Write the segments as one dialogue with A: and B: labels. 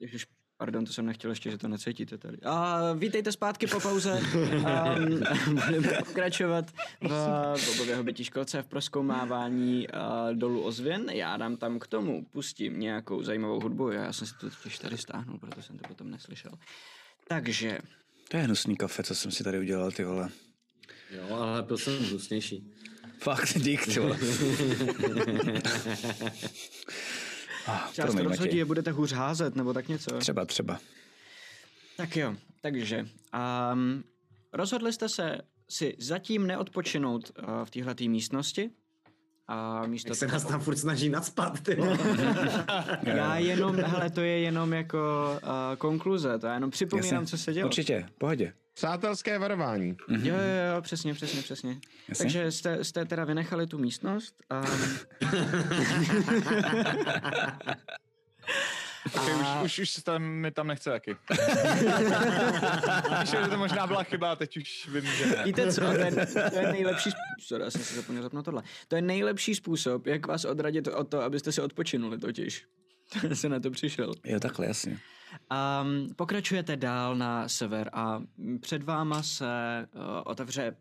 A: Ježiš, pardon, to jsem nechtěl ještě, že to necítíte tady. A vítejte zpátky po pauze. Um, budeme pokračovat v Bobově hobití školce v proskoumávání uh, dolů ozvěn. Já dám tam k tomu, pustím nějakou zajímavou hudbu. Já jsem si to totiž tady stáhnul, proto jsem to potom neslyšel. Takže,
B: To je hnusný kafe, co jsem si tady udělal, ty vole.
C: Jo, ale byl jsem hnusnější.
B: Fakt, dík, ty vole. ah,
A: část
B: promiň,
A: rozhodí, je
B: Matěj.
A: budete hůř házet, nebo tak něco.
B: Třeba, třeba.
A: Tak jo, takže um, rozhodli jste se si zatím neodpočinout uh, v téhleté místnosti. A místo
C: Jak se nás tam furt snaží nadspat, ty vole.
A: Já jenom, hele, to je jenom jako uh, konkluze, to já jenom připomínám,
B: Jasně.
A: co se dělo.
B: Určitě, pohodě. Mhm.
D: Přátelské varování.
A: Jo, jo, jo, přesně, přesně, přesně.
B: Jasně.
A: Takže jste, jste teda vynechali tu místnost. A...
E: Okay, už, už, už se tam, mi tam nechce taky. Myslím, že to možná byla chyba, a teď už vím, že ne.
A: Víte co, to je, to je nejlepší způsob, sorry, já jsem se zapomněl zapnout tohle. To je nejlepší způsob, jak vás odradit o to, abyste se odpočinuli totiž. To se na to přišel.
B: Jo, takhle, jasně.
A: A mm, pokračujete dál na sever a mm, před váma se uh, otevře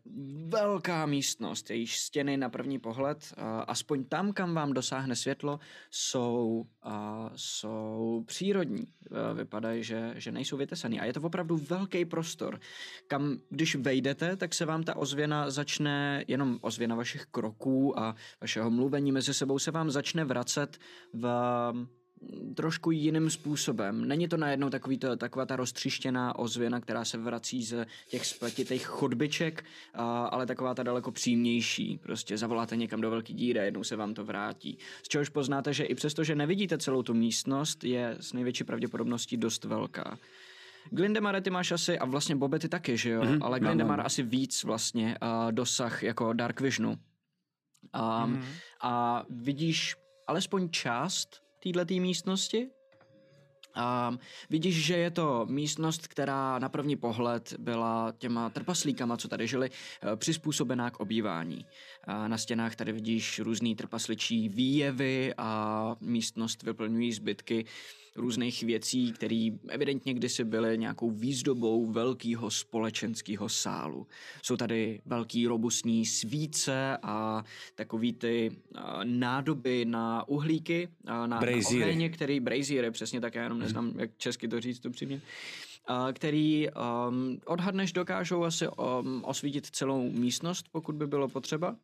A: velká místnost, jejíž stěny na první pohled, uh, aspoň tam, kam vám dosáhne světlo, jsou, uh, jsou přírodní. Uh, vypadají, že, že nejsou vytesaný. A je to opravdu velký prostor, kam když vejdete, tak se vám ta ozvěna začne, jenom ozvěna vašich kroků a vašeho mluvení mezi sebou se vám začne vracet v trošku jiným způsobem. Není to najednou takový to, taková ta roztřištěná ozvěna, která se vrací z těch spletitých chodbiček, a, ale taková ta daleko přímější. Prostě zavoláte někam do velký díry a jednou se vám to vrátí. Z čehož poznáte, že i přesto, že nevidíte celou tu místnost, je s největší pravděpodobností dost velká. Glindemare, ty máš asi, a vlastně Bobe ty taky, že jo? Mm-hmm, ale Glindemar asi víc vlastně uh, dosah jako Dark Visionu. Um, mm-hmm. A vidíš alespoň část této místnosti. Um, vidíš, že je to místnost, která na první pohled byla těma trpaslíkama, co tady žili, eh, přizpůsobená k obývání. A na stěnách tady vidíš různý trpasličí výjevy a místnost vyplňují zbytky různých věcí, které evidentně kdysi byly nějakou výzdobou velkého společenského sálu. Jsou tady velký robustní svíce a takový ty a, nádoby na uhlíky, a na, na
B: Brejzíry.
A: oheň, který brazíry, přesně tak, já jenom
B: Mhm.
A: neznám, jak česky to říct upřímně, a, který um, odhadneš dokážou asi um, osvítit celou místnost, pokud by bylo potřeba.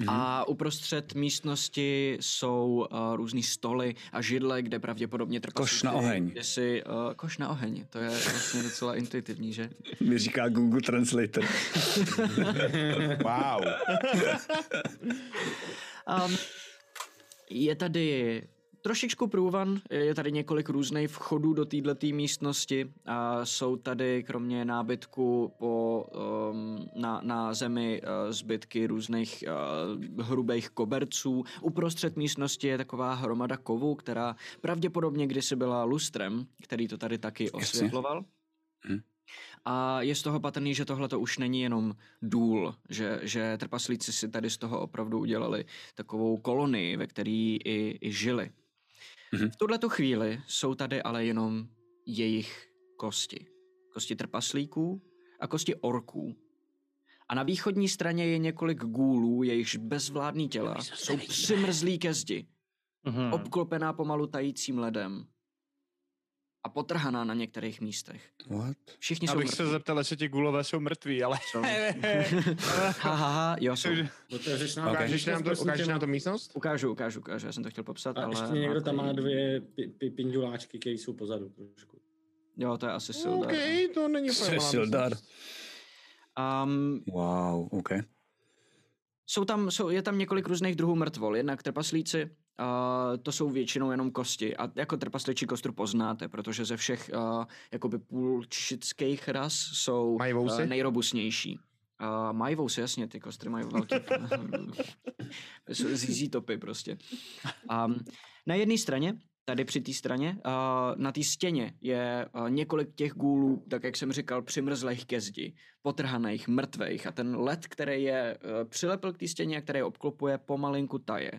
B: Mhm.
A: A uprostřed místnosti jsou uh, různý stoly a židle, kde pravděpodobně trpasí.
B: Koš na oheň.
A: Kde si, uh, koš na oheň, to je vlastně docela intuitivní, že?
B: Mi říká Google Translator.
D: Wow.
A: Um, je tady trošičku průvan, je tady několik různých vchodů do této místnosti a jsou tady kromě nábytku po, um, na, na zemi uh, zbytky různých uh, hrubých koberců. Uprostřed místnosti je taková hromada kovu, která pravděpodobně kdysi byla lustrem, který to tady taky osvětloval. A je z toho patrný, že tohle to už není jenom důl, že, že trpaslíci si tady z toho opravdu udělali takovou kolonii, ve které i, i žili. Mm-hmm. V tuhle chvíli jsou tady ale jenom jejich kosti. Kosti trpaslíků a kosti orků. A na východní straně je několik gůlů, jejichž bezvládní těla jsou přimrzlí ke zdi,
F: Mhm.
A: obklopená pomalu tajícím ledem a potrhaná na některých místech.
B: What?
A: Všichni jsou
E: Abych
A: mrtví.
E: se zeptal, jestli ti gulové jsou mrtví, ale...
A: Ha, ha, ha, jo, jsou.
E: Myslím, že-
C: Otevřeš nám,
B: Okay.
D: Ukážeš nám to, ukážeš nám to místnost?
A: Ukážu, ukážu, ukážu, já jsem to chtěl popsat,
C: A
A: ale...
C: ještě někdo tam má
A: tady-
C: dvě pi, pi, pinduláčky, které jsou pozadu trošku.
A: Jo, to je asi Sildar. no.
D: OK, to není úplně
B: Co je
D: malá
B: Sildar?
D: místnost.
A: Um,
B: Wow, OK.
A: jsou tam, jsou, je tam několik různých druhů mrtvol, jednak trpaslíci, Uh, to jsou většinou jenom kosti a jako trpasličí kostru poznáte, protože ze všech uh, jakoby půlčických ras jsou
D: Mají vousy?
A: eh, nejrobustnější. Uh, mají vousy, jasně, ty kostry mají velký. Jsou Zízí topy prostě. Um, na jedné straně, tady při té straně, uh, na té stěně je uh, několik těch gůlů, tak jak jsem říkal, přimrzlých ke zdi, potrhaných, mrtvejch a ten led, který je uh, přilepil k té stěně a který je obklopuje, pomalinku taje.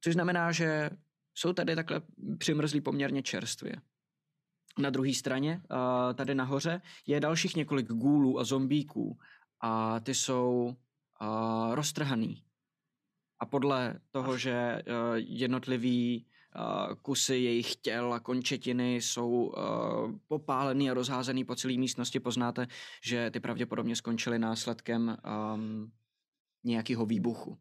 A: Což znamená, že jsou tady takhle přimrzlí poměrně čerstvě. Na druhé straně, eh, tady nahoře, je dalších několik gůlů a zombíků a ty jsou eh, roztrhaný. A podle toho, že eh, jednotlivý eh, kusy jejich těl a končetiny jsou eh, popálený a rozházený po celé místnosti, poznáte, že ty pravděpodobně skončily následkem um, nějakého výbuchu.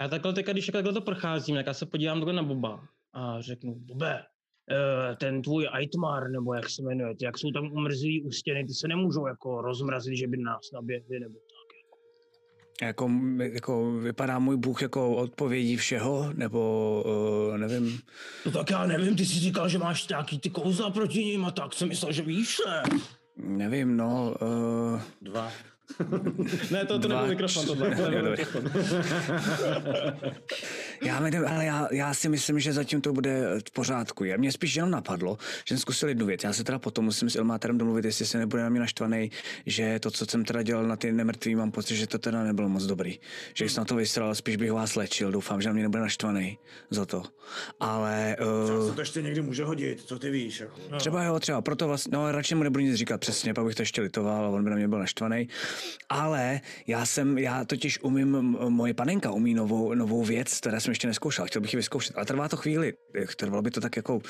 F: Já takhle teďka, když takhle to procházím, tak já se podívám takhle na Boba a řeknu, Bobe, eh, ten tvůj Aitmar, nebo jak se jmenuje, ty, jak jsou tam umrzlí u stěny, ty se nemůžou jako rozmrazit, že by nás naběhli, nebo tak.
B: Jako, jako vypadá můj Bůh jako odpovědí všeho, nebo uh, nevím.
F: No tak já nevím, ty jsi říkal, že máš nějaký ty kouzla proti ním a tak jsem myslel, že víš, ne?
B: Nevím, no. Uh,
C: Dva.
F: Ne, to, to
B: Dva,
F: nebyl mikrofon, tohle.
B: čtyři,
F: to nebyl
B: dobrý.
F: mikrofon.
D: Jako-
B: já nevím, ale já, já, si myslím, že zatím to bude v pořádku. Já mě spíš jenom napadlo, že jsem zkusil jednu věc. Já se teda potom musím s Ilmáterem domluvit, jestli se nebude na mě naštvaný, že to, co jsem teda dělal na ty nemrtvý, mám pocit, že to teda nebylo moc dobrý. Že jsem na to vysral, spíš bych vás léčil. Doufám, že na mě nebude naštvaný za to. Ale... Uh,
G: To ještě někdy může hodit, co ty víš. Jako.
B: Třeba jo, třeba proto vlastně, no radši mu nebudu nic říkat přesně, pak bych to ještě litoval a on by na mě byl naštvaný. Ale já jsem, já totiž umím, m- moje panenka umí novou, novou věc, která jsem ještě neskoušel, chtěl bych ji vyzkoušet. Ale trvá to chvíli, eh, trvalo by to tak jako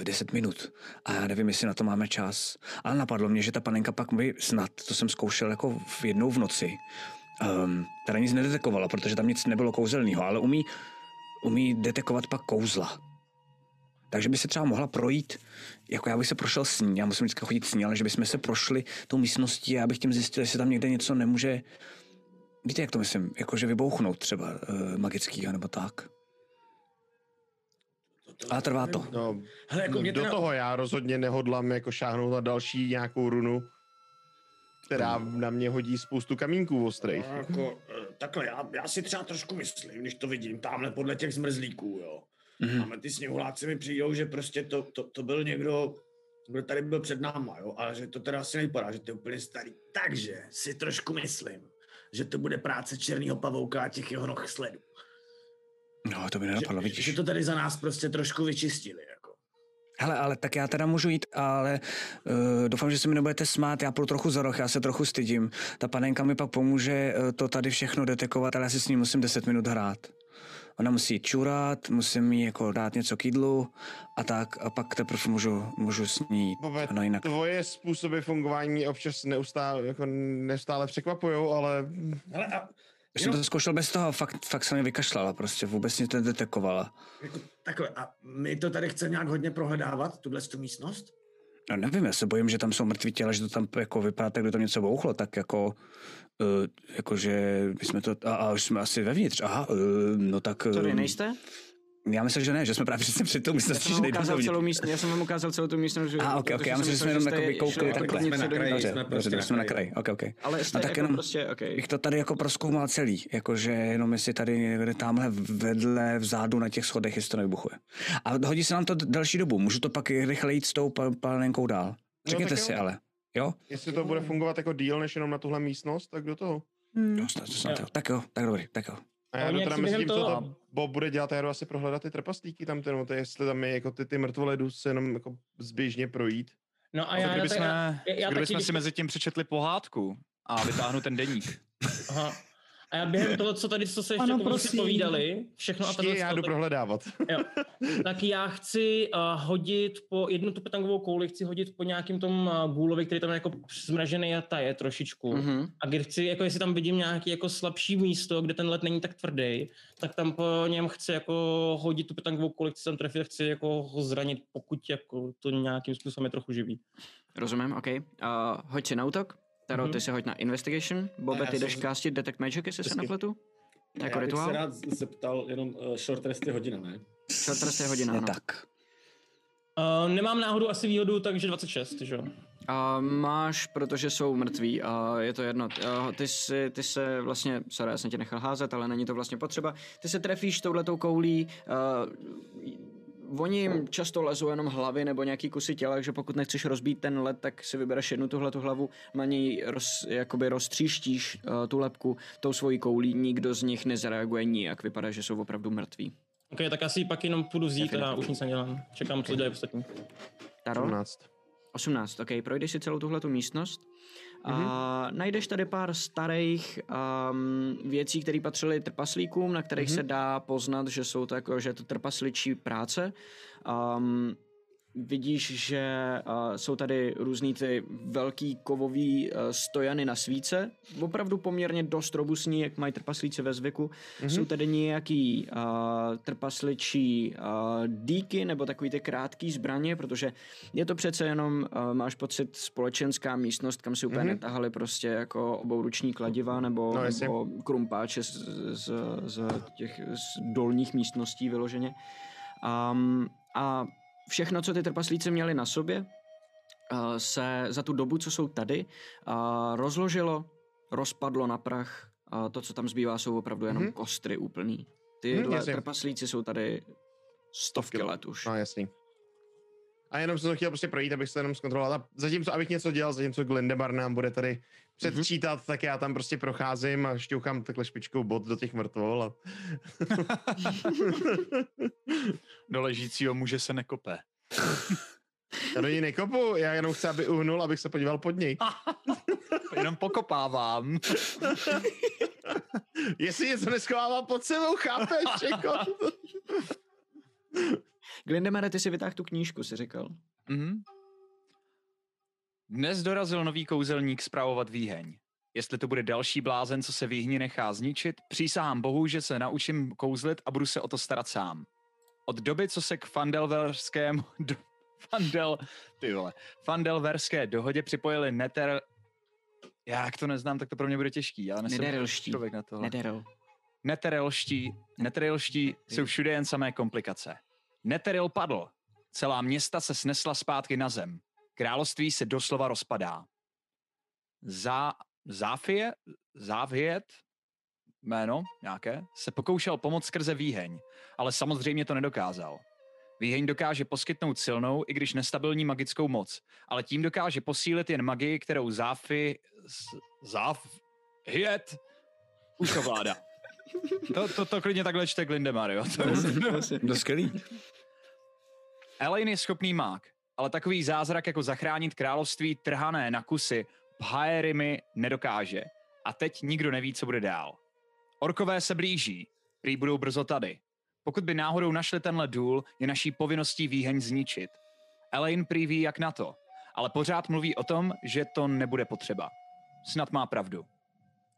B: eh, 10 minut. A já nevím, jestli na to máme čas. Ale napadlo mě, že ta panenka pak mi snad, to jsem zkoušel jako v jednou v noci, um, teda nic nedetekovala, protože tam nic nebylo kouzelného, ale umí, umí detekovat pak kouzla. Takže by se třeba mohla projít, jako já bych se prošel s ní, já musím vždycky chodit s ní, ale že bychom se prošli tou místností a já bych tím zjistil, jestli tam někde něco nemůže, víte, jak to myslím, jako že vybouchnout třeba uh, magický, nebo tak. A trvá to.
D: No,
G: Hele, jako mě
D: do
G: teda...
D: toho já rozhodně nehodlám jako šáhnout na další nějakou runu, která
B: Mhm.
D: na mě hodí spoustu kamínků ostrých.
G: No, Jako, eh, takhle, já, já, si třeba trošku myslím, když to vidím tamhle podle těch zmrzlíků, jo.
B: Mhm.
G: A ty sněhuláci mi přijdou, že prostě to, to, to byl někdo, kdo tady byl před náma, jo, ale že to teda asi nevypadá, že to je úplně starý. Takže si trošku myslím, že to bude práce černého pavouka a těch jeho noh sledů.
B: No, to by nenapadlo,
G: Že, že
B: vidíš.
G: to tady za nás prostě trošku vyčistili, jako.
B: Hele, ale tak já teda můžu jít, ale uh, doufám, že se mi nebudete smát, já půjdu trochu za roh, já se trochu stydím. Ta panenka mi pak pomůže eh, to tady všechno detekovat, ale já si s ní musím 10 minut hrát. Ona musí jít čurat, musím jí jako dát něco k jídlu a tak, a pak teprve můžu, můžu s ní jít.
D: Bobe,
B: No jinak,
D: Tvoje způsoby fungování mě občas neustále, jako neustále překvapují, ale
G: Hele, a
B: já jsem to zkoušel bez toho a fakt, fakt se mě vykašlala prostě, vůbec nic nedetekovala.
G: Jako, takhle, a my to tady chceme nějak hodně prohledávat, tuhle tu místnost?
B: No nevím, já se bojím, že tam jsou mrtví těla, že to tam jako vypadá, tak kdo tam něco bouchlo, tak jako, uh, jako že my jsme to, a, a už jsme asi vevnitř, aha, uh, no tak... eh,
A: Tady nejste?
B: já myslím, že ne, že jsme právě přesně před tou
A: Já
B: místností,
A: jsem,
B: že
A: vám
B: nejdeme
A: ukázal
B: dovnitř.
A: celou míst, já jsem vám ukázal celou tu místnost. že-
B: Aha, ok, ok,
A: protože
B: já
A: jsem
B: myslím, že jsme jenom
A: myslel,
B: jakoby
A: jste
B: koukali
A: šli
B: takhle.
A: úplně
C: Jsme na
A: co do ní.
C: kraji.
B: Dobře,
C: jsme
B: dobře,
C: prostě
B: tak jsme na
C: na
B: kraji, ok, ok.
A: Ale jste
B: No tak
A: jako
B: jenom-
A: prostě, okay.
B: Bych to tady jako proskoumal celý, jakože jenom jestli tady někde tamhle vedle, vzadu na těch schodech, jestli to nevybuchuje. A hodí se nám to d- další dobu, můžu to pak rychle jít s tou pa- panenkou dál. Řekněte
D: tak
B: si
D: jo.
B: ale, jo?
D: jestli to bude fungovat jako díl než jenom na tuhle místnost, tak do toho.
B: Jo, snad, to snad
F: Jo.
B: jo. Tak jo, tak dobrý, tak jo.
D: A já
F: Ale
D: jdu
F: nějak
D: teda
F: si
D: mezi
F: během
D: tím, co
F: toho-
D: tam Bob bude dělat, já jdu asi prohledat ty trpaslíky tam, ten, to je, jestli tam je jako ty, ty mrtvole jdu se jenom jako zběžně projít.
F: No a
E: A
F: já,
E: Jako kdyby
F: já, tak- já,
E: jsme,
F: já
E: kdyby
F: taky,
E: jsme
F: když-
E: si mezi tím přečetli pohádku a vytáhnu ten deník.
F: aha. A já během toho, co tady co se ještě ano, povídali, všechno a
D: Ještě
F: tohle,
D: já jdu
F: tak,
D: prohledávat.
F: tak já chci uh, hodit po jednu tu petangovou kouli, chci hodit po nějakým tom uh, gůlovi, který tam je jako zmražený a taje trošičku. Mm-hmm.
A: Mhm.
F: A když chci, jako jestli tam vidím nějaký jako slabší místo, kde ten led není tak tvrdý, tak tam po něm chci jako hodit tu petankovou kouli, chci tam trefit, chci jako ho zranit, pokud jako to nějakým způsobem je trochu živý.
A: Rozumím, ok. Uh, hoď si na útok. Taro,
B: Mhm.
A: ty si hoď na investigation. Bobe,
C: já
A: ty
C: jsem
A: jdeš
C: z-
A: kástit detect magic, jestli se
C: Hezky.
A: nepletu? Jako
C: já bych
A: rituál?
C: se rád z- zeptal jenom eh, short rest je hodina, ne?
A: Short rest je hodina, no.
B: Ne
A: ano.
B: tak.
F: Uh, nemám náhodou asi výhodu, takže 26, že jo?
A: A máš, protože jsou mrtví a je to jedno. T- a Ty, si, ty se vlastně, sorry, já jsem tě nechal házet, ale není to vlastně potřeba. Ty se trefíš touhletou koulí, uh, oni jim často lezou jenom hlavy nebo nějaký kusy těla, takže pokud nechceš rozbít ten led, tak si vybereš jednu tuhle tu hlavu, na něj roz, jakoby roztříštíš uh, tu lepku tou svojí koulí, nikdo z nich nezareaguje nijak, vypadá, že jsou opravdu mrtví.
F: Ok, tak asi pak jenom půjdu vzít
A: Tak
F: a
A: jenom.
F: už nic nedělám. Čekám, co dělají ostatní.
A: Taro?
D: 17.
A: 18, ok, projdeš si celou tuhle tu místnost.
D: Mhm.
A: A najdeš tady pár starých um, věcí, které patřily trpaslíkům, na kterých
D: Mhm.
A: se dá poznat, že jsou to jako, že je to trpasličí práce. Um, vidíš, že uh, jsou tady různý ty velký kovový uh, stojany na svíce, opravdu poměrně dost robustní, jak mají trpaslíci ve zvyku.
D: Mhm.
A: Jsou tady nějaký uh, trpasličí uh, díky nebo takový ty krátký zbraně, protože je to přece jenom, uh, máš pocit, společenská místnost, kam si úplně
D: Mhm.
A: mm-hmm. netahali prostě jako obouruční kladiva nebo,
D: No,
A: no,
D: jasně.
A: nebo krumpáče z, z, z těch z dolních místností vyloženě. Um, a všechno, co ty trpaslíci měli na sobě, eh, se za tu dobu, co jsou tady, eh, rozložilo, rozpadlo na prach. A to, co tam zbývá, jsou opravdu jenom
D: Mhm.
A: mm-hmm. kostry úplný.
D: Mhm,
A: Tyhle
D: jasně.
A: trpaslíci jsou tady stovky
D: Kilo.
A: let už.
D: No jasný. A jenom jsem to chtěl prostě projít, abych se jenom zkontroloval. A zatímco, abych něco dělal, zatímco Glendebar nám bude
F: Mhm.
D: tady předčítat, mm-hmm. tak já tam prostě procházím a šťouchám takhle špičkou bod do těch mrtvol. A...
E: Do ležícího muže se nekope.
D: Já do něj nekopu, já jenom chci, aby uhnul, abych se podíval pod něj.
F: Ah.
E: Jenom pokopávám.
D: Jestli něco neschovává pod sebou, chápeš, jako?
A: Glindemare, ty si vytáhl tu knížku, si říkal.
E: Mhm. Dnes dorazil nový kouzelník zpravovat výheň. Jestli to bude další blázen, co se výhni nechá zničit, přísahám bohu, že se naučím kouzlit a budu se o to starat sám. Od doby, co se k fandelverskému... Do, fandel... Ty vole. Fandelverské dohodě připojili neter... Já jak to neznám, tak to pro mě bude těžký. Já nejsem
A: Nederelští.
E: člověk na tohle.
A: Nederel.
E: Neterelští, neterelští jsou všude jen samé komplikace. Neteril padl. Celá města se snesla zpátky na zem. Království se doslova rozpadá. Zá, záfie, závět, jméno nějaké, se pokoušel pomoct skrze výheň, ale samozřejmě to nedokázal. Výheň dokáže poskytnout silnou, i když nestabilní magickou moc, ale tím dokáže posílit jen magii, kterou Záfi... Závět už ovládá. To, to, to klidně takhle čte Glindemar, jo? To
B: To je skvělý.
E: Elaine je schopný mák, ale takový zázrak jako zachránit království trhané na kusy Phaerimi nedokáže. A teď nikdo neví, co bude dál. Orkové se blíží, prý budou brzo tady. Pokud by náhodou našli tenhle důl, je naší povinností výheň zničit. Elaine prý ví, jak na to, ale pořád mluví o tom, že to nebude potřeba. Snad má pravdu.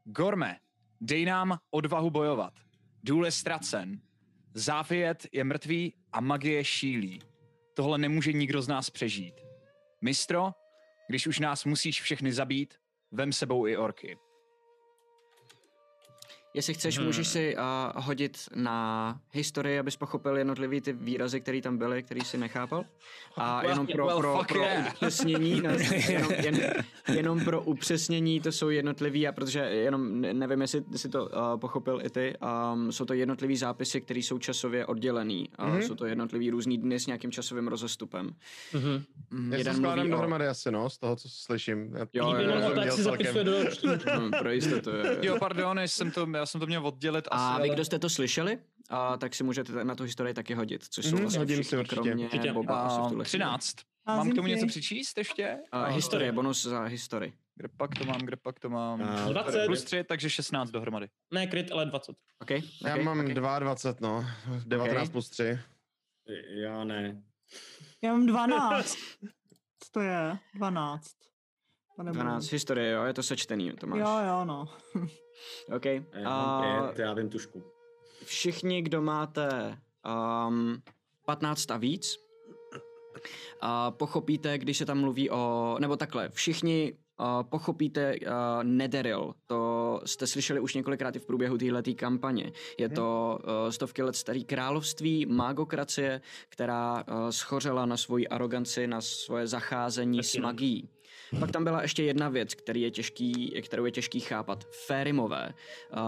E: Gorme, dej nám odvahu bojovat. Důl je ztracen. Závět je mrtvý a magie šílí. Tohle nemůže nikdo z nás přežít. Mistro, když už nás musíš všechny zabít, vem sebou i orky.
A: Jestli chceš,
E: Mhm.
A: hmm. můžeš si uh, hodit na historii, abys pochopil jednotlivý ty výrazy, které tam byly, který si nechápal. A
E: Well,
A: jenom pro,
E: well,
A: pro,
E: fuck
A: pro
E: yeah.
A: upřesnění, ne, jenom, jen, jenom pro upřesnění to jsou jednotlivý, a protože jenom ne- nevím, jestli si to uh, pochopil i ty, um, jsou to jednotlivý zápisy, které jsou časově oddělený. Uh,
D: Mhm.
A: mm-hmm. Jsou to jednotlivý různý dny s nějakým časovým rozestupem.
F: Mhm.
D: Já se
A: Mm-hmm. Jeden
D: skládám
A: mluví o-
D: dohromady asi, no, z toho, co slyším. Já
A: Jo,
F: Líp
A: jo,
F: jenom
A: jo,
F: ho tak
D: měl
F: si zapisuje do čtvrtky.
A: No, pro jistotu. Jo, jo.
E: Jo, pardon, já jsem to, já jsem to měl oddělit.
A: A
E: asi,
A: vy,
E: ale-
A: kdo jste to slyšeli, a, tak si můžete na tu historii taky hodit, což jsou
D: Mhm,
A: vlastně
D: hodím si
A: všichni,
D: určitě.
A: kromě
F: Určitě.
A: Boba asi v
E: A,
A: tuhle chvíli.
E: 13. Ehm, Mám k tomu něco přičíst ještě?
A: A,
E: A,
A: historie, bonus za historii.
E: Kde pak to mám, kde pak to mám?
C: A
F: 20.
E: Plus 3, takže 16 dohromady.
F: Ne kryt, ale 20.
A: OK? okay?
D: Já mám 22, no. 19 plus 3.
C: Já ne.
H: Já mám 12. Co to je? 12. To nebudu.
A: 12 historie, jo, je to sečtený, to máš.
H: Jo, jo, no.
A: OK.
C: A já
A: A,
C: mám pět, já vím tušku.
A: všichni, kdo máte um, 15 a víc, a pochopíte, když se tam mluví o... Nebo takhle, všichni uh, pochopíte uh, Nederil. To jste slyšeli už několikrát i v průběhu téhleté kampaně. Je to uh, stovky let starý království, magokracie, která uh, schořela na svoji aroganci, na svoje zacházení s
F: jenom.
A: magií. Pak tam byla ještě jedna věc, který je těžký, kterou je těžký chápat. Férimové. Uh,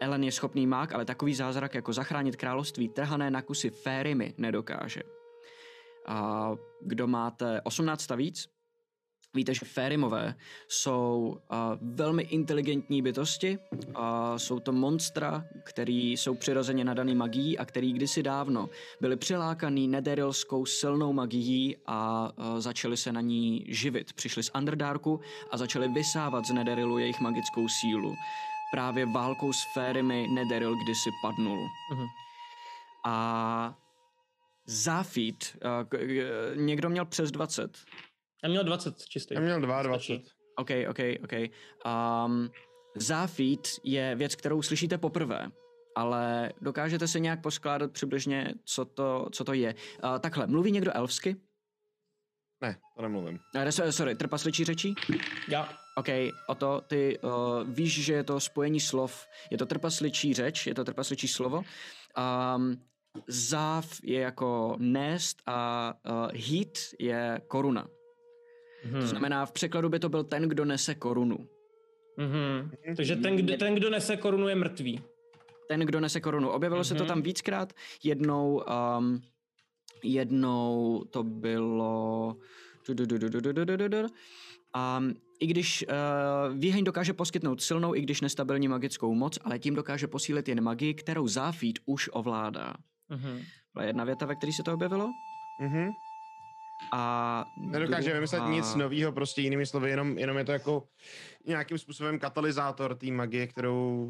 A: Ellen je schopný mák, ale takový zázrak jako zachránit království trhané na kusy Férimy nedokáže. A kdo máte 18 a víc, Víte, že Férimové jsou a, velmi inteligentní bytosti, a, jsou to monstra, který jsou přirozeně nadaný magií a který kdysi dávno byli přilákaný nederilskou silnou magií a, a začali se na ní živit. Přišli z Underdarku a začali vysávat z nederilu jejich magickou sílu. Právě válkou s Férimy nederil kdysi padnul.
F: Mhm.
A: A Zafít, a, k- k- někdo měl přes 20.
F: Já měl 20 čistý.
D: Já měl 22.
F: Stačí.
A: OK, OK, OK. Um, záfít je věc, kterou slyšíte poprvé, ale dokážete se nějak poskládat přibližně, co to, co to je. Uh, takhle, mluví někdo elfsky?
D: Ne, to nemluvím.
A: Eh, res- Sorry, trpasličí řečí?
F: Já.
A: OK, o to ty uh, víš, že je to spojení slov. Je to trpasličí řeč, je to trpasličí slovo. Um, záv je jako nést a uh, hit je koruna.
F: Mhm.
A: To
B: Hmm.
A: znamená, v překladu by to byl ten, kdo nese korunu.
F: Mhm. Takže ten kdo, ten, kdo nese korunu, je mrtvý.
A: ten, kdo nese korunu. Objevilo se to
F: Mhm.
A: tam víckrát. Jednou, um, jednou to bylo... A Um, i když uh, výheň dokáže poskytnout silnou, i když nestabilní magickou moc, ale tím dokáže posílit jen magii, kterou Záfít už ovládá.
F: Mhm.
A: Byla jedna věta, ve které se to objevilo.
D: Mhm.
A: A
D: Nedokáže
A: druhá-
D: vymyslet nic nového, prostě jinými slovy, jenom, jenom je to jako nějakým způsobem katalyzátor té magie, kterou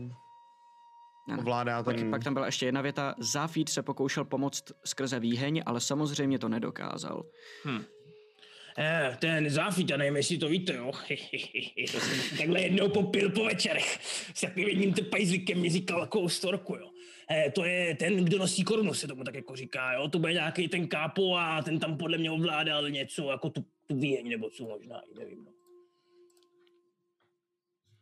A: Ano.
D: ovládá
A: Pak,
D: ten...
A: pak tam byla ještě jedna věta. Záfít se pokoušel pomoct skrze výheň, ale samozřejmě to nedokázal.
F: Eh, ten záfit, já nevím, jestli to víte, jo. to jsem si takhle jednou popil po večerech. S takovým jedním te pajzlíkem mi říkal takovou storku, jo. Eh, to je ten, kdo nosí korunu, se tomu tak jako říká, jo. To bude nějaký ten kápo a ten tam podle mě ovládal něco, jako tu, tu výjeň nebo co možná, nevím, no.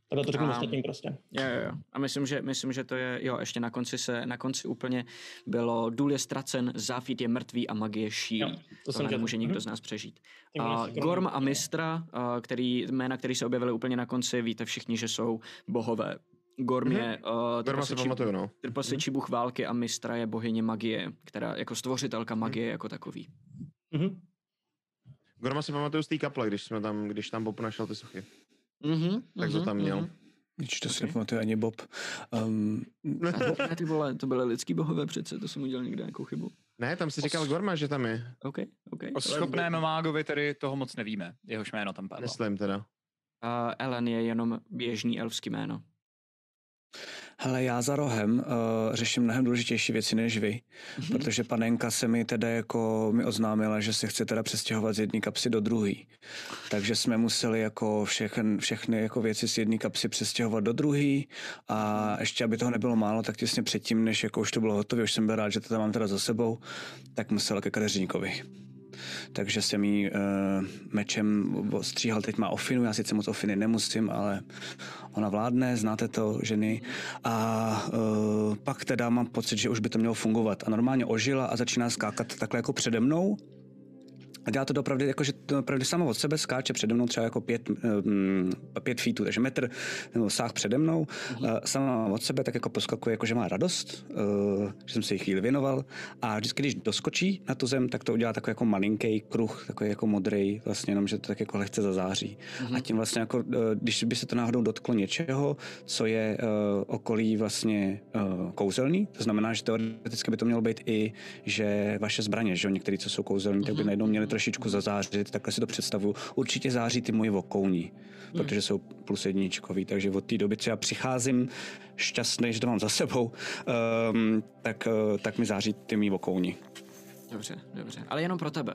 F: Takhle to řeknu
A: Ám.
F: ostatním prostě.
A: Jo, jo, jo. A myslím, že, myslím, že to je, jo, ještě na konci se, na konci úplně bylo, důl je ztracen, záfit je mrtvý a magie šílí.
F: Jo,
A: Jo,
F: to
A: to
F: jsem
A: Tohle
F: četl.
A: nemůže
F: Mhm.
A: nikdo z nás přežít.
F: Ty
A: A
F: nosí korunu.
A: Gorm a Mistra, a který, jména, které se objevily úplně na konci, víte všichni, že jsou bohové. Gorm
D: Mhm.
A: je uh,
D: Norma si pamatuju, no.
F: Mhm.
A: trpasličí bůh války a Mistra je bohyně magie, která jako stvořitelka magie jako takový.
F: Mhm.
D: Gorma si pamatuju z té kaple, když jsme tam, když tam Bob našel ty suchy.
B: Mhm,
A: Mm-hmm,
D: Mhm, Tak to tam měl.
B: Nič, to si
A: Ok.
B: nepamatuje ani Bob. Um,
A: A ty vole, to byly lidský bohové přece, to jsem udělal někde nějakou chybu.
D: Ne, tam si říkal Gorma, že tam je.
A: OK, OK.
E: O schopném mágovi tedy toho moc nevíme. Jeho jméno tam padlo.
D: Myslím teda.
A: Uh, Ellen je jenom běžný elfský jméno.
B: hele, já za rohem uh, řeším mnohem důležitější věci než vy, protože panenka se mi teda jako mi oznámila, že se chce teda přestěhovat z jedné kapsy do druhé. Takže jsme museli jako všechen, všechny jako věci z jedné kapsy přestěhovat do druhé a ještě, aby toho nebylo málo, tak těsně předtím, než jako už to bylo hotové, už jsem byl rád, že to tam mám teda za sebou, tak musela ke kadeřníkovi. Takže jsem jí uh, mečem stříhal, teď má ofinu, já sice moc ofiny nemusím, ale ona vládne, znáte to, ženy. A uh, pak teda mám pocit, že už by to mělo fungovat. A normálně ožila a začíná skákat takhle jako přede mnou. A dělá to opravdu, jako, že to opravdu sama od sebe skáče přede mnou třeba jako pět, um, pět feetů, takže metr nebo sáh přede mnou. Mm-hmm. Uh, sama od sebe tak jako poskakuje, jako že má radost, uh, že jsem se jí chvíli věnoval. A vždycky, když doskočí na tu zem, tak to udělá takový jako malinký kruh, takový jako modrý, vlastně jenom, že to tak jako lehce zazáří. Mm-hmm. A tím vlastně jako, uh, když by se to náhodou dotklo něčeho, co je uh, okolí vlastně uh, kouzelný, to znamená, že teoreticky by to mělo být i, že vaše zbraně, že jo, některé, co jsou kouzelní, tak by
A: Mhm.
B: najednou měly trošičku zazářit, takhle si to představuju. Určitě září ty moje vokouní, protože jsou plus jedničkový, takže od té doby, co já přicházím šťastný, že to mám za sebou, um, tak, uh, tak mi září ty mý vokouní.
A: Dobře, dobře. Ale jenom pro tebe.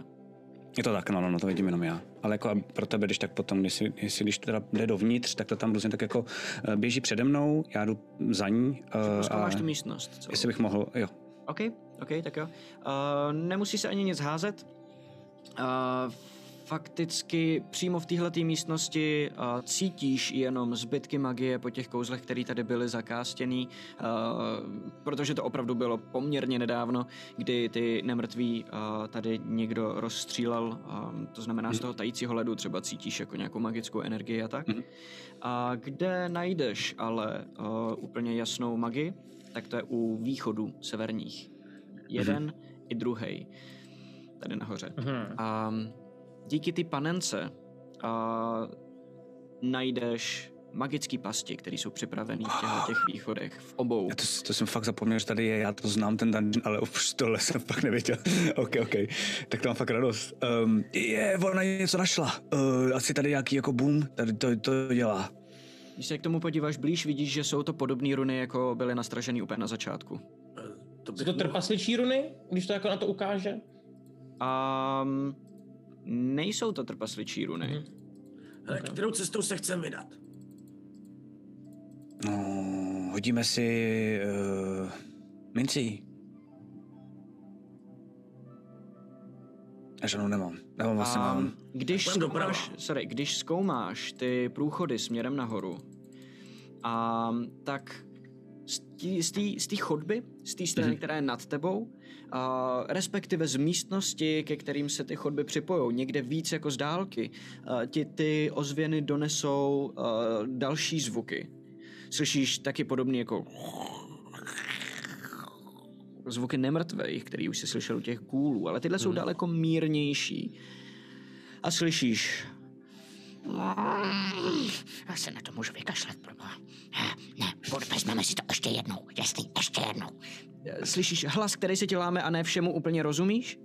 B: Je to tak, no, no, no, to vidím jenom já. Ale jako a pro tebe, když tak potom, jestli, jestli když to teda jde dovnitř, tak to tam různě tak jako eh, běží přede mnou, já jdu za ní. eh,
A: Zkoumáš
B: a
A: tu místnost. Co?
B: Jestli bych mohl, jo.
A: OK, OK, tak jo. Uh, nemusí se ani nic házet. Uh, fakticky přímo v téhle místnosti uh, cítíš jenom zbytky magie po těch kouzlech, které tady byly zakástěný, uh, protože to opravdu bylo poměrně nedávno, kdy ty nemrtví uh, tady někdo rozstřílel, um, to znamená z toho tajícího ledu třeba cítíš jako nějakou magickou energii a tak. A kde najdeš ale uh, úplně jasnou magii, tak to je u východů severních. Jeden i druhý. Tady nahoře.
F: Mhm.
A: A díky ty panence a najdeš magické pasti, které jsou připravené v těchto těch východech, v obou.
B: Já to, s- to jsem fakt zapomněl, že tady je, já to znám ten dungeon, ale už tohle jsem fakt nevěděl. ok, ok, tak to mám fakt radost. Um, je, ona něco našla. Uh, asi tady nějaký jako boom, tady to, to dělá.
A: Když se k tomu podíváš blíž, vidíš, že jsou to podobné runy, jako byly nastražené úplně na začátku.
G: To
A: Mhm.
F: Jsou to trpasličí runy, když to jako na to ukáže?
A: Um, nejsou to trpasličí runy.
F: Mhm.
G: Hele, kterou cestou se chcem vydat?
B: No, hodíme si uh, mincí. Já žádnou nemám. Nemám vlastně
A: A
B: mám.
A: Když
G: Tak půjdem doprava.
A: zkoumáš, sorry, když zkoumáš ty průchody směrem nahoru, a, tak z tí- z té- z té chodby, z té
B: Mhm.
A: strany, která je nad tebou, a, respektive z místnosti, ke kterým se ty chodby připojou, někde víc jako z dálky, a, ti ty ozvěny donesou a, další zvuky. Slyšíš taky podobně jako zvuky nemrtvých, který už si slyšel u těch gůlů, ale tyhle
B: Mhm.
A: jsou daleko mírnější. A slyšíš.
I: Já se na to můžu vykašlat, proboha. Ne, budu- vezmeme si to ještě jednou, jestli, ještě jednou.
A: Slyšíš hlas, který se ti láme a ne všemu úplně rozumíš?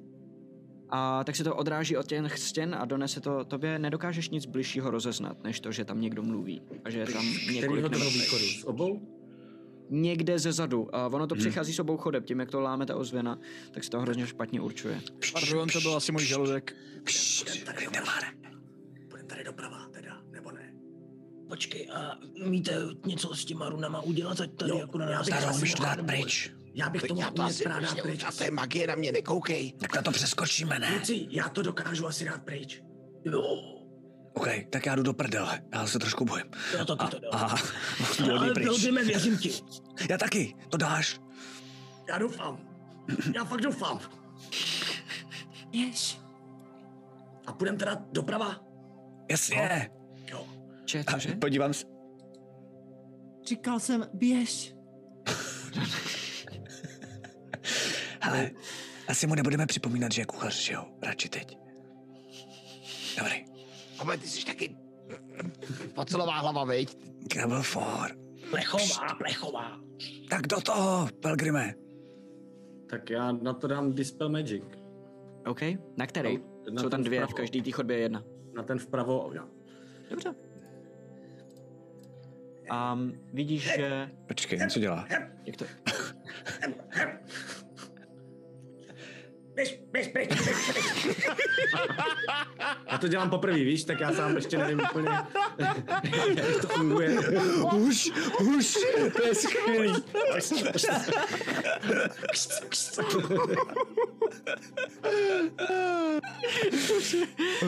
A: A tak se to odráží od těch stěn a donese to tobě. Nedokážeš nic bližšího rozeznat, než to, že tam někdo mluví. A že je tam několik
G: Kterýho to bylo
A: nemrtvých.
G: východu? Z obou? Mhm.
A: Někde ze zadu. A ono to přichází s obou chodeb. Tím, jak to láme ta ozvěna, tak se to hrozně špatně určuje.
E: Pardon, to byl asi můj žaludek.
G: Půjdem tady doprava. Půjdem tady doprava teda, nebo ne?
F: Počkej, a umíte něco s těma runama udělat, ať tady
G: Jo,
F: jako na
G: já
F: nás
G: bych
B: Tady
G: asi
B: umíš to dát
G: mohl, nebo-
B: pryč.
G: Já bych to mohl umět prát dát pryč.
D: A to je magie, na mě nekoukej.
B: Tak na to přeskočíme, ne?
G: Kluci, já to dokážu asi dát pryč.
F: Jo,
B: OK, tak já jdu do prdele. Já se trošku bojím.
F: jo, No to
B: A,
F: ty to dal.
B: a,
F: Ale
B: a pryč.
F: Pilgrime, věřím ti.
B: Já taky, to dáš.
G: Já doufám. Já fakt doufám.
I: Yes.
G: A půjdem teda doprava? No.
B: Jasně.
G: Jo.
A: Če, cože?
B: A podívám se.
H: Říkal jsem, běž.
B: Hele, asi mu nebudeme připomínat, že je kuchař, že jo? Radši teď. Dobrý.
D: Ale ty jsi taky eh, pocelová hlava, veď?
B: To byl for.
F: Plechová, plechová.
B: Tak do toho, Pelgrime.
C: Tak já na to dám Dispel Magic. No,
A: OK. Na který?
C: Na
A: Jsou tam
C: ten
A: dvě, v
C: vpravo.
A: každý té chodbě je jedna.
C: Na ten vpravo. Jo.
A: Dobře. A vidíš, že...
B: Počkej, on co dělá?
A: Jak to...
G: Běž, běž, běž, běž, běž.
C: Já to dělám poprvé, víš, tak já sám ještě nevím úplně, jak to funguje.
B: Už, už, to je skvělý.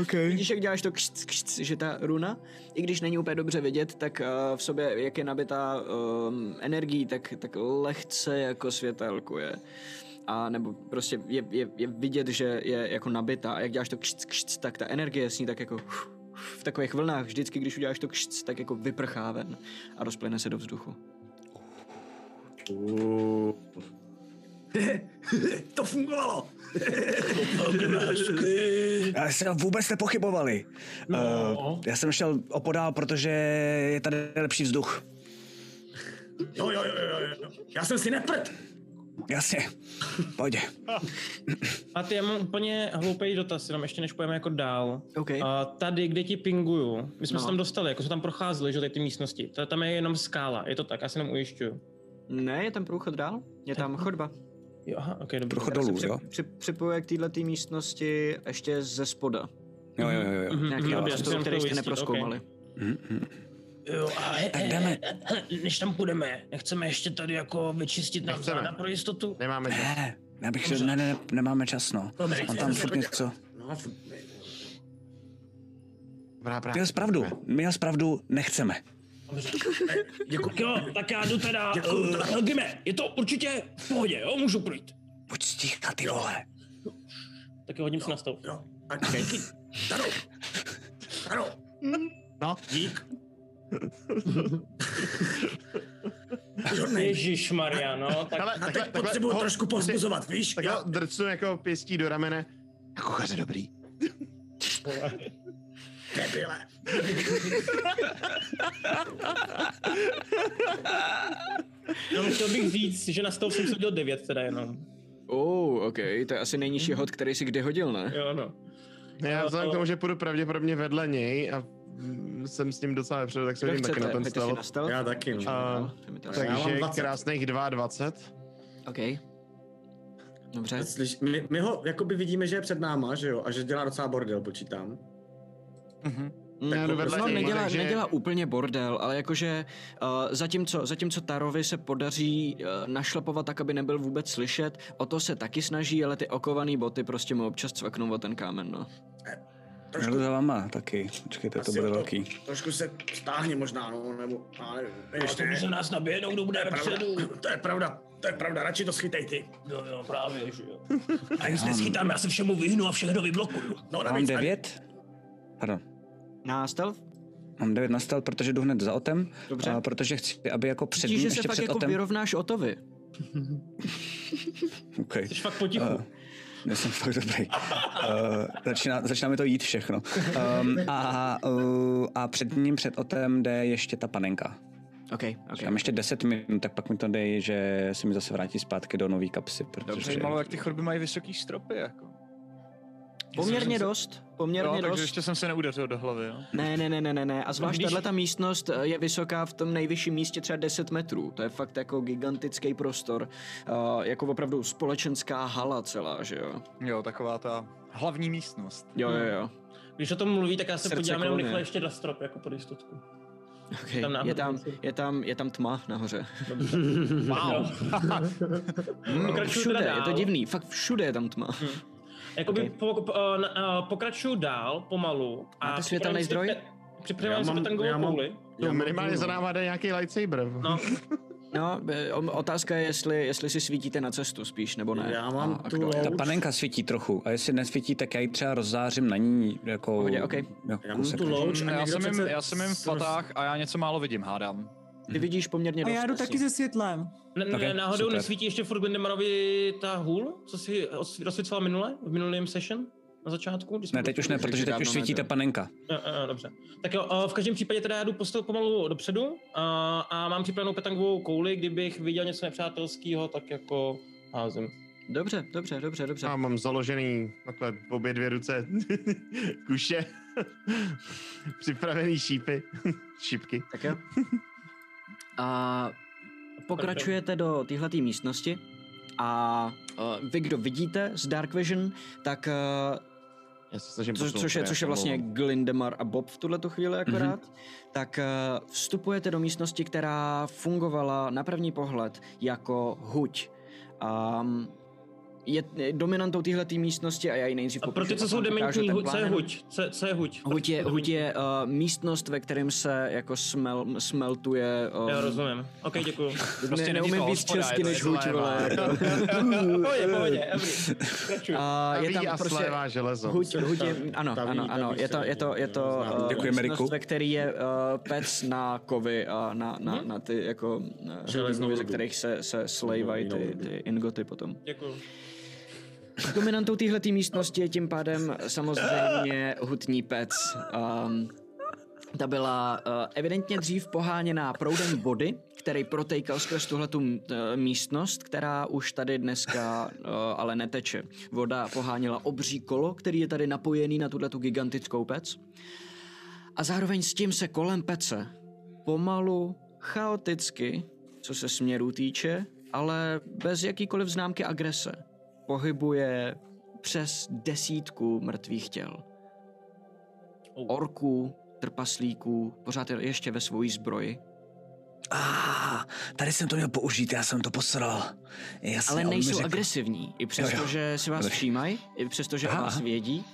B: OK.
A: Vidíš, jak děláš to kšt, kšt, že ta runa, i když není úplně dobře vidět, tak eh, v sobě, jak je nabitá um, energií, tak, tak lehce jako světelkuje. A nebo prostě je, je, je vidět, že je jako nabitá. A jak děláš to kšt, kšt, tak ta energie s ní tak jako uf, uf, v takových vlnách vždycky, když uděláš to kšt, tak jako vyprchá ven a rozplyne se do vzduchu.
G: To fungovalo.
B: Já jsem vůbec nepochybovali. No. Uh, já jsem šel opodál, protože je tady lepší vzduch.
G: Jo, jo, jo, jo, jo. Já jsem si neprd.
B: Jasně, pojď.
F: A ty, já mám úplně hloupý dotaz, jenom ještě než pojeme jako dál.
A: OK.
F: A tady, kde ti pinguju, my jsme
A: No.
F: se tam dostali, jako jsme tam procházeli, že jo, tady ty místnosti. Ta- Tam je jenom skála, je to tak, já se jenom ujišťuju.
A: Ne, je tam průchod dál, je tam chodba.
F: Jo, aha, ok, dobře.
B: Trochu
A: Tak se
B: dolů,
A: při-
B: jo?
A: Při, připojuje k této místnosti ještě ze spoda.
B: Jo, jo, jo. jo.
F: Mhm, Hm,
A: Nějaký
F: mhm,
A: mm,
F: dobře, já jsem
A: prostor,
F: chtěl
A: který jste
F: ujistit,
A: neproskoumali.
F: ok. Jo, a he,
B: Tak jdeme.
F: než tam půjdeme, nechceme ještě tady jako vyčistit nám
D: Nechceme.
F: záda pro jistotu.
D: Nemáme žádný.
B: Ne, já bych řekl, ne, ne, ne, nemáme čas, no.
G: Dobrý,
B: On tam furt něco.
G: No, furt-
D: Dobrá práce.
B: Měl jsi pravdu, měl jsi pravdu, nechceme.
F: Jako,
G: děkuji.
F: Jo, tak já jdu teda,
G: Děkuju.
F: eh, Helgime, je to určitě v pohodě, jo, můžu projít.
B: Buď sticha, ty vole.
F: Tak jo, hodím si na stůl.
G: Jo. A díky. Taro. Taro.
D: No.
G: Dík. Žodnej.
F: Ježíš Maria, no, tak
D: Hele,
G: A teď potřebuji
D: ho-
G: trošku povzbuzovat, víš?
D: Tak
G: Já-
D: ho drcnu jako pěstí do ramene. A kuchař je dobrý.
G: debile.
F: No, chtěl bych říct, že na stov jsem se udělal 9 teda jenom.
A: Oh, ok, to je asi nejnižší hod, který si kdy hodil, ne?
F: Jo, no.
D: Já vzhledem k tomu, že půjdu pravděpodobně vedle něj a mm, jsem s ním docela vepředu, tak se
A: Kdo
D: vidím taky
A: chcete?
D: na ten
A: Hoďte si
D: stealth.
A: na stealth.
G: Já taky, no.
D: A,
G: Já mám
D: takže
G: 20.
D: krásných 22.
A: OK. Dobře.
G: Slyš, my, my ho jakoby vidíme, že je před náma, že jo, a že dělá docela bordel, počítám.
D: Mhm.
G: prostě
D: Já jdu
A: Mm,
D: vedle
A: no,
D: něj,
A: nedělá,
D: takže-
A: nedělá úplně bordel, ale jakože uh, zatímco, zatímco Tarovi se podaří uh, našlapovat tak, aby nebyl vůbec slyšet, o to se taky snaží, ale ty okovaný boty prostě mu občas cvaknou o ten kámen, no.
B: Já jdu za váma taky. Počkejte, to
G: Asi
B: bude
G: to-
B: velký.
G: Trošku se stáhně možná, no, nebo, já nevím.
F: Až to se nás naběhnou, kdo bude vepředu.
G: to je pravda, to je pravda, radši to schytej ty.
F: No jo, právě, že jo. A jak se neschytám, já se všemu vyhnu a všechno vyblokuju.
G: No,
B: Já mám
G: navíc-
B: devět? Pardon.
A: Na stealth?
B: Mám devět na stealth, protože jdu hned za Otem.
A: Dobře.
B: A protože chci, aby jako před
A: Cítíš, že
B: ním,
A: se
B: ještě
A: pak
B: před
A: jako
B: Otem.
A: vyrovnáš Otovi.
B: Okay.
F: Jsi fakt potichu.
B: Eh, Nejsem fakt dobrý. Uh, začíná, začíná mi to jít všechno. Um, a, uh, a před ním, před Otem, jde ještě ta panenka.
A: OK, OK.
B: Okay. Mám ještě 10 minut, tak pak mi to dej, že se mi zase vrátí zpátky do nový kapsy. Protože...
E: Zajímalo, jak ty chodby mají vysoký stropy, jako.
A: Poměrně dost, poměrně
E: Jo, takže
A: dost.
E: ještě jsem se neudeřil do hlavy, jo.
A: Ne, ne, ne, ne, ne, ne. A zvlášť
F: Když-
A: tahle ta místnost eh, je vysoká v tom nejvyšším místě třeba 10 metrů. To je fakt jako gigantický prostor. Uh, jako opravdu společenská hala celá, že jo?
E: Jo, taková ta hlavní místnost.
A: Jo, jo, jo.
F: Když o tom mluví, tak já se
A: Srdce
F: podívám jenom
A: kolonie.
F: rychle ještě na strop, jako pod jistotku.
A: Okay.
F: Tam náhodou
A: je, tam,
F: něco.
A: je, tam, je tam tma nahoře. No,
E: Wow.
F: Hmm, Pokračuju Hm, teda
A: Všude,
F: dál. Mhm.
A: je to divný. Fakt všude je tam tma.
F: Jakoby
A: Okay.
F: okay. po, po, eh, na- eh, pokračuju dál, pomalu. A
A: Máte světelný
F: připravím si
A: zdroj?
F: te- Připravím
G: Já
F: si
G: mám- já
F: petangovou
G: mám-
F: kouli.
D: Jo, minimálně za náma jde nějaký lightsaber.
F: No,
A: No, eh, o- otázka je, jestli, jestli si svítíte na cestu spíš, nebo ne.
G: Já mám
A: a
G: tu
A: kdo je?
B: Ta panenka svítí trochu a jestli nesvítí, tak já ji třeba rozzářím na ní jako...
A: Pohodě, okej.
B: jako
G: Já mám
B: kousek.
G: tu louč a
E: Já
G: někdo
E: jsem, jim,
G: přece
E: já jsem jim v
G: s- roz-
E: patách a já něco málo vidím, hádám.
A: Ty vidíš poměrně
H: A
A: dost.
H: já jdu
A: asi.
H: taky se světlem.
F: ne, ne,
B: Okay,
F: náhodou
B: super.
F: nesvítí ještě furt Glendemarovi ta hůl, co si os- rozsvícela minule, v minulém session? Na začátku? když jsme
B: Ne,
F: byli-
B: teď už ne, protože teď už svítí ta panenka.
F: Jo, jo, jo, dobře. Tak jo, o, v každém případě teda já jdu postup pomalu dopředu a, a mám připravenou petangovou kouli, kdybych viděl něco nepřátelského, tak jako házím.
A: Dobře, dobře, dobře, dobře.
D: Já mám založený takhle obě dvě ruce kuše, připravený šípy, šípky.
A: Tak jo. A pokračujete do téhleté místnosti a uh, vy, kdo vidíte z Dark Vision, tak uh,
D: Já se snažím
A: co,
D: posunout
A: což, je,
D: tady, jako Mhm.
A: což je
D: já se
A: vlastně
D: omlouvám.
A: Glindemar a Bob v tuhle tu chvíli akorát, mm-hmm. tak uh, vstupujete do místnosti, která fungovala na první pohled jako huť. Um, je je dominantou téhle místnosti a já ji nejdřív
F: A pro
A: popíšu,
F: ty, co
A: pak
F: jsou
A: vám ukážu
F: dementní,
A: ten
F: huď, co je
A: plán.
F: huď? Co, co je huď? Pro
A: Huť
F: ty, co
A: je,
F: jsou
A: huť je uh, místnost, ve kterém se jako smel, smeltuje...
F: dementní.
A: Um,
F: Jo, rozumím. OK, děkuju.
A: ne,
E: Prostě není
A: neumím
E: to
A: víc
E: hospoda,
A: česky
E: je to
A: než huť,
D: zlévá.
A: vole.
F: Pohodě, pohodě, dobrý. Pokračuj.
A: A
D: A
A: je
D: vidí
A: tam
D: a
A: prostě
D: slévá železo.
A: huť, huť je, ano,
G: Ta ví,
A: ano,
G: ta
A: ano,
G: ví,
A: je
G: co
A: to,
G: je
A: je to, je
G: huť,
A: to
G: jo, znám.
A: eh,
B: Děkujeme,
A: místnost,
B: Riku.
A: ve který je eh, pec na kovy a na, na, na ty jako eh,
G: Železnou
A: hliníky, ze
G: rudu.
A: kterých se, se slejvají ty, ty ingoty potom.
F: Děkuju.
A: Dominantou téhle místnosti je tím pádem samozřejmě hutní pec. Um, ta byla uh, evidentně dřív poháněná proudem vody, který protékal skrz tuhle uh, místnost, která už tady dneska uh, ale neteče. Voda poháněla obří kolo, který je tady napojený na tuhle gigantickou pec. A zároveň s tím se kolem pece pomalu, chaoticky, co se směru týče, ale bez jakýkoliv známky agrese, pohybuje přes desítku mrtvých těl. Orků, trpaslíků, pořád je ještě ve svojí zbroji.
B: Ah, tady jsem to měl použít, já jsem to posral. Jasně,
A: Ale
B: on mi
A: nejsou
B: řekl-
A: agresivní. I
B: Jo,
A: přesto,
B: jo.
A: že si vás
B: Dobrý.
A: všímají, i přesto, že o
B: Aha.
A: vás vědí,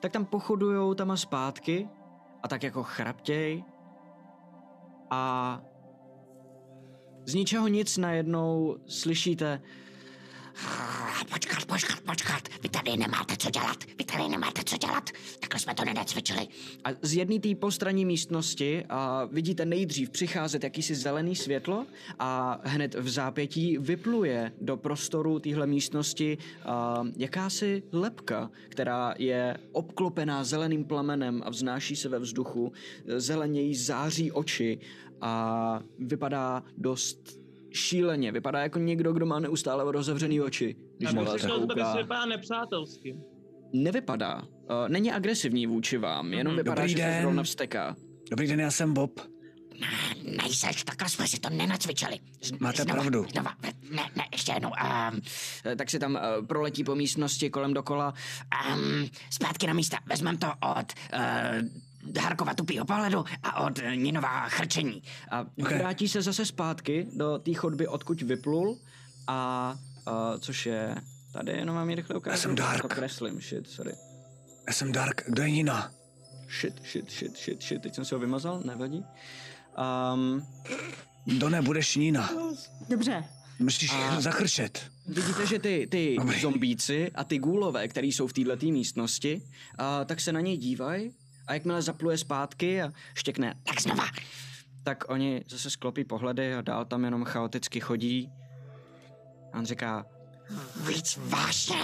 A: tak tam pochodujou tam a zpátky a tak jako chraptěj a z ničeho nic najednou slyšíte
I: Počkat, počkat, počkat. Vy tady nemáte co dělat. Vy tady nemáte co dělat. Takhle jsme to nenacvičili.
A: A z jedné té postranní místnosti a vidíte nejdřív přicházet jakýsi zelený světlo a hned v zápětí vypluje do prostoru téhle místnosti a, jakási lepka, která je obklopená zeleným plamenem a vznáší se ve vzduchu. Zeleněji září oči a vypadá dost šíleně. Vypadá jako někdo, kdo má neustále rozevřený oči, když na vás
F: to
A: kouká.
F: vypadá nepřátelsky.
A: Nevypadá. Uh, není agresivní vůči vám, jenom
F: Mhm.
A: vypadá,
B: Dobrý
A: že se
B: den.
A: zrovna vsteká.
B: Dobrý den, já jsem Bob.
I: Nejseš, takhle jsme si to nenacvičili. Z-
B: Máte
I: znova,
B: pravdu.
I: Znova, ne, ne, ještě jednou. Um,
A: tak si tam uh, proletí po místnosti kolem dokola.
I: Um, zpátky na místa. Vezmem to od uh, Harkova tupýho pohledu a od eh, Ninova chrčení.
A: A okay. vrátí se zase zpátky do té chodby, odkud vyplul. A uh, což je tady, jenom vám ji rychle ukážu.
B: Já jsem Dark.
A: To kreslím, shit, sorry.
B: Já jsem Dark, kdo je Nina?
A: Shit, shit, shit, shit, shit, teď jsem si ho vymazal, nevadí. Um,
B: Done, budeš Nina.
H: Dobře.
B: Musíš
A: A-
B: a... zachrčet.
A: Vidíte, že ty, ty zombíci a ty gůlové, který jsou v této místnosti, a, tak se na něj dívají a jakmile zapluje zpátky a štěkne tak znova, tak oni zase sklopí pohledy a dál tam jenom chaoticky chodí. A on říká,
I: Víc vášně!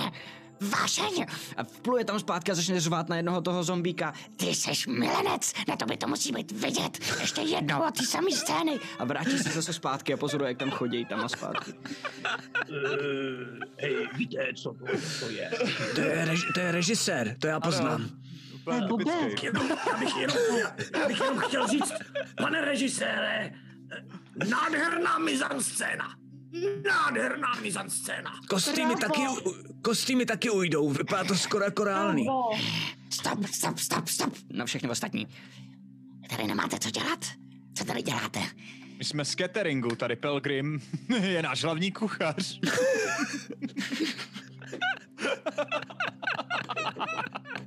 I: Vášeň!
A: a vpluje tam zpátky a začne řvát na jednoho toho zombíka.
I: Ty seš milenec! Na tobě to musí být vidět! Ještě jednou od té samé scény!
A: A vrátí se zase zpátky a pozoruje, jak tam chodí tam a zpátky.
F: Eh, hej, víte, co to, to je?
B: To je, rež, to je režisér, to já poznám.
F: Eh,
H: Ale Bobo,
G: Jenom, já, bych jenom, já, já bych jenom chtěl říct, pane režisére, eh, nádherná mizanscéna. Nádherná mizanscéna.
B: Kostýmy
H: Bravo.
B: taky, u- kostýmy taky ujdou, vypadá to skoro jako reálný.
H: Bobo,
I: Stop, stop, stop, stop!
A: Na všechny ostatní.
I: Tady nemáte co dělat? Co tady děláte?
E: My jsme z cateringu, tady Pelgrim je náš hlavní kuchař.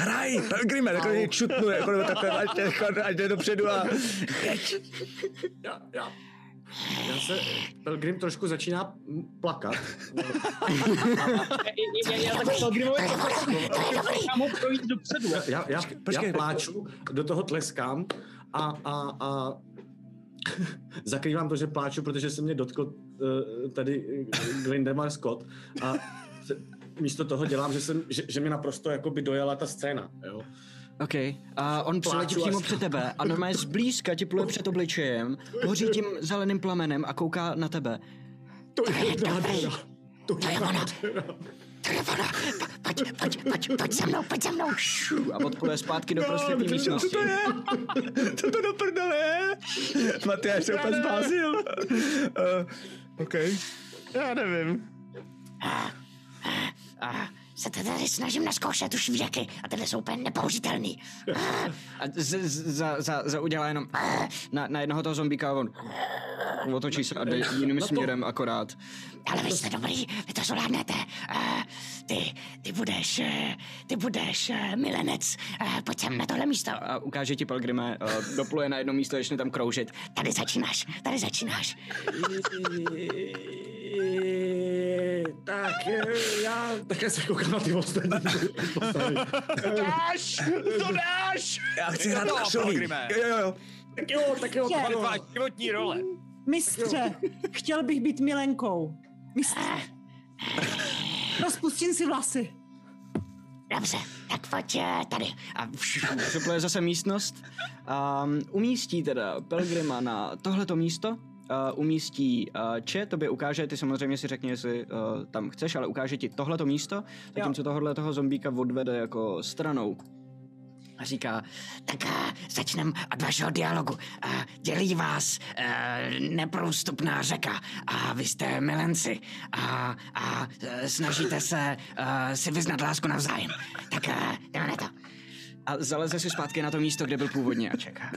B: Hraj, Pelgrime, takhle je čutnu, jako nebo takhle, ať, ať, ať jde dopředu a...
G: Já, já, já se, Pelgrim trošku začíná mm, plakat.
F: Já, já, já tak to Grimovi já mohu projít dopředu.
G: Já, já, já,
B: počkej.
G: já pláču, do toho tleskám a, a, a zakrývám to, že pláču, protože se mě dotkl eh, tady eh, Glendemar Scott a se- místo toho dělám, že, jsem, že, že mi naprosto jakoby dojela ta scéna. Jo?
A: OK. A on přiletí
G: Pláču
A: přímo
G: až-
A: před tebe a normálně zblízka ti pluje před obličejem, hoří tím zeleným plamenem a kouká na tebe.
G: To je nádhera. To
I: To
G: je
I: je ona.
G: nádhera.
I: To je ona! Po- Pojď, pojď, pojď, pojď se mnou, pojď se mnou! Šu.
A: a odpluje zpátky do
B: No,
A: prostřední místnosti.
B: Co to do prdele je? Matyáš se úplně zbázil.
G: Eh,
B: Uh, OK.
D: Já nevím.
I: A se to tady snažím naskoušet už věky a tyhle jsou úplně nepoužitelný.
A: A z, z, za, za, za udělá jenom na, na jednoho toho zombíka a on otočí se a jde jiným směrem akorát.
I: Eh, no Ale vy jste dobrý, vy to zvládnete. Eh, Ty, ty budeš, eh, ty budeš eh, milenec. Eh, Pojď sem na tohle místo.
A: A ukáže ti Pelgrime, eh, dopluje na jedno místo, začne tam kroužit.
I: Tady začínáš, tady začínáš.
G: Tak eh, já také se koukám na ty ostatní. postavy.
E: dáš! To dáš!
B: Já chci
E: Do
B: hrát
E: toho,
B: křoví.
E: Pelgrime.
B: Jo, jo, jo.
G: tak jo, tak jo.
H: Tě.
E: Tady tvá životní role.
H: mistře, chtěl bych být milenkou. Mistře. Rozpustím si vlasy.
I: Dobře, tak pojď eh, tady.
A: A přepluje zase místnost. Um, umístí teda Pelgrima na tohleto místo. Uh, umístí uh, Če, tobě ukáže, ty samozřejmě si řekni, jestli uh, tam chceš, ale ukáže ti tohleto místo, zatímco tohohle toho zombíka odvede jako stranou. A říká,
I: Tak eh, začnem od vašeho dialogu. Eh, Dělí vás eh, neprůstupná řeka a vy jste milenci a, a eh, snažíte se eh, si vyznat lásku navzájem. Tak eh, jdeme na to.
A: a zaleze si zpátky na to místo, kde byl původně a čeká.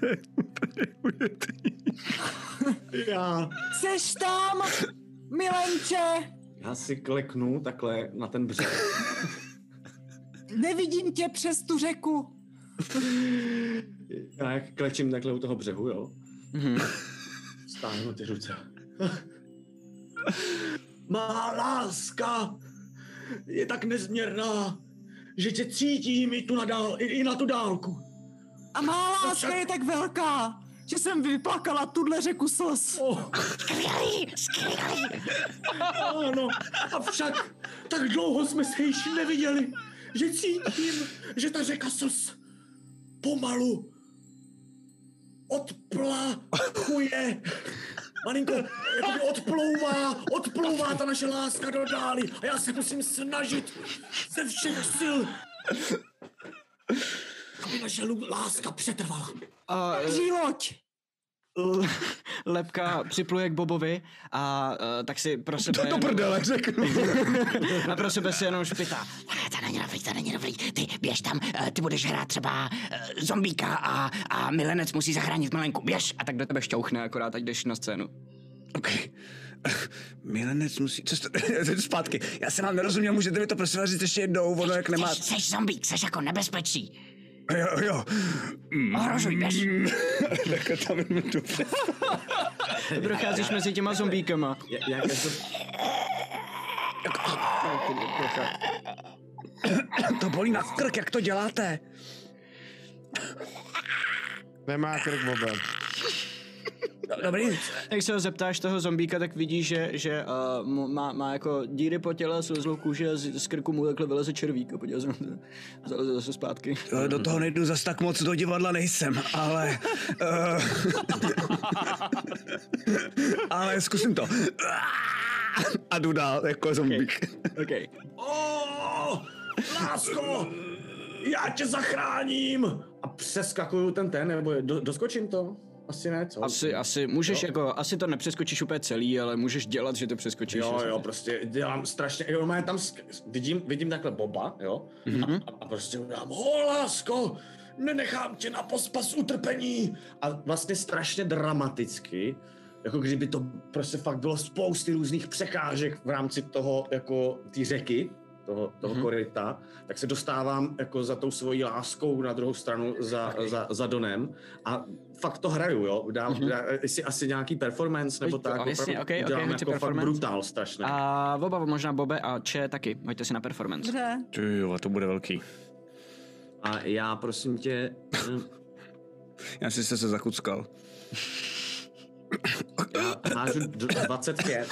G: Já,
H: Seš tam, milenče.
G: já si kleknu takhle na ten břeh.
H: Nevidím tě přes tu řeku.
G: Já jak klečím takhle u toho břehu, jo?
A: Mhm.
G: Stáhnu ty ruce. Má láska je tak nezměrná, že tě cítím i, tu na dál, i, i na tu dálku.
H: A má láska je tak velká, že jsem vyplakala tuhle řeku slz.
I: Oh. Skvělý, skvělý.
G: Ano, avšak tak dlouho jsme se již neviděli, že cítím, že ta řeka sos pomalu odplachuje. Malinko, jakoby odplouvá, odplouvá ta naše láska do dály a já se musím snažit ze všech sil, aby naše lu- láska přetrvala.
A: A, eh,
H: Život!
A: L- Lepka připluje k Bobovi a eh, tak si pro sebe...
B: do prdele, řeknu.
A: a pro sebe si jenom špitá.
I: Ah, To není dobrý, to není dobrý. Ty běž tam, eh, ty budeš hrát třeba eh, zombíka a, a milenec musí zachránit milenku. Běž!
A: A tak do tebe šťouchne, akorát ať jdeš no. na scénu.
B: OK. Milenec musí... Co jste... teď zpátky. Já jsem vám nerozuměl, můžete mi to prosím vás říct ještě jednou, ono jak nemá...
I: Seš, seš zombík, seš jako nebezpečí.
B: Jo, jo.
I: Ohrožuj, běž.
B: tak tam mi tu...
A: Procházíš mezi těma zombíkama.
G: Já, já každop...
B: To bolí na krk, jak to děláte?
D: Nemá krk bobe.
B: Do- No, Dobrý.
A: Jak se ho zeptáš toho zombíka, tak vidíš, že, že uh, mu- má, má, jako díry po těle, slezlou kůži a z, z krku mu takhle vyleze červík a podíval se na to. Zaleze zase zpátky.
B: Eh, Do toho nejdu zas tak moc, do divadla nejsem, ale... eh, ale zkusím to. A jdu dál, jako zombík.
A: Okay. Oh,
G: O, lásko, já tě zachráním. A přeskakuju ten ten, nebo do, doskočím to? Asi ne, co?
A: Asi, asi, můžeš
G: Jo.
A: jako, asi to nepřeskočíš úplně celý, ale můžeš dělat, že to přeskočíš.
G: Jo,
A: jasně.
G: jo, prostě dělám strašně, jo, má tam, sk- vidím, vidím takhle Boba, jo,
A: Mhm.
G: mm-hmm. a, a prostě udělám, ho, lásko, nenechám tě na pospas utrpení. A vlastně strašně dramaticky, jako kdyby to prostě fakt bylo spousty různých překážek v rámci toho, jako té řeky, toho, toho
A: Mhm.
G: mm-hmm. koryta, tak se dostávám jako za tou svojí láskou na druhou stranu za, za, za Donem a fakt to hraju, jo, dám, mm-hmm. dám jestli asi nějaký performance nebo
A: Pojď to-
G: tak,
A: Mhm. jasně,
G: opravdu
A: okej, okej,
G: udělám
A: hoďte
G: jako fakt
A: performance.
G: brutál strašně.
A: A oba možná Bobe a Če taky. Hoďte si na performance.
H: Dobře.
B: Ty jo, to bude velký.
G: A já prosím tě... eh,
B: Já si se zakuckal.
G: Já hážu d- 25.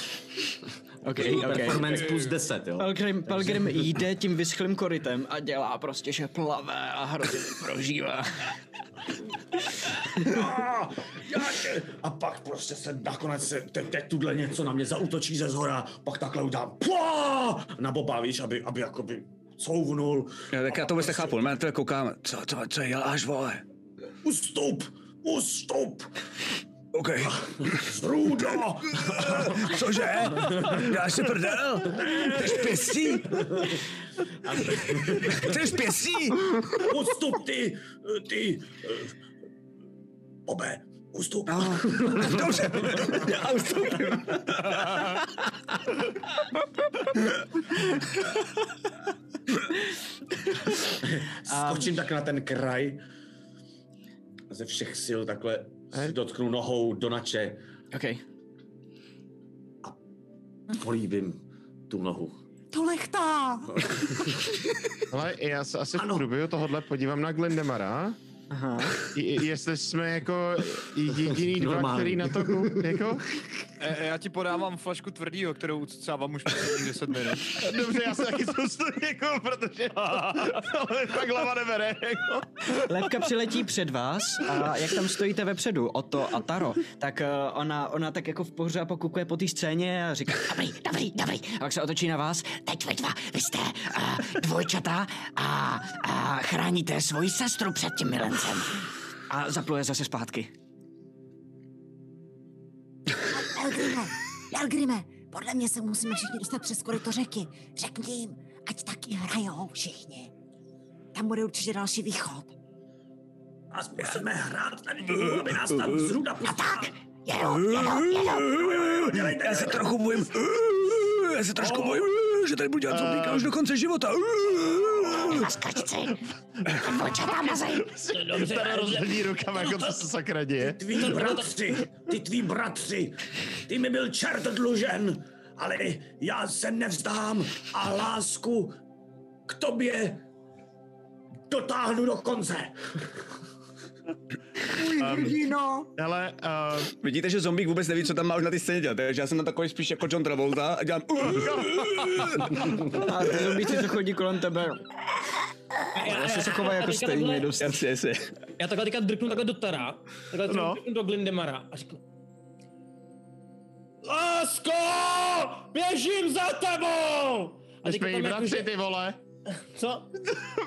A: OK,
G: Performance plus 10, jo.
A: Pelgrim, Pelgrim jde tím vyschlým korytem a dělá prostě, že plave a hrozně to prožívá.
G: A, já tě- a pak prostě se nakonec, se, te, teď tuhle něco na mě zautočí ze zhora, pak takhle udám plá, na boba, víš, aby, aby jakoby couvnul.
B: Já, tak
G: A
B: já
G: pak
B: to vůbec
G: prostě
B: nechápu, já to koukám, co, co, co děláš, vole?
G: Ustup! Ustup!
B: OK,
G: Zrůdo!
B: cože? Děláš si prdel? Ty špěstí? Ty špěstí?
G: Ustup ty! Ty! eh, Bobe, ustup!
B: Dobře, já ustoupím.
G: Skočím tak na ten kraj. A Ze všech sil takhle si dotknu nohou do nače.
A: OK.
G: Políbím tu nohu.
H: To lechtá!
D: Ale já se asi
G: Ano.
D: v průběhu tohohle podívám na Glendemara.
A: Aha.
D: I- Jestli jsme jako jediný dva,
G: Normální.
D: který na to kou- jako...
E: E, já ti podávám flašku tvrdýho, kterou ucávám už posledních 10 minut.
D: Dobře, já se taky zůstanu jako, protože tohle tak hlava nebere. Jako.
A: Lepka přiletí před vás a jak tam stojíte vepředu, Oto a Taro, tak eh, ona, ona tak jako v pohoře pokukuje po té scéně a říká
I: Dobrý, dobrý, dobrý.
A: a pak se otočí na vás.
I: Teď vy dva, vy jste uh, dvojčata a, a chráníte svoji sestru před tím milencem.
A: A zapluje zase zpátky.
J: Elgrime, Elgrime, podle mě se musíme všichni dostat přes koryto řeky. Řekni jim, ať taky hrajou všichni. Tam bude určitě další východ.
G: A musíme hrát tady tu hru, aby nás tam zruda pustila.
I: Jedu, jedu, jedu.
B: Já se trochu
G: Oh.
B: bojím. Já se trošku bojím, že tady budu dělat zombíka už do konce života.
I: na skrčci. Početá na zem.
D: Tara rozhodí rukama, jako co se sakra děje.
G: No Tví bratři, ty tví bratři, ty mi byl čert dlužen, ale já se nevzdám a lásku k tobě dotáhnu do konce.
H: Můj
G: Um,
H: hrdino.
D: Ale,
G: eh,
D: uh...
B: Vidíte, že zombík vůbec neví, co tam má už na té scéně dělat, takže já jsem na takový spíš jako John Travolta a dělám...
A: A ty zombíci, co chodí kolem tebe. Vlastně se chovají jako stejně dost.
B: Jasně, jasně.
F: Já takhle teďka drknu takhle do Tara, takhle
D: No.
F: no. drknu do Glindemara a řeknu... Lásko! Běžím za tebou!
D: My
F: teďka
D: jsme jí
F: tam
D: bratři, ty vole.
F: Co?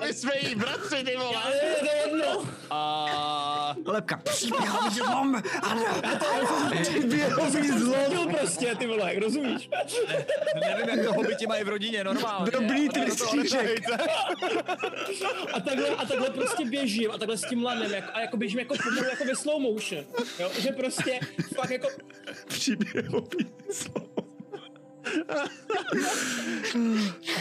D: My jsme jí bratři, ty
F: Já,
D: vole.
F: je, je, to jedno!
E: A...
A: Lepka.
I: Příběhový zlom. Ano.
F: Příběhový zlom! prostě, ty vole, rozumíš?
E: Nevím, jak to hobiti mají v rodině, normálně.
B: Dobrý
E: Ale do toho
B: tristíček.
E: netahejte.
F: A takhle, a takhle prostě běžím a takhle s tím lanem jako, a jako běžím jako pomalu jako ve slow motion. Jo? Že prostě fakt jako
B: Příběhový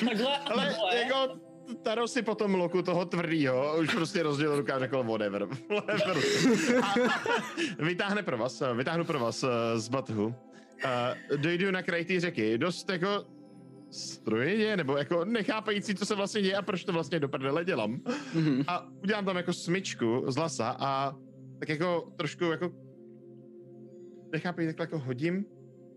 F: takhle a
D: Ale
F: takhle.
D: jako Taro si po tom loku toho tvrdýho už prostě rozdělil ruka a řekl whatever. whatever. A, a vytáhne pro vás, eh, vytáhnu pro vás eh, z batohu. Eh, Dojdu na kraj té řeky. Dost jako strojně, nebo jako nechápající, co se vlastně děje a proč to vlastně do prdele dělám. A udělám tam jako smyčku z lasa a tak jako trošku jako nechápej, takhle jako hodím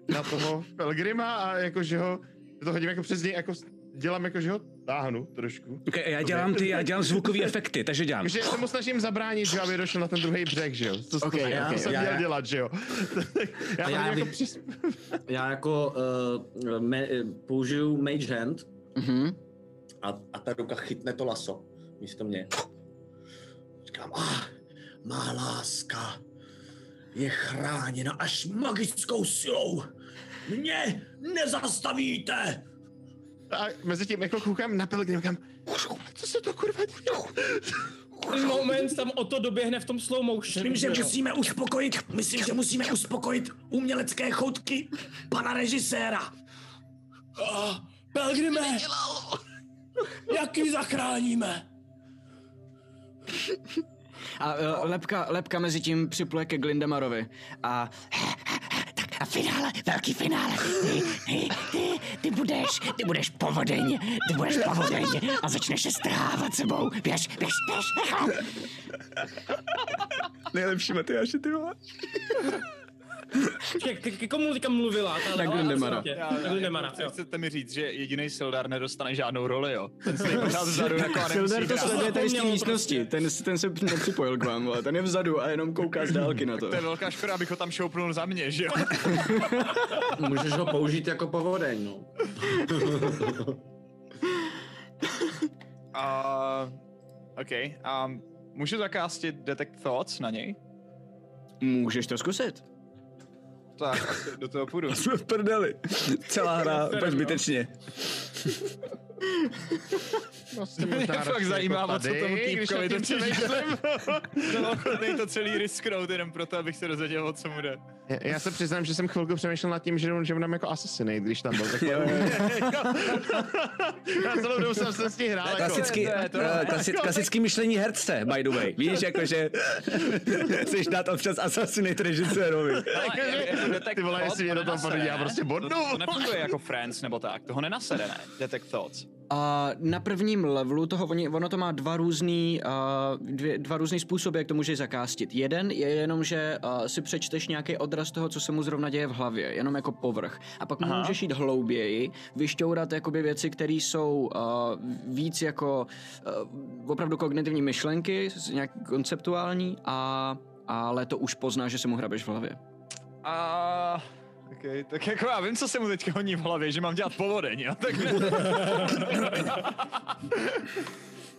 D: na toho Pelgrima a jako, že ho, že to hodím jako přes něj, jako s- dělám jako, že ho táhnu trošku.
B: Okay, já dělám ty, já dělám zvukové efekty, takže dělám.
D: Takže se mu snažím zabránit, že jo, aby došel na ten druhý břeh, že jo. To, to,
A: Ok,
D: okay, já,
A: ok,
D: to jsem
C: já-
D: měl
C: já-
D: dělat, že jo. já,
C: A já
D: já jako
C: vy-
D: přes...
C: Já jako uh, me, eh, použiju Mage Hand
A: Mhm.
G: A, a ta ruka chytne to laso místo mě. Říkám, ah, má láska je chráněna až magickou silou. Mě nezastavíte!
D: A mezi tím jako koukám na Pelgrima, říkám, co se to kurva děje?
F: Ten moment tam o to doběhne v tom slow motion.
G: Myslím, že
F: jo.
G: musíme uspokojit, myslím, že musíme uspokojit umělecké choutky pana režiséra.
F: Ah, Pelgrime! Jak ji zachráníme?
A: A eh, lepka, lepka mezi tím připluje ke Glindemarovi. A
I: Tak a finále, velký finále. Ty, ty, ty, ty budeš, ty budeš povodeň, ty budeš povodeň a začneš se strhávat sebou. Běž, běž, běž, rychle.
B: Nejlepší Matyáši, ty vole.
F: Počkej, K,
I: jako-
F: k, komu teďka mluvila? Ta,
A: Na
F: ale-
A: Glindemara.
F: No, absolutně.
E: Já-
F: Na
E: já-
F: Glindemara,
E: jako
F: jo.
E: Chcete mi říct, že jediný Sildar nedostane žádnou roli, jo? Ten stojí pořád vzadu jako a nemusí
A: Sildar to
E: hrát.
A: sleduje tady z té
F: Zapomněl
A: místnosti. Ten, ten se nepřipojil k vám, ale ten je vzadu a jenom kouká z dálky na to.
E: To je velká škoda, abych ho tam šoupnul za mě, že jo?
C: můžeš ho použít jako povodeň, no.
G: no.
E: A... OK, a můžu zakástit Detect Thoughts na něj?
A: Můžeš to zkusit.
E: Tak, asi do toho půjdu.
B: Jsme v prdeli. Celá hra, úplně
F: no.
B: zbytečně.
D: "Hm." Prostě
E: Mě
D: možná
E: fakt
D: radši
E: zajímá,
D: jako
E: o co tomu
D: tady, když
E: týpkovi
D: nad tím
E: to přijde.
D: přemýšlím.
E: Jsem ochotný to celý risknout jenom proto, abych se dozvěděl, o co mu jde.
D: Já- Já se přiznám, že jsem chvilku přemýšlel nad tím, že, že budeme jako asasiny, když tam byl. Tak Já celou dobu jsem se s tím hrál. Jako.
B: Klasický,
E: To je to, ne?
B: eh, klasi- klasický myšlení herce, by the way. Víš, jakože chceš dát občas Assassinate režisérovi.
E: jako,
D: Ty vole, jestli mě do toho podílí, já prostě bodnu.
E: To nefunguje jako Friends nebo tak, toho nenasede, ne? Detect Thoughts.
A: A na prvním levelu toho, oni- ono to má dva různý, a, dvě, dva různý způsoby, jak to můžeš zakástit. Jeden je jenom, že a, si přečteš nějaký odraz toho, co se mu zrovna děje v hlavě, jenom jako povrch. A pak Aha. můžeš jít hlouběji, vyšťourat jakoby věci, které jsou a, víc jako a, opravdu kognitivní myšlenky, s- nějak konceptuální, a, ale to už poznáš, že se mu hrabeš v hlavě.
E: A... Okay, tak jako já vím, co se mu teď honí v hlavě, že mám dělat povodeň, jo? Tak...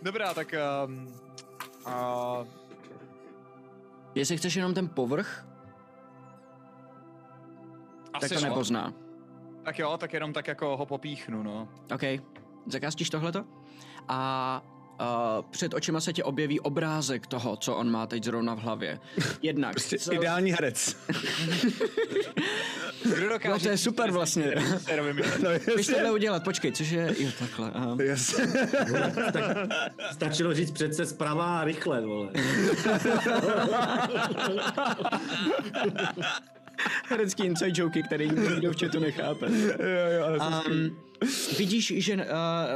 E: Dobrá, tak... Um, uh,
A: Jestli chceš jenom ten povrch,
E: asi
A: tak to
E: jo.
A: nepozná.
E: Tak jo, tak jenom tak jako ho popíchnu, no.
A: OK, zakástíš tohleto? A Uh, před očima se ti objeví obrázek toho, co on má teď zrovna v hlavě. Jednak... prostě co...
B: ideální herec.
E: Kdo
A: No, to je super vlastně.
E: No,
A: Víš tohle udělat, počkej, což je... Jo, takhle. aha.
C: Stačilo říct přece zprava a rychle, vole.
A: Herecký inside joky, který nikdo v chatu nechápe. um, vidíš, že uh,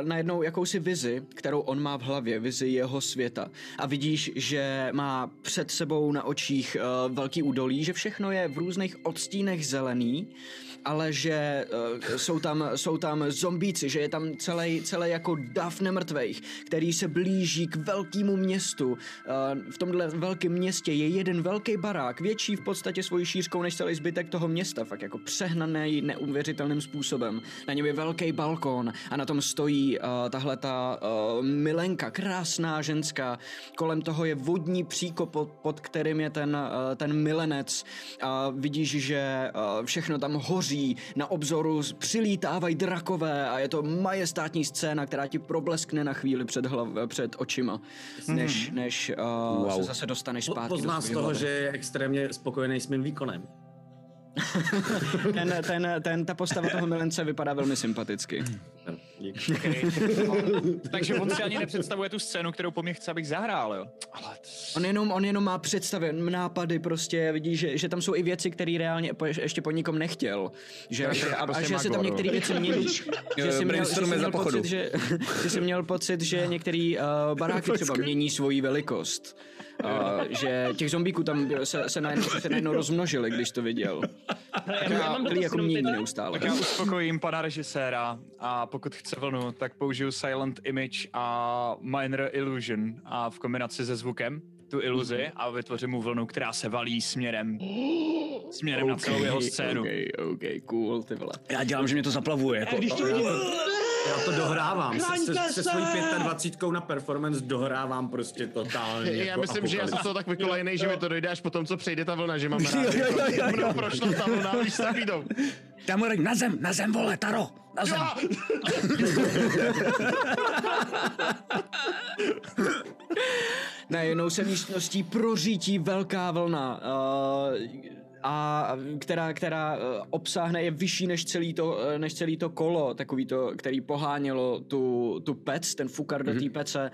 A: najednou jakousi vizi, kterou on má v hlavě, vizi jeho světa. A vidíš, že má před sebou na očích uh, velký údolí, že všechno je v různých odstínech zelený, ale že uh, jsou, tam, jsou tam zombíci, že je tam celý, celý jako dav nemrtvejch, který se blíží k velkému městu. Uh, v tomhle velkém městě je jeden velký barák, větší v podstatě svojí šířkou než celý zbytek toho města, fakt jako přehnaný neuvěřitelným způsobem. Na něm je velký balkón a na tom stojí uh, tahle ta uh, milenka, krásná ženská. Kolem toho je vodní příkop, pod, pod kterým je ten, uh, ten milenec. A vidíš, že uh, všechno tam hoří, na obzoru z- přilítávají drakové a je to majestátní scéna, která ti probleskne na chvíli před, hlav, před očima, než, než uh, wow.
B: Wow.
A: se zase dostaneš
C: Po-
A: zpátky
C: Pozná
A: do
C: z
A: svého
C: toho,
A: hlavy.
C: že je extrémně spokojený s mým výkonem.
A: ten, ten, ten, ta postava toho milence vypadá velmi sympaticky.
E: Takže on si ani nepředstavuje tu scénu, kterou po mně chce, abych zahrál, jo.
A: On jenom, on jenom má představy, nápady prostě, vidí, že, že tam jsou i věci, které reálně po, ještě po nikom nechtěl. Že,
B: Takže
A: a, a,
B: prostě
A: že se tam
B: magor.
A: některé věci mění.
B: Jo,
A: že, jsi měl, že, jsi
B: brainstormuje za
A: měl
B: pochodu.
A: pocit, že, že jsi měl pocit, že některé uh, baráky třeba mění svoji velikost. Uh, že těch zombíků tam se, se, najednou, se najednou rozmnožili, když to viděl.
E: Tak
A: já mám dotaz, jenom teď- jako neustále.
E: Tak já uspokojím pana režiséra a pokud chce vlnu, tak použiju Silent Image a Minor Illusion a v kombinaci se zvukem tu
B: Mhm.
E: iluzi a vytvořím mu vlnu, která se valí směrem, směrem na celou jeho scénu.
A: Okay, okay, cool, ty vole.
B: Já dělám, že mě to zaplavuje. Jako,
C: když to vidím- Já to dohrávám. Se, se,
B: Chraňte
C: se
B: se!
C: svojí 25 na performance dohrávám prostě totálně.
D: Já
C: jako
D: myslím, že já jsem z
C: apokalypse.
D: toho tak vykolejnej, že mi to dojde až potom, co přejde ta vlna, že mám rád. jako-
B: Jo, jo, jo, jo, jo.
D: Mnou prošla ta vlna, když se jdou.
B: Tam na zem, na zem, vole, Taro, na zem.
A: Najednou se místností prořítí velká vlna, eh, a která, která eh, obsáhne je vyšší než celý to, eh, než celý to kolo, takový to, který pohánělo tu, tu pec, ten fukar do té pece.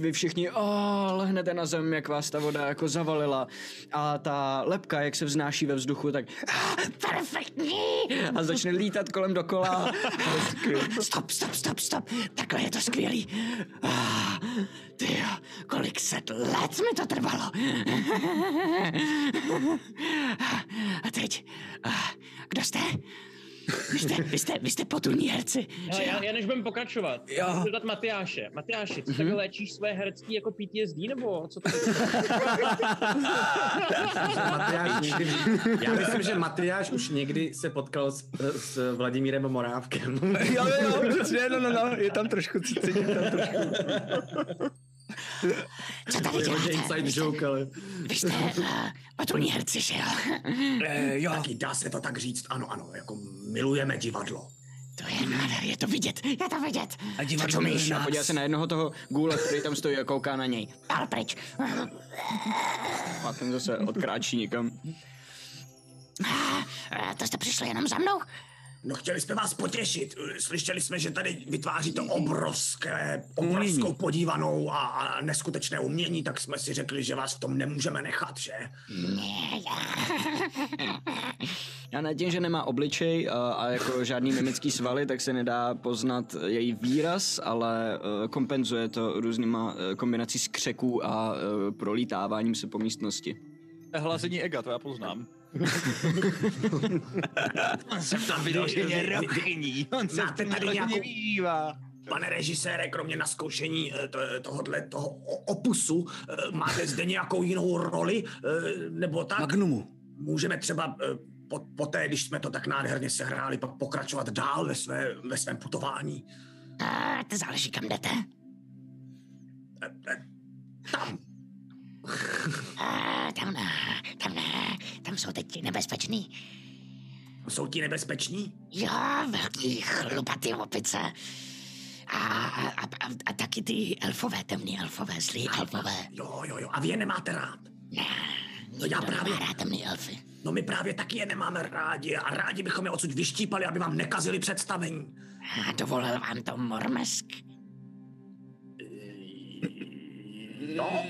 A: Vy všichni oh, lehnete na zem, jak vás ta voda jako zavalila. A ta lepka, jak se vznáší ve vzduchu, tak
I: Perfektní!
A: a začne lítat kolem dokola.
I: Stop, stop, stop, stop. Takhle je to skvělý. Ah, Ty jo, kolik set let mi to trvalo. A teď, ah, kdo jste? Vy jste, vy jste, vy jste potulní herci.
F: Hele, já, já než budem pokračovat,
I: Jo.
F: já se zeptat Matyáše. Matyáši, ty takhle léčíš své herecký jako PTSD, nebo co to je?
C: Matyáš nikdy, já myslím, že Matyáš už někdy se potkal s, s Vladimírem Morávkem.
B: jo, jo, jo, přesně, no, no, no, je tam trošku, cítím tam trošku.
I: Co tady
C: Jeho
I: děláte?
C: inside joke, ale...
I: Vy jste eh, potulní herci, že jo?
B: Eh, jo.
G: Taky dá se to tak říct, ano, ano, jako milujeme divadlo.
I: To je nádher, je to vidět, je to vidět.
B: A
I: Co
B: divadlo
I: čumíš?
A: A podívá se na jednoho toho gůla, který tam stojí a kouká na něj.
I: Ale pryč.
A: A ten zase odkráčí někam.
I: Eh, To jste přišli jenom za mnou?
G: No chtěli jsme vás potěšit. Slyšeli jsme, že tady vytváříte
I: Mm-hmm.
G: obrovské, obrovskou podívanou a, a neskutečné umění, tak jsme si řekli, že vás v tom nemůžeme nechat, že?
I: Ne, já.
A: Já na tím, že nemá obličej a, a jako žádný mimický svaly, tak se nedá poznat její výraz, ale eh, kompenzuje to různýma eh, kombinací skřeků a eh, prolítáváním se po místnosti.
E: Hlazení ega, to já poznám. On se
G: tam vyloženě rochyní.
E: On
G: se Máte v tom tady nějakou-
E: vívá.
G: Pane režisére, kromě na zkoušení eh, to- tohohle toho o- opusu, eh, máte zde nějakou jinou roli? eh, Nebo tak?
B: Magnumu.
G: Můžeme třeba eh, po, poté, když jsme to tak nádherně sehráli, pak pokračovat dál ve, své, ve svém putování.
I: A to záleží, kam jdete.
G: Eh, eh, Tam.
I: A tam ne, tam ne, tam jsou teď ti nebezpečný.
G: Jsou ti nebezpeční?
I: Jo, velký chlupatý opice. A a, a, a, a, a taky ty elfové, temní elfové, zlí elfové.
G: Jo, jo, jo. A vy je nemáte rád?
I: No já právě... Rád temný elfy.
G: No my právě taky je nemáme rádi a rádi bychom je odsud vyštípali, aby vám nekazili představení.
I: A dovolil vám to Mormesk?
G: No,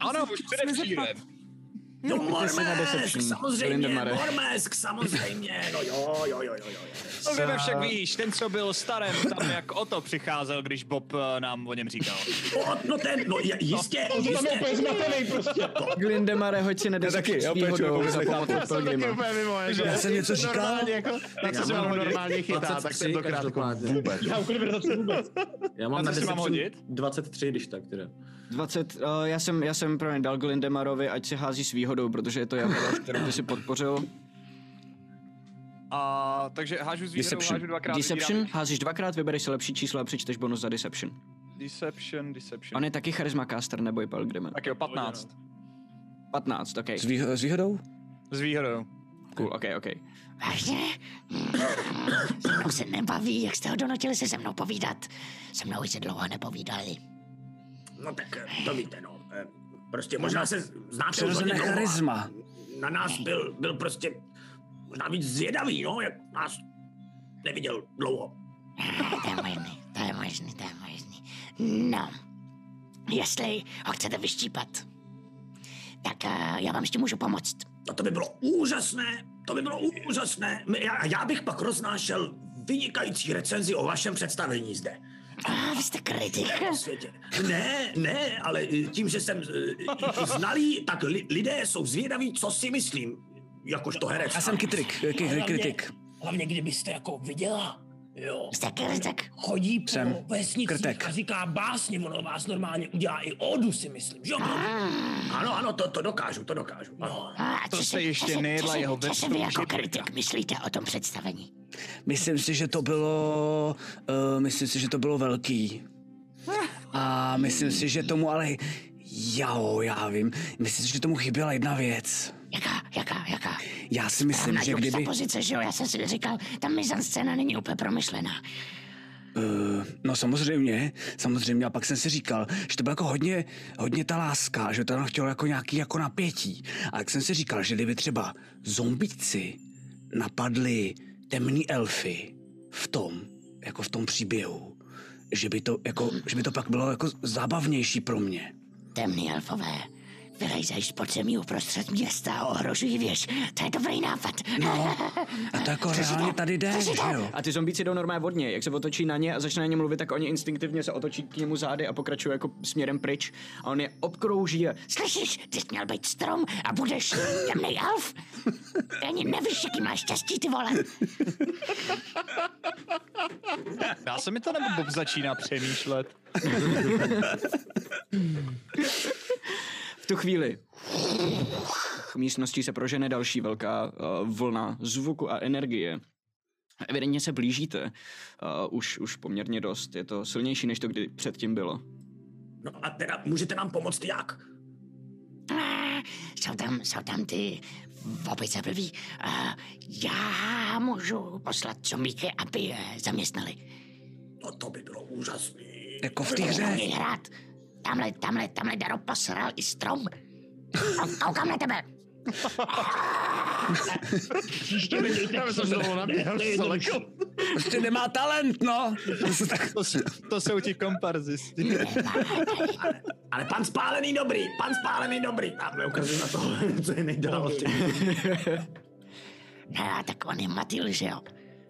E: Ano, už předevčírem.
G: no
E: Pojďte si na
G: Mormesk,
E: deception,
G: samozřejmě,
E: Lindemare.
G: Mormesk, samozřejmě, no jo, jo, jo, jo, jo.
E: To No, víme však víš, ten, co byl starem, tam jak o to přicházel, když Bob eh, nám o něm říkal.
G: O, no ten, no j- jistě,
E: No, to tam je úplně zmatený prostě.
A: Glindemare, hoď si na
B: taky, já
A: deception
B: úplně člověk
A: výhodou
B: vůbec
A: za
B: nechápu.
A: pomoci
D: Já jsem taky
A: Pilgrima.
D: úplně mimo, jako,
B: Já jsem něco říkal?
D: Normálně, jako, na co
C: Já
D: se
C: mám
D: vám
C: hodit
D: normálně chytá, tak
C: 23
D: tentokrát jako
C: každopádně.
D: vůbec.
F: Já ukryl vůbec.
C: Já mám
E: A
C: na
E: co si mám
C: deception
E: hodit?
C: 23, když tak teda.
A: 20, uh, já jsem, já jsem pro dal Glindemarovi, ať si hází s výhodou, protože je to jeho, kterou ty si podpořil.
E: A, takže hážu s výhodou,
A: Deception.
E: hážu dvakrát.
A: Deception,
E: vybírám-
A: házíš dvakrát, vybereš si lepší číslo a přičteš bonus za Deception.
E: Deception, deception.
A: On je taky charisma caster, neboj Pelgrime.
E: Tak jo, 15.
A: 15, ok.
B: S, výho- s výhodou?
E: S výhodou.
A: Cool, ok, ok.
I: Vážně? Se mnou se nebaví, jak jste ho donutili si se mnou povídat. Se mnou už se dlouho nepovídali.
G: No tak eh, to víte, no. eh, Prostě možná se znáte
B: Přirozené
G: dlouho a
B: charisma.
G: Na nás byl, byl prostě možná víc zvědavý, no, jak nás neviděl dlouho.
I: Ah, to je možný, to je možný, to je možný. No, jestli ho chcete vyštípat, tak eh, já vám ještě můžu pomoct.
G: No to by bylo úžasné, to by bylo úžasné. My- Já, já bych pak roznášel vynikající recenzi o vašem představení zde.
I: Ah, vy jste kryty.
G: Po světě. Ne, ne, ale eh, tím, že jsem eh, znalý, tak li, lidé jsou zvědaví, co si myslím, jakož to herec.
B: Já jsem kytrik, eh, ky-
G: Hlavně-
B: kritik.
G: Hlavně, kdybyste jako viděla, jo.
I: Jste krytek.
G: chodí po
B: Jsem
G: vesnicích
B: krtek.
G: a říká básně, ono vás normálně udělá i odu, si myslím, že jo? Ano, ano, to, to dokážu, to dokážu. Ano.
I: Ah,
E: To
I: co
E: jste
I: si-
E: ještě
I: co si-
E: nejedla
I: co si-
E: jeho
I: Co si vy
E: vrstvou
I: jako
E: židlíka.
I: krytik myslíte o tom představení?
B: Myslím si, že to bylo, uh, myslím si, že to bylo velký. A myslím si, že tomu ale, jo, já vím, myslím si, že tomu chyběla jedna věc.
I: Jaká, jaká, jaká?
B: Já si myslím,
I: Na
B: že kdyby,
I: pozice, že jo, já jsem si říkal, ta mizanscéna není úplně promyšlená.
B: no samozřejmě, samozřejmě, a pak jsem si říkal, že to bylo jako hodně, hodně ta láska, že to tam chtělo jako nějaký jako napětí. A jak jsem si říkal, že kdyby třeba zombíci napadli temný elfy v tom, jako v tom příběhu, že by to, jako, že by to pak bylo jako zábavnější pro mě.
I: Temný elfové, vylejzají z podzemí uprostřed města a ohrožují věž. To je dobrý nápad.
B: No, a to jako reálně tady jde, že jo?
A: A ty zombíci jdou normálně vodně. Jak se otočí na ně a začne na ně mluvit, tak oni instinktivně se otočí k němu zády a pokračují jako směrem pryč. A on je obkrouží a
I: Slyšíš, ty jsi měl být strom a budeš temný elf? Ty ani nevíš, jaký máš štěstí, ty vole.
E: Dá se mi to, nebo Bob začíná přemýšlet?
A: v tu chvíli místností se prožene další velká uh, vlna zvuku a energie. Evidentně se blížíte. Uh, už, už poměrně dost. Je to silnější, než to kdy předtím bylo.
G: No a teda můžete nám pomoct jak?
I: Ah, Jsou tam, jsou tam ty opice blbý. Ah, Já můžu poslat zombíky, aby je zaměstnali.
G: No to by bylo úžasný.
B: Jako v té hře.
I: Můj hrad. Tamhle, tamhle, tamhle Daro posral i strom. Kou- Koukám na tebe.
F: Příště mi dejte
D: Já
F: k
D: jsem se
F: sobě.
D: toho nabíhal,
F: To je
D: ale
F: jednodušší.
B: Prostě nemá talent, no! Prostě tak-
E: To, s- to jsou ti komparzisti.
G: Ale pan spálený dobrý, pan spálený dobrý. A my ukazuju na to, co je nejdál. od těch-
I: No, tak on je matil, že jo.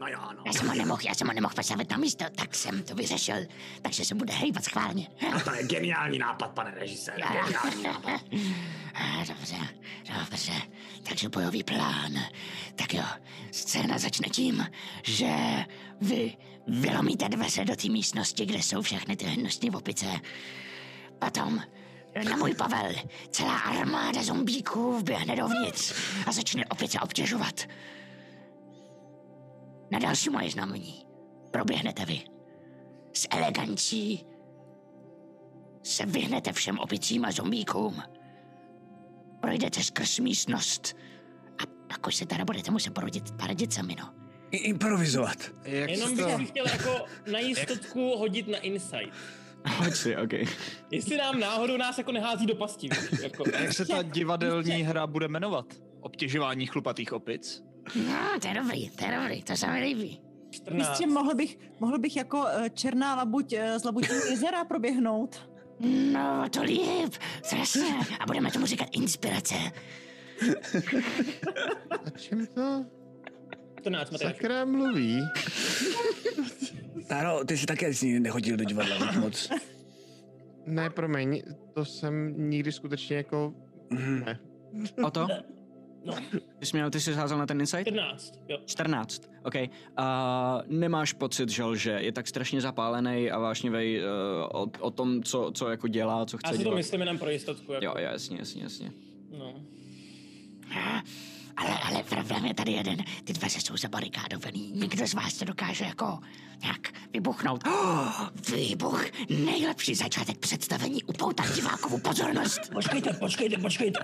G: No jo, no.
I: Já jsem ho nemohl, já jsem ho nemohl postavit na místo, tak jsem to vyřešil. Takže se bude hejbat schválně.
G: A to je geniální nápad, pane režisér. Geniální nápad.
I: Ah, Dobře, dobře. Takže bojový plán. Tak jo, scéna začne tím, že vy vylomíte dveře do té místnosti, kde jsou všechny ty hnusné opice. Potom na můj Pavel celá armáda zombíků vběhne dovnitř a začne opice obtěžovat. Na další moje znamení proběhnete vy. S elegancí se vyhnete všem opicím a zombíkům projdete skrz místnost a pak už se teda budete muset porodit paradicemi, no.
B: I- improvizovat.
F: Jenom bych si chtěl jako na jistotku hodit na insight.
A: Hoď si, OK.
F: Jestli nám náhodou nás jako nehází do pasti. víš, Jako.
E: A Jak se ta divadelní hra bude jmenovat? Obtěžování chlupatých opic?
J: No,
I: to je dobrý, to je dobrý, to se mi líbí.
H: Víš, s čím mohl bych, mohl bych jako eh, černá labuť eh, z labutí jezera proběhnout?
I: No, to líp, strašně. A budeme tomu říkat inspirace.
D: A čem to?
F: 14
D: Sakra mluví.
B: Taro, ty jsi také jsi nechodil do divadla tak moc.
D: Ne, promiň, to jsem nikdy skutečně jako... Ne.
A: O to?
F: No.
A: Ty jsi měl, ty jsi házel na ten insight?
F: 14, jo.
A: 14, OK. A nemáš pocit, že lže, je tak strašně zapálený a vášnivej uh, o, o, tom, co, co jako dělá, co chce
F: Já si to
A: dělat.
F: myslím jenom pro jistotku. Jako.
A: Jo, jasně, jasně, jasně. Ah,
F: No.
I: Ale, ale problém je tady jeden. Ty dveře jsou zabarikádovaný. Nikdo z vás to dokáže jako nějak vybuchnout. Oh, výbuch! Nejlepší začátek představení upoutat divákovu pozornost.
F: Počkejte, počkejte, počkejte.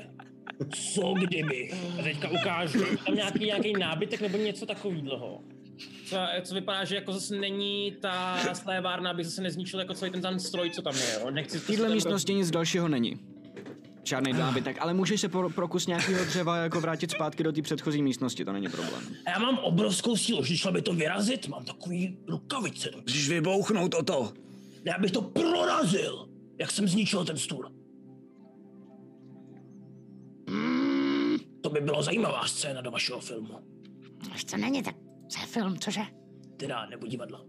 F: Co kdyby? A teďka ukážu. Je Tam nějaký, nějaký nábytek nebo něco takového. Co, co vypadá, že jako zase není ta slévárna, aby zase nezničil jako celý ten tam stroj, co tam Ah. je. Jo? Nechci
A: V téhle místnosti nic dalšího není. Žádný nábytek, ale můžeš se pro, pro kus nějakého dřeva jako vrátit zpátky do té předchozí místnosti, to není problém.
F: A já mám obrovskou sílu, že šla by to vyrazit, mám takový rukavice.
B: Musíš vybouchnout o to.
F: Já bych to prorazil, jak jsem zničil ten stůl. Hmm, To by bylo zajímavá scéna do vašeho filmu.
I: Až to není tak za film, cože?
F: Teda nebo divadlo.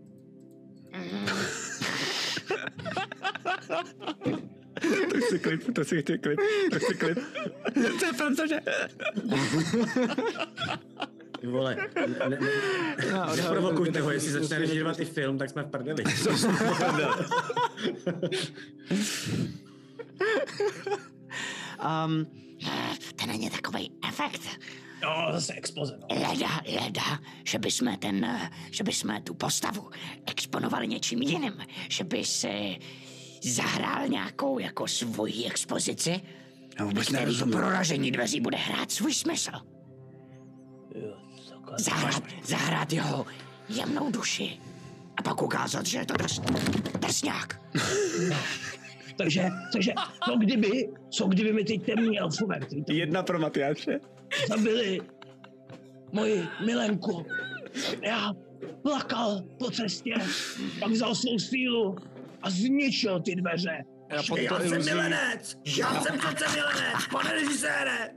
B: to chci klip, to chci klip, to chci klip. to je protože...
C: Ty Vole, ne,
A: No,
C: ne, ne,
A: odhadnu-
C: neprovokujte ho, jestli začne režírovat i film, tak jsme v prdeli.
A: Um,
I: to eh, není takový efekt.
F: Jo, zase exploze. No.
I: Leda, leda, že by jsme ten, eh, že by jsme tu postavu exponovali něčím jiným, že by si zahrál nějakou jako svoji expozici,
B: Já vůbec
I: který to
B: nerozumím.
I: proražení dveří bude hrát svůj smysl. Zahrát, zahrát jeho jemnou duši a pak ukázat, že je to drs, drsňák.
F: Takže, takže, co kdyby, co kdyby mi ty temní elfové, kteří to
B: Jedna pro Matyáše.
F: zabili moji milenku. Já plakal po cestě, pak vzal svou sílu a zničil ty dveře.
E: Já,
F: pod
G: já
F: to
G: jsem
F: iluzí-
G: milenec! Já jsem přece milenec! Pane režisére!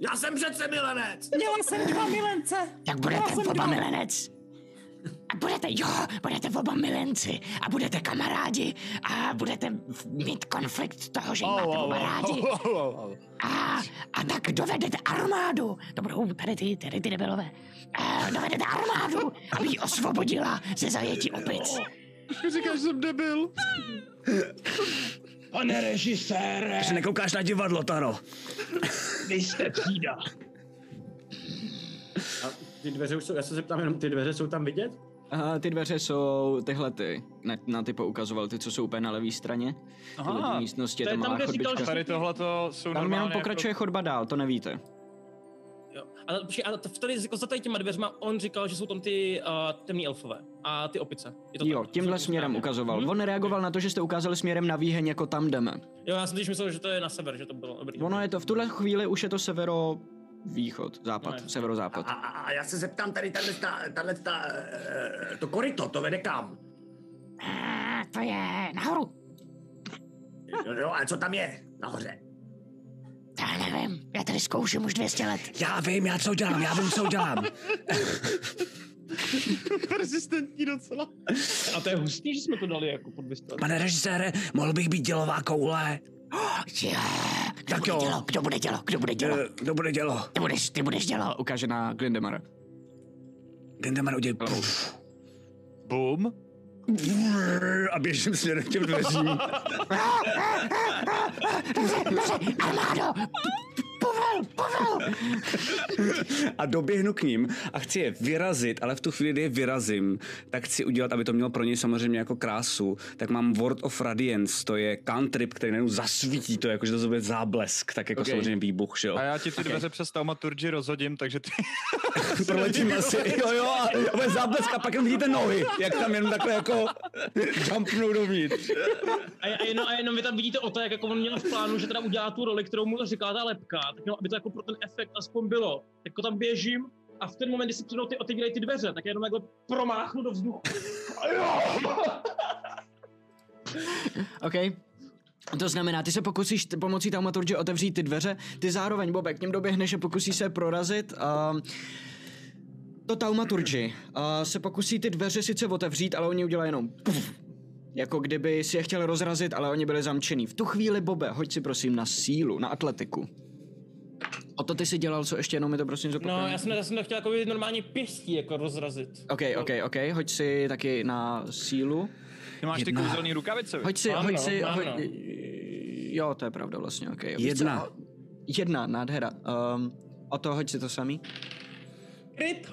G: Já jsem přece milenec!
H: Měla jsem dva milence.
I: Tak
H: Měla
I: budete
H: jsem
I: oba
H: dva.
I: milenec. A budete, jo, budete oba milenci a budete kamarádi a budete v- mít konflikt toho, že oh, máte
E: au,
I: oba
E: au,
I: rádi.
E: au, au, au.
I: A, a tak dovedete armádu, to budou tady ty, tady ty debilové, a dovedete armádu, aby ji osvobodila ze zajetí opic.
D: Říkáš, že jsem debil.
F: Pane režisére,
B: Že nekoukáš na divadlo, Taro.
F: vy jste třída.
C: A ty dveře už jsou, já se zeptám jenom, ty dveře jsou tam vidět?
A: Aha, ty dveře jsou tyhle ty. Na, na ty poukazoval, ty, co jsou úplně na levé straně.
E: Aha,
A: Tyhle ty místnosti, je
E: to je
A: tam
E: tam,
A: malá
E: kde říkal,
A: chodbička.
E: že- Tady tohleto jsou
A: Tam jenom
E: normálně jako-
A: pokračuje chodba dál, to nevíte.
F: Jo. A, počkej, a t- tady jako za tady těma dveřma on říkal, že jsou tam ty uh, temní elfové a ty opice. Je to
A: Jo, tímhle směrem ukazoval. On reagoval na to, že jste ukázali směrem na výheň, jako tam jdeme.
F: Jo, já jsem totiž myslel, že to je na sever, že to bylo dobrý.
A: Ono je to, v tuhle chvíli už je to severo... Východ, západ,
F: No,
A: severozápad.
G: A, a, a já se zeptám tady, tady, tady, tady, eh, to koryto, to vede kam?
I: A Eh, to je nahoru.
G: Jo, Jo, a co tam je nahoře?
I: Já nevím, já tady zkouším už 200 let.
B: Já vím, já co dělám, já vím, co dělám.
D: Persistentní docela.
F: A to je hustý, že jsme to dali jako pod 200 let.
B: Pane režisére, mohl bych být dělová koule?
I: Jo, kdo
B: Tak
I: bude
B: jo.
I: dělo, kdo bude dělo, kdo bude dělo.
B: Eh, Kdo bude dělo?
I: Ty budeš, ty budeš dělo.
A: Ukáže na Glindemara.
B: Gendamar udělal puf.
E: Boom.
B: A běžím směrem k těm dveřím.
I: Armádo, p- p- povel
B: a doběhnu k ním a chci je vyrazit, ale v tu chvíli, kdy je vyrazím, tak chci udělat, aby to mělo pro ně samozřejmě jako krásu, tak mám Word of Radiance, to je cantrip, který najednou zasvítí to, jakože to bude záblesk, tak jako
E: Ok.
B: samozřejmě výbuch, že jo.
E: A já ti ty dveře přes taumaturgy rozhodím, takže ty...
B: Proletím asi, jo jo, a a bude záblesk a pak jenom vidíte nohy, jak tam jenom takhle jako jumpnou dovnitř.
F: A, a, jenom, a jenom vy tam vidíte o to, jak jako on měl v plánu, že teda udělá tu roli, kterou mu říká ta lepka, tak jenom, aby to jako pro ten efekt aspoň bylo. Tak jako tam běžím a v ten moment, kdy si před mnou ty otevírají ty dveře, tak jenom jako promáchnu do vzduchu. A jo!
A: OK. To znamená, ty se pokusíš t- pomocí taumaturgy otevřít ty dveře, ty zároveň, Bobe, k něm doběhneš a pokusíš se je prorazit. Uh, to taumaturgy uh, se pokusí ty dveře sice otevřít, ale oni udělají jenom puf, jako kdyby si je chtěl rozrazit, ale oni byli zamčený. V tu chvíli, Bobe, hoď si prosím na sílu, na atletiku. O to ty si dělal, co ještě jenom mi to prosím zopakuj.
F: No, já jsem, já jsem to chtěl jako normálně pěstí jako rozrazit.
A: OK, OK, OK, hoď si taky na sílu.
E: Ty máš ty Jedna. kouzelný rukavice,
A: Hoď si,
E: Mám,
A: hoď
E: no,
A: si,
E: mám,
A: hoď,
E: no.
A: jo, to je pravda vlastně, OK. Víš co?
B: Jedna.
A: Jedna, nádhera. Um, o to hoď si to samý.
F: Kryt.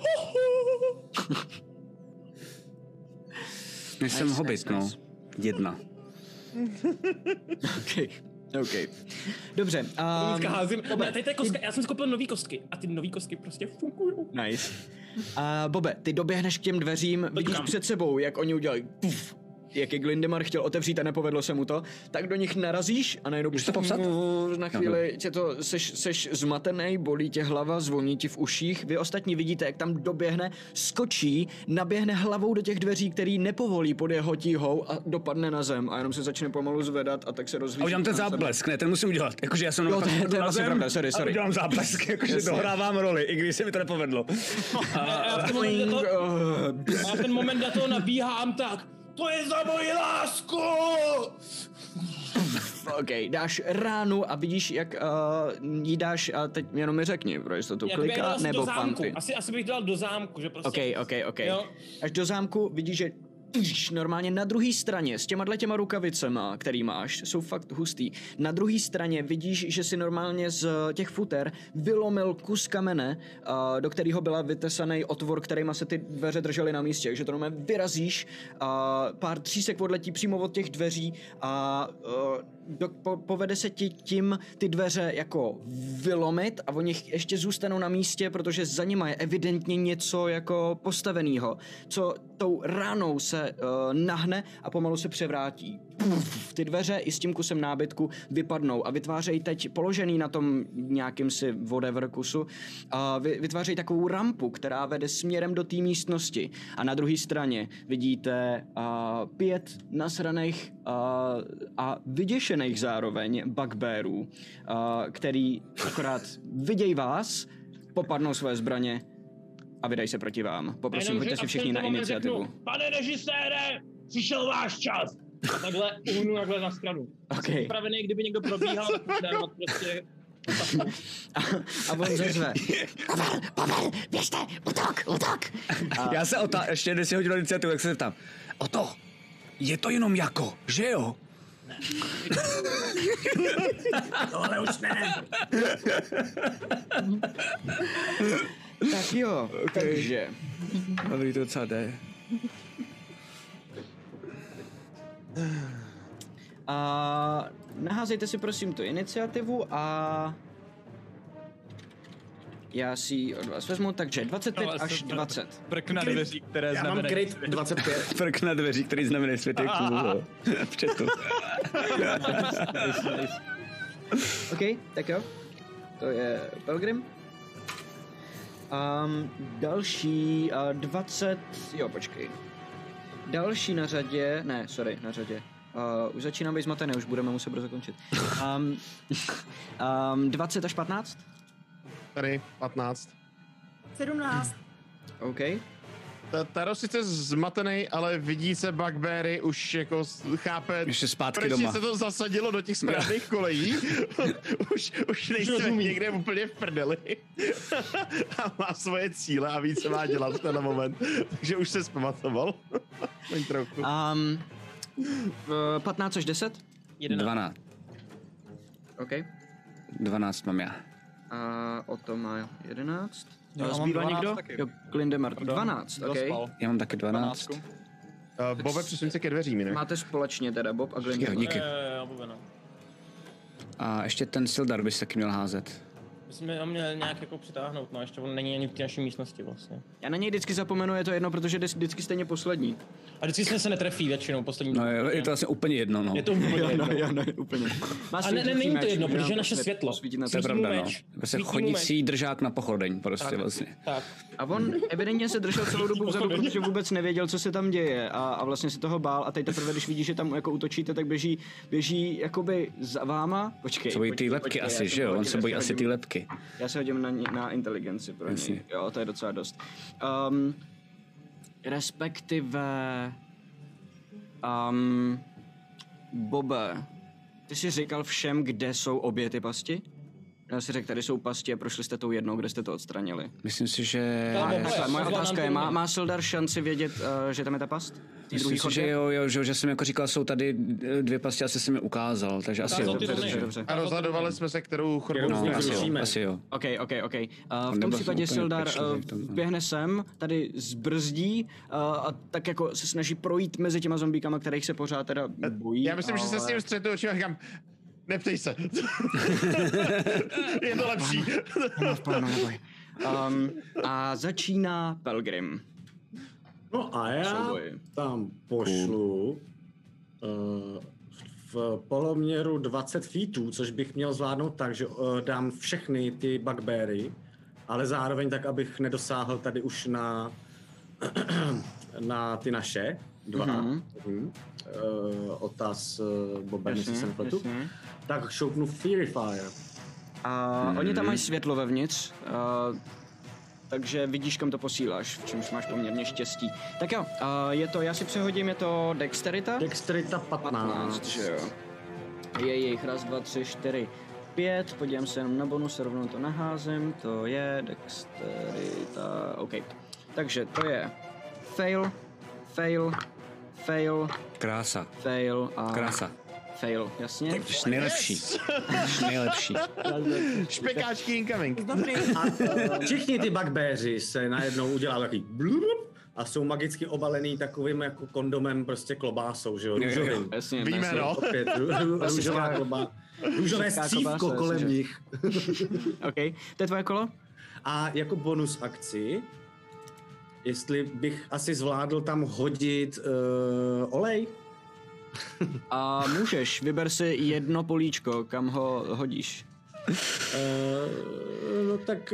B: Nejsem
A: Nice,
B: hobbit,
A: nice,
B: no.
A: nice.
B: Jedna.
A: OK, OK. Dobře. Um,
F: Um, házím. Ne, tady to je kostka, já jsem skopil nový kostky a ty nový kostky prostě fungují.
A: Nice. A Bobe, ty doběhneš k těm dveřím, vidíš před sebou, jak oni udělají puf, jak je Glindemar chtěl otevřít a nepovedlo se mu to, tak do nich narazíš a najednou
B: to popsat? No,
A: na chvíli tě to, seš, seš zmatený, bolí tě hlava, zvoní ti v uších, vy ostatní vidíte, jak tam doběhne, skočí, naběhne hlavou do těch dveří, který nepovolí pod jeho tíhou a dopadne na zem a jenom se začne pomalu zvedat a tak se rozvíjí.
B: A udělám ten záblesk, ne, ten musím udělat. Jakože já jsem
A: Jo,
B: naopak
A: to je- to je
B: na
A: vlastně
B: zem
A: pravda, sorry,
B: A
A: sorry.
B: udělám záblesk, jakože
A: Jasně.
B: dohrávám roli, i když se mi to nepovedlo.
F: A já v ten moment, do toho,
B: Eh.
F: a já v ten moment do toho nabíhám tak. To je za moji lásku!
A: OK, dáš ránu a vidíš, jak uh, jí dáš, a teď jenom mi řekni, pro jistotu,
F: Jakoby já dal
A: klika
F: asi Jako do
A: nebo
F: zámku.
A: panty.
F: Asi, asi bych dal do zámku, že prostě.
A: OK, OK, OK.
F: Jo.
A: Až do zámku vidíš, že iš, normálně na druhé straně, s těma dle těma rukavicema, který máš, jsou fakt hustý. Na druhé straně vidíš, že si normálně z těch futer vylomil kus kamene, uh, do kterého byla vytesaný otvor, kterýma se ty dveře držely na místě. Takže to normálně vyrazíš, uh, pár třísek odletí přímo od těch dveří a uh, do, po, povede se ti tím ty dveře jako vylomit a oni ch- ještě zůstanou na místě, protože za nima je evidentně něco jako postaveného, co tou ranou se uh, nahne a pomalu se převrátí. Puf, ty dveře i s tím kusem nábytku vypadnou a vytvářejí teď položený na tom nějakým si whatever kusu, a vy, vytvářejí takovou rampu, která vede směrem do té místnosti. A na druhé straně vidíte a, pět nasraných a, a vyděšených zároveň bugbearů, a, který akorát vidějí vás, popadnou své zbraně a vydají se proti vám. Poprosím,
F: Jenom,
A: hoďte
F: že- a
A: si
F: v
A: všichni
F: tento
A: na
F: moment
A: iniciativu.
F: řeknu, Pane režisére, přišel váš čas! A takhle uhnu takhle na stranu. Jsem
A: Okay.
F: připravený, kdyby někdo probíhal, tak budu dávat prostě
A: A on zeřve.
I: Pavel, Pavel, běžte, útok, útok.
B: Já se otá... ještě když si hodil iniciativu, jak se zeptám. O to, je to jenom jako, že jo?
G: Tohle už ne.
A: Tak jo, okay. takže...
B: Mm-hmm. Ale to docela jde.
A: A naházejte si prosím tu iniciativu a já si ji od vás vezmu, takže 25
E: No,
A: až
E: super.
A: 20.
E: Prk na dveří, které
C: Já mám
E: znamenají...
C: kryt 25.
B: Prk na dveří, který znamená svět je cool, jo. V chatu.
A: OK, tak jo. To je Pelgrim. Um, další uh, 20, jo počkej. Další na řadě, ne, sorry, na řadě. Uh, už začínám být zmatený, už budeme muset brzo končit. Um, um, 20 až 15?
D: Tady 15.
H: 17.
A: OK.
D: Ta- Taro sice zmatený, ale vidí se Bugberry, už jako s- chápe,
B: Už je zpátky
D: proč
B: doma.
D: se to zasadilo do těch správných kolejí. už, už nejsme někde úplně v prdeli. a má svoje cíle a ví, co má dělat v ten moment. Takže už se zpamatoval. Jen trochu.
A: Um, v 15 až 10?
F: 11.
B: 12.
A: OK.
B: 12 mám já.
A: A o to má 11. Jo,
B: Jo, já mám
A: Zbývá
B: 12
A: někdo?
B: taky.
A: Jo, Glindemar, 12,
B: Kdo
A: okay.
B: spal? Já mám taky 12.
D: Uh, Bobe, přesuň se ke dveřím, jinak.
A: Máte společně teda Bob a Glindemar.
B: Jo, díky. Jo,
F: Oboveno.
B: A ještě ten Sildar bys taky měl házet.
F: My jsme ho měli nějak jako přitáhnout, no ještě on není ani v té naší místnosti vlastně.
A: Já na něj vždycky zapomenu, je to jedno, protože jde vždycky stejně poslední.
F: A vždycky jsme se netrefí většinou poslední.
B: No je, je to vlastně úplně jedno, no.
F: Je to úplně
A: Jo, no,
F: jedno.
A: jo, no, úplně. Má
F: A ne, ne,
A: svítící
F: není to
A: meč,
F: jedno,
A: může
F: protože je
A: nám
F: naše
A: posvět-
F: světlo.
A: posvítit na
B: To je
A: světlo.
B: pravda, no.
F: meč.
B: Prostě
F: Svítí mu
B: chodící držák na pochodeň, prostě
F: Tak.
B: vlastně.
F: Tak.
A: A on evidentně se držel celou dobu vzadu, protože vůbec nevěděl, co se tam děje a, a vlastně se toho bál a teď teprve, když vidí, že tam jako útočíte, tak běží, běží jakoby za váma. Počkej.
B: Co bojí
A: počkej,
B: ty lepky
A: počkej, já
B: asi,
A: se
B: že jo? On
A: hodím,
B: se
A: já
B: bojí
A: se
B: asi ty
A: hodím.
B: lepky.
A: Já se hodím na, ní- na inteligenci pro něj.
B: Jasně.
A: Jo, to je docela dost. Um, respektive... Um, Bobe, ty jsi říkal všem, kde jsou obě ty pasti? Já si řekl, tady jsou pasti a prošli jste tou jednou, kde jste to odstranili.
B: Myslím si, že...
A: A
B: Já-
A: takhle, Eh, moje
F: Sezlá
A: otázka
F: nám
A: je,
F: to
A: má,
F: umí.
A: má Sildar šanci vědět, uh, že tam je ta past? Ty druhý
B: Myslím si, že
A: chodě?
B: jo, jo, že, že jsem jako říkal, jsou tady dvě pasti, asi jsem je ukázal, takže asi
A: Ukázal
B: jo.
A: ty runy. Dobře.
D: A rozhodovali jsme se, kterou chodbu
B: No, asi jo,
D: zrušíme.
B: asi jo.
A: OK, OK, OK. Uh,
B: On
A: v tom
B: nebyl
A: případě
B: úplně
A: Sildar
B: pečlivý
A: uh,
B: v tom, no.
A: běhne sem, tady zbrzdí uh, a tak jako se snaží projít mezi těma zombíkama, kterých se pořád teda bojí.
D: Eh, Já myslím, že se s
A: ale-
D: ním střetu očima a říkám, neptej se. je to lepší.
A: Nemá v plánu, neboj. Um, a začíná Pelgrim.
C: No a já
A: Souboji.
C: tam pošlu eh, v poloměru 20 feetů, což bych měl zvládnout tak, že eh, dám všechny ty bugbery, ale zároveň tak, abych nedosáhl tady už na, na ty naše dva.
A: Mhm.
C: Mm-hmm. otaz eh, Boba, jestli
A: Jasně,
C: se nepletu.
A: jasně.
C: Tak šoupnu Fury Fire.
A: A oni tam mají světlo vevnitř, uh, takže vidíš, kam to posíláš, v čemž máš poměrně štěstí. Tak jo, uh, je to, já si přehodím, je to Dexterita?
C: Dexterita 15.
A: 15, že jo. Je jejich raz, dva, tři, čtyři, pět, podívám se jenom na bonus, rovnou to naházím, to je Dexterita, OK. Takže to je fail, fail, fail,
B: Krása,
A: fail a...
B: krása.
A: Fail, jasně.
B: Jsi nejlepší, jsi nejlepší.
D: Špekáčky incoming.
K: Dobrý.
C: A všichni ty bugbeři se najednou udělá takový blup a jsou magicky obalený takovým jako kondomem prostě klobásou, že jo,
B: Jo, jo, jo.
C: růžovým.
A: Jasně,
D: Víme,
A: jasně.
D: no.
C: Opět, rů-
A: Klasická-
C: růžová kloba. Růžové
A: klasická klobása,
C: střívko
A: jasně, že.
C: kolem nich.
A: OK, to je tvoje kolo?
C: A jako bonus akci, jestli bych asi zvládl tam hodit uh, olej,
A: A můžeš, vyber si jedno políčko, kam ho hodíš.
C: uh, Eh, no tak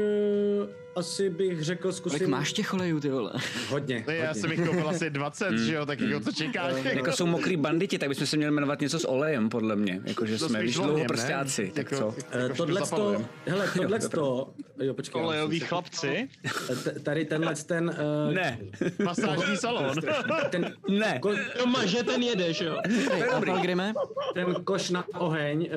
C: uh, asi bych řekl,
A: Kolik
C: zkusím
A: máš těch olejů, ty vole? Hmm.
C: hodně.
D: No, já
C: hodně.
D: jsem jich koupil asi 20, že jo, tak jako co čekáš?
B: Mm. Jako jsou mokrý banditi, tak bychom se měli jmenovat něco s olejem, podle mě. Jakože
D: To
B: Jako, jsme
D: spíš
B: víš,
D: volněm, ne?
B: dlouhoprstáci, tak
D: Jako-
B: co?
A: Eh,
D: jako
C: Eh, Tohle to,
D: zapalujem.
C: hele, tohle to, jo počkej. já
L: Kolejoví
C: musím se-
L: chlapci.
C: T- tady tenhle ten... Uh,
B: Ne,
D: Masážní salon.
C: Ten,
B: ne.
C: ko,
F: Doma, že ten jedeš, jo.
A: A Pelgrime?
C: ten koš na oheň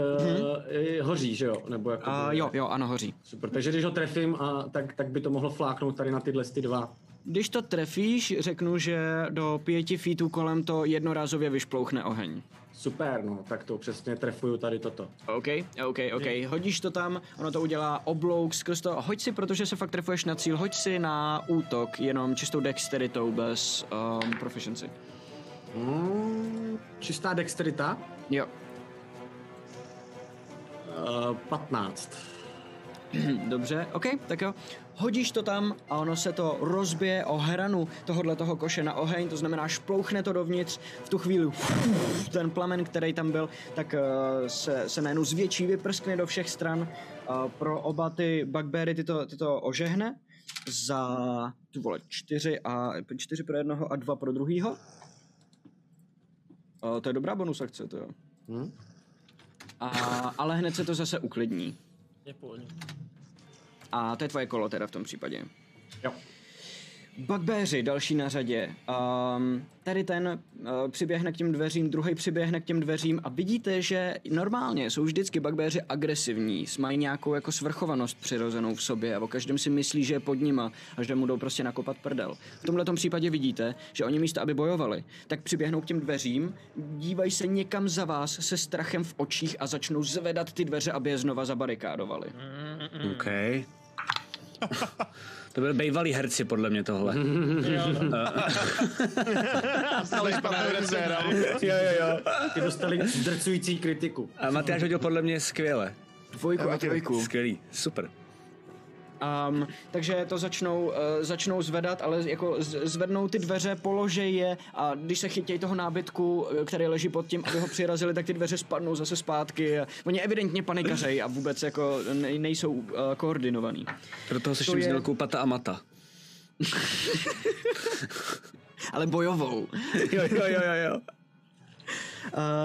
C: uh, hoří, že jo? Nebo jako
A: A jo, jo, ano, hoří.
C: Super, takže když ho trefím, a, tak, tak by to mohlo fláknout tady na tyhle ty dva.
A: Když to trefíš, řeknu, že do pěti feetů kolem to jednorázově vyšplouchne oheň.
C: Super, no, tak to přesně trefuju tady toto.
A: OK, OK, OK. Hodíš to tam, ono to udělá oblouk skrz to. Hoď si, protože se fakt trefuješ na cíl, hoď si na útok, jenom čistou dexteritou bez um, proficiency.
C: Hmm, čistá dexterita,
A: Jo,
C: uh, 15.
A: Eh, Dobře, ok, tak jo. Hodíš to tam a ono se to rozbije o hranu tohohle toho koše na oheň, to znamená šplouchne to dovnitř, v tu chvíli ten plamen, který tam byl, tak eh, se, se najednou zvětší, vyprskne do všech stran. Eh, Pro oba ty bugbery ty to, ty to ožehne za tu vole, čtyři, a, čtyři pro jednoho a dva pro druhýho. Eh, To je dobrá bonus akce, to jo.
D: Hm?
C: Hmm.
A: A, ale hned se to zase uklidní.
F: Je pohodě.
A: A to je tvoje kolo teda v tom případě.
C: Jo.
A: Bugbeři, další na řadě. Um, tady ten uh, přiběhne k těm dveřím, druhý přiběhne k těm dveřím a vidíte, že normálně jsou vždycky bugbeři agresivní, s- mají nějakou jako svrchovanost přirozenou v sobě a o každém si myslí, že je pod nima a že mu jdou prostě nakopat prdel. V tomhle případě vidíte, že oni místo, aby bojovali, tak přiběhnou k těm dveřím, dívají se někam za vás se strachem v očích a začnou zvedat ty dveře, aby je znova zabarikádovali.
F: Mm, mm,
B: OK. To byly bývalí herci, podle mě tohle.
D: Stali špatnou recenzi.
B: jo, jo, jo.
C: Ty dostali drcující kritiku.
B: A Matyáš hodil podle mě skvěle.
A: Dvojku a trojku.
B: Skvělý, super.
A: Um, takže to začnou, uh, začnou zvedat, ale jako z- zvednou ty dveře, položej je a když se chytějí toho nábytku, eh, který leží pod tím, aby ho přirazili, tak ty dveře spadnou zase zpátky. Oni evidentně panikařejí a vůbec jako nej- nejsou uh, koordinovaný.
B: Do
A: To
B: toho seším
A: je-
B: je... znělku Pata a Mata.
A: Ale bojovou.
B: jo, jo, jo, jo, jo.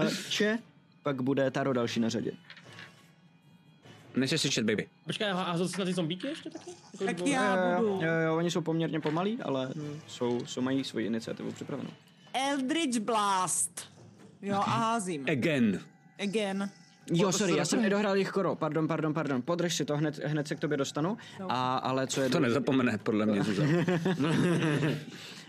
A: Uh, če, pak bude Taro další na řadě.
B: Nechceš si čet, baby.
F: Počkej, a házet si na ty zombíky ještě taky? Jako
H: Tak
F: dvou-
H: já
A: jo,
H: budu.
A: Eh, jo, jo, oni jsou poměrně pomalí, ale jsou, jsou mají svoji iniciativu připravenou.
H: Eldritch Blast. Jo, a házím.
B: Again.
H: Again.
A: Jo, sorry, já jsem nedohrál jich koro. Pardon, pardon, pardon. Podrž si to, hned, hned se k tobě dostanu. No. A, ale co je
B: To nezapomene, podle mě, Zuzana.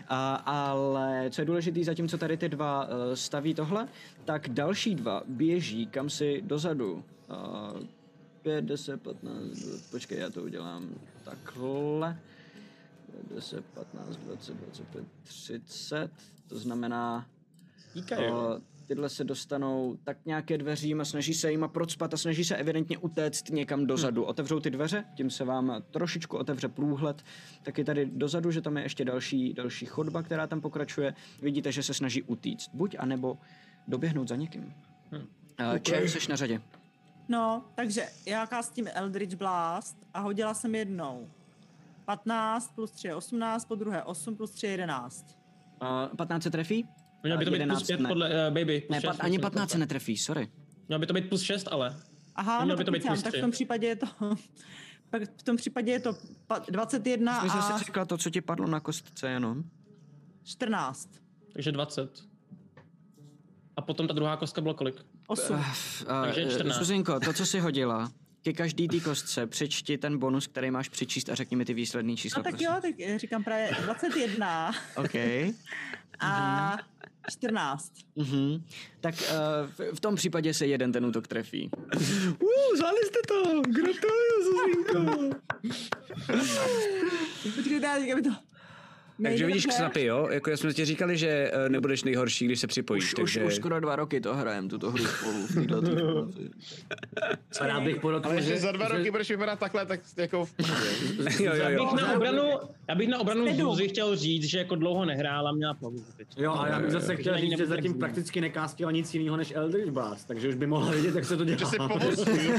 A: A, ale co je důležité, zatímco tady ty dva eh, staví tohle, tak další dva běží kam si dozadu. Uh, 5, 10, 15, 20, počkej, já to udělám takhle. 5, 10, 15, 20, 25, 30. To znamená,
F: Díka, jo.
A: uh, tyhle se dostanou tak nějaké dveřím a snaží se jima procpat a snaží se evidentně utéct někam dozadu.
F: Hmm.
A: Otevřou ty dveře, tím se vám trošičku otevře průhled. Taky tady dozadu, že tam je ještě další, další chodba, která tam pokračuje. Vidíte, že se snaží utíct. Buď anebo doběhnout za někým. Hmm. Uh, Čem jsi na řadě?
H: No, takže já kastím Eldritch Blast a hodila jsem jednou. 15 plus 3 je 18, po druhé 8 plus 3 je 11.
A: Uh, 15 se trefí?
F: Měl by to být
A: Eh,
F: plus
A: 11
F: 5
A: ne.
F: podle eh, baby. plus
A: Ne,
F: šest,
A: pat, ani
F: myslím,
A: 15 se
F: dokonce.
A: netrefí, sorry.
F: Mělo by to být plus 6, ale.
H: Aha,
F: Nemělo
H: no,
F: by
H: tak,
F: to být
H: kecám,
F: plus
H: tak v
F: tři.
H: tom případě je to... Pak v tom případě je to pa- 21
A: Já jsem
H: a
A: si řekla to, co ti padlo na kostce jenom.
H: 14.
F: Takže 20. A potom ta druhá kostka bylo kolik?
H: 8.
F: Takže
A: eh,
F: 14.
A: Suzinko, to, co jsi hodila, ke každý té kostce přečti ten bonus, který máš přečíst a řekni mi ty výsledný čísla.
H: No tak
A: prosím.
H: jo, tak eh, říkám právě 21
A: OK.
H: a 14.
A: Mhm. Tak eh, v, v tom případě se jeden ten útok trefí.
B: Uh, zvládli jste to! Gratuluju, Zuzinko!
H: Počkejte, já říkám to...
B: Takže
H: Nejde
B: vidíš
H: dobře.
B: křapy, jo? Jako jsme ti říkali, že eh, nebudeš nejhorší, když se připojíš,
A: Už,
B: takže...
A: už, už skoro dva roky to hrajem, tuto hru spolu. V této situaci.
C: A rád bych podotkl,
D: Ale
C: že...
D: že za dva
C: že-
D: roky budeš vypadat takhle, tak jako v pohodě.
B: jo, jo,
F: Já
B: jo.
F: bych na obranu, já bych na obranu
H: Sedm.
F: Zuzi chtěl říct, že jako dlouho nehrála, měla pauzu. teď.
C: Jo, a já bych zase chtěl
F: Ani
C: říct, že
F: nebudu
C: zatím
F: rozumět.
C: prakticky nekástila nic jiného než Eldritch Blast, takže už by mohla vidět, jak se to dělá.
D: Že si pomoci.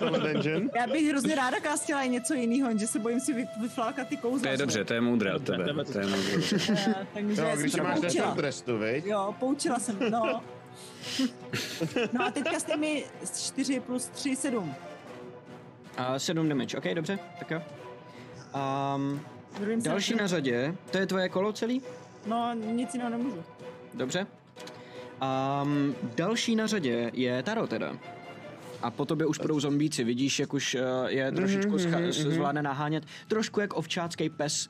D: Tohle dungeon.
H: Já bych hrozně ráda kástila i něco jiného, že se bojím si vy- vyflákat ty kouzla.
B: To je
H: že?
B: dobře, to je moudré od tebe.
F: Jdeme
B: To je moudré.
H: Eh, Takže
D: No,
H: já jsem
D: když
H: se
D: máš
H: poučila.
D: ten trestu, viď?
H: Jo, poučila jsem, no. No a teďka jste mi 4 plus 3, 7.
A: A sedm damage, OK, dobře, tak jo. Um,
H: Druhým se
A: další na
H: nebudu-
A: řadě, to je tvoje kolo celý?
H: No, nic jiného nemůžu.
A: Dobře. Um, další na řadě je Taro teda. A po tobě už budou zombíci, vidíš, jak už eh, je
D: Mhm,
A: trošičku scha- s- zvládne nahánět. Trošku jak ovčácký pes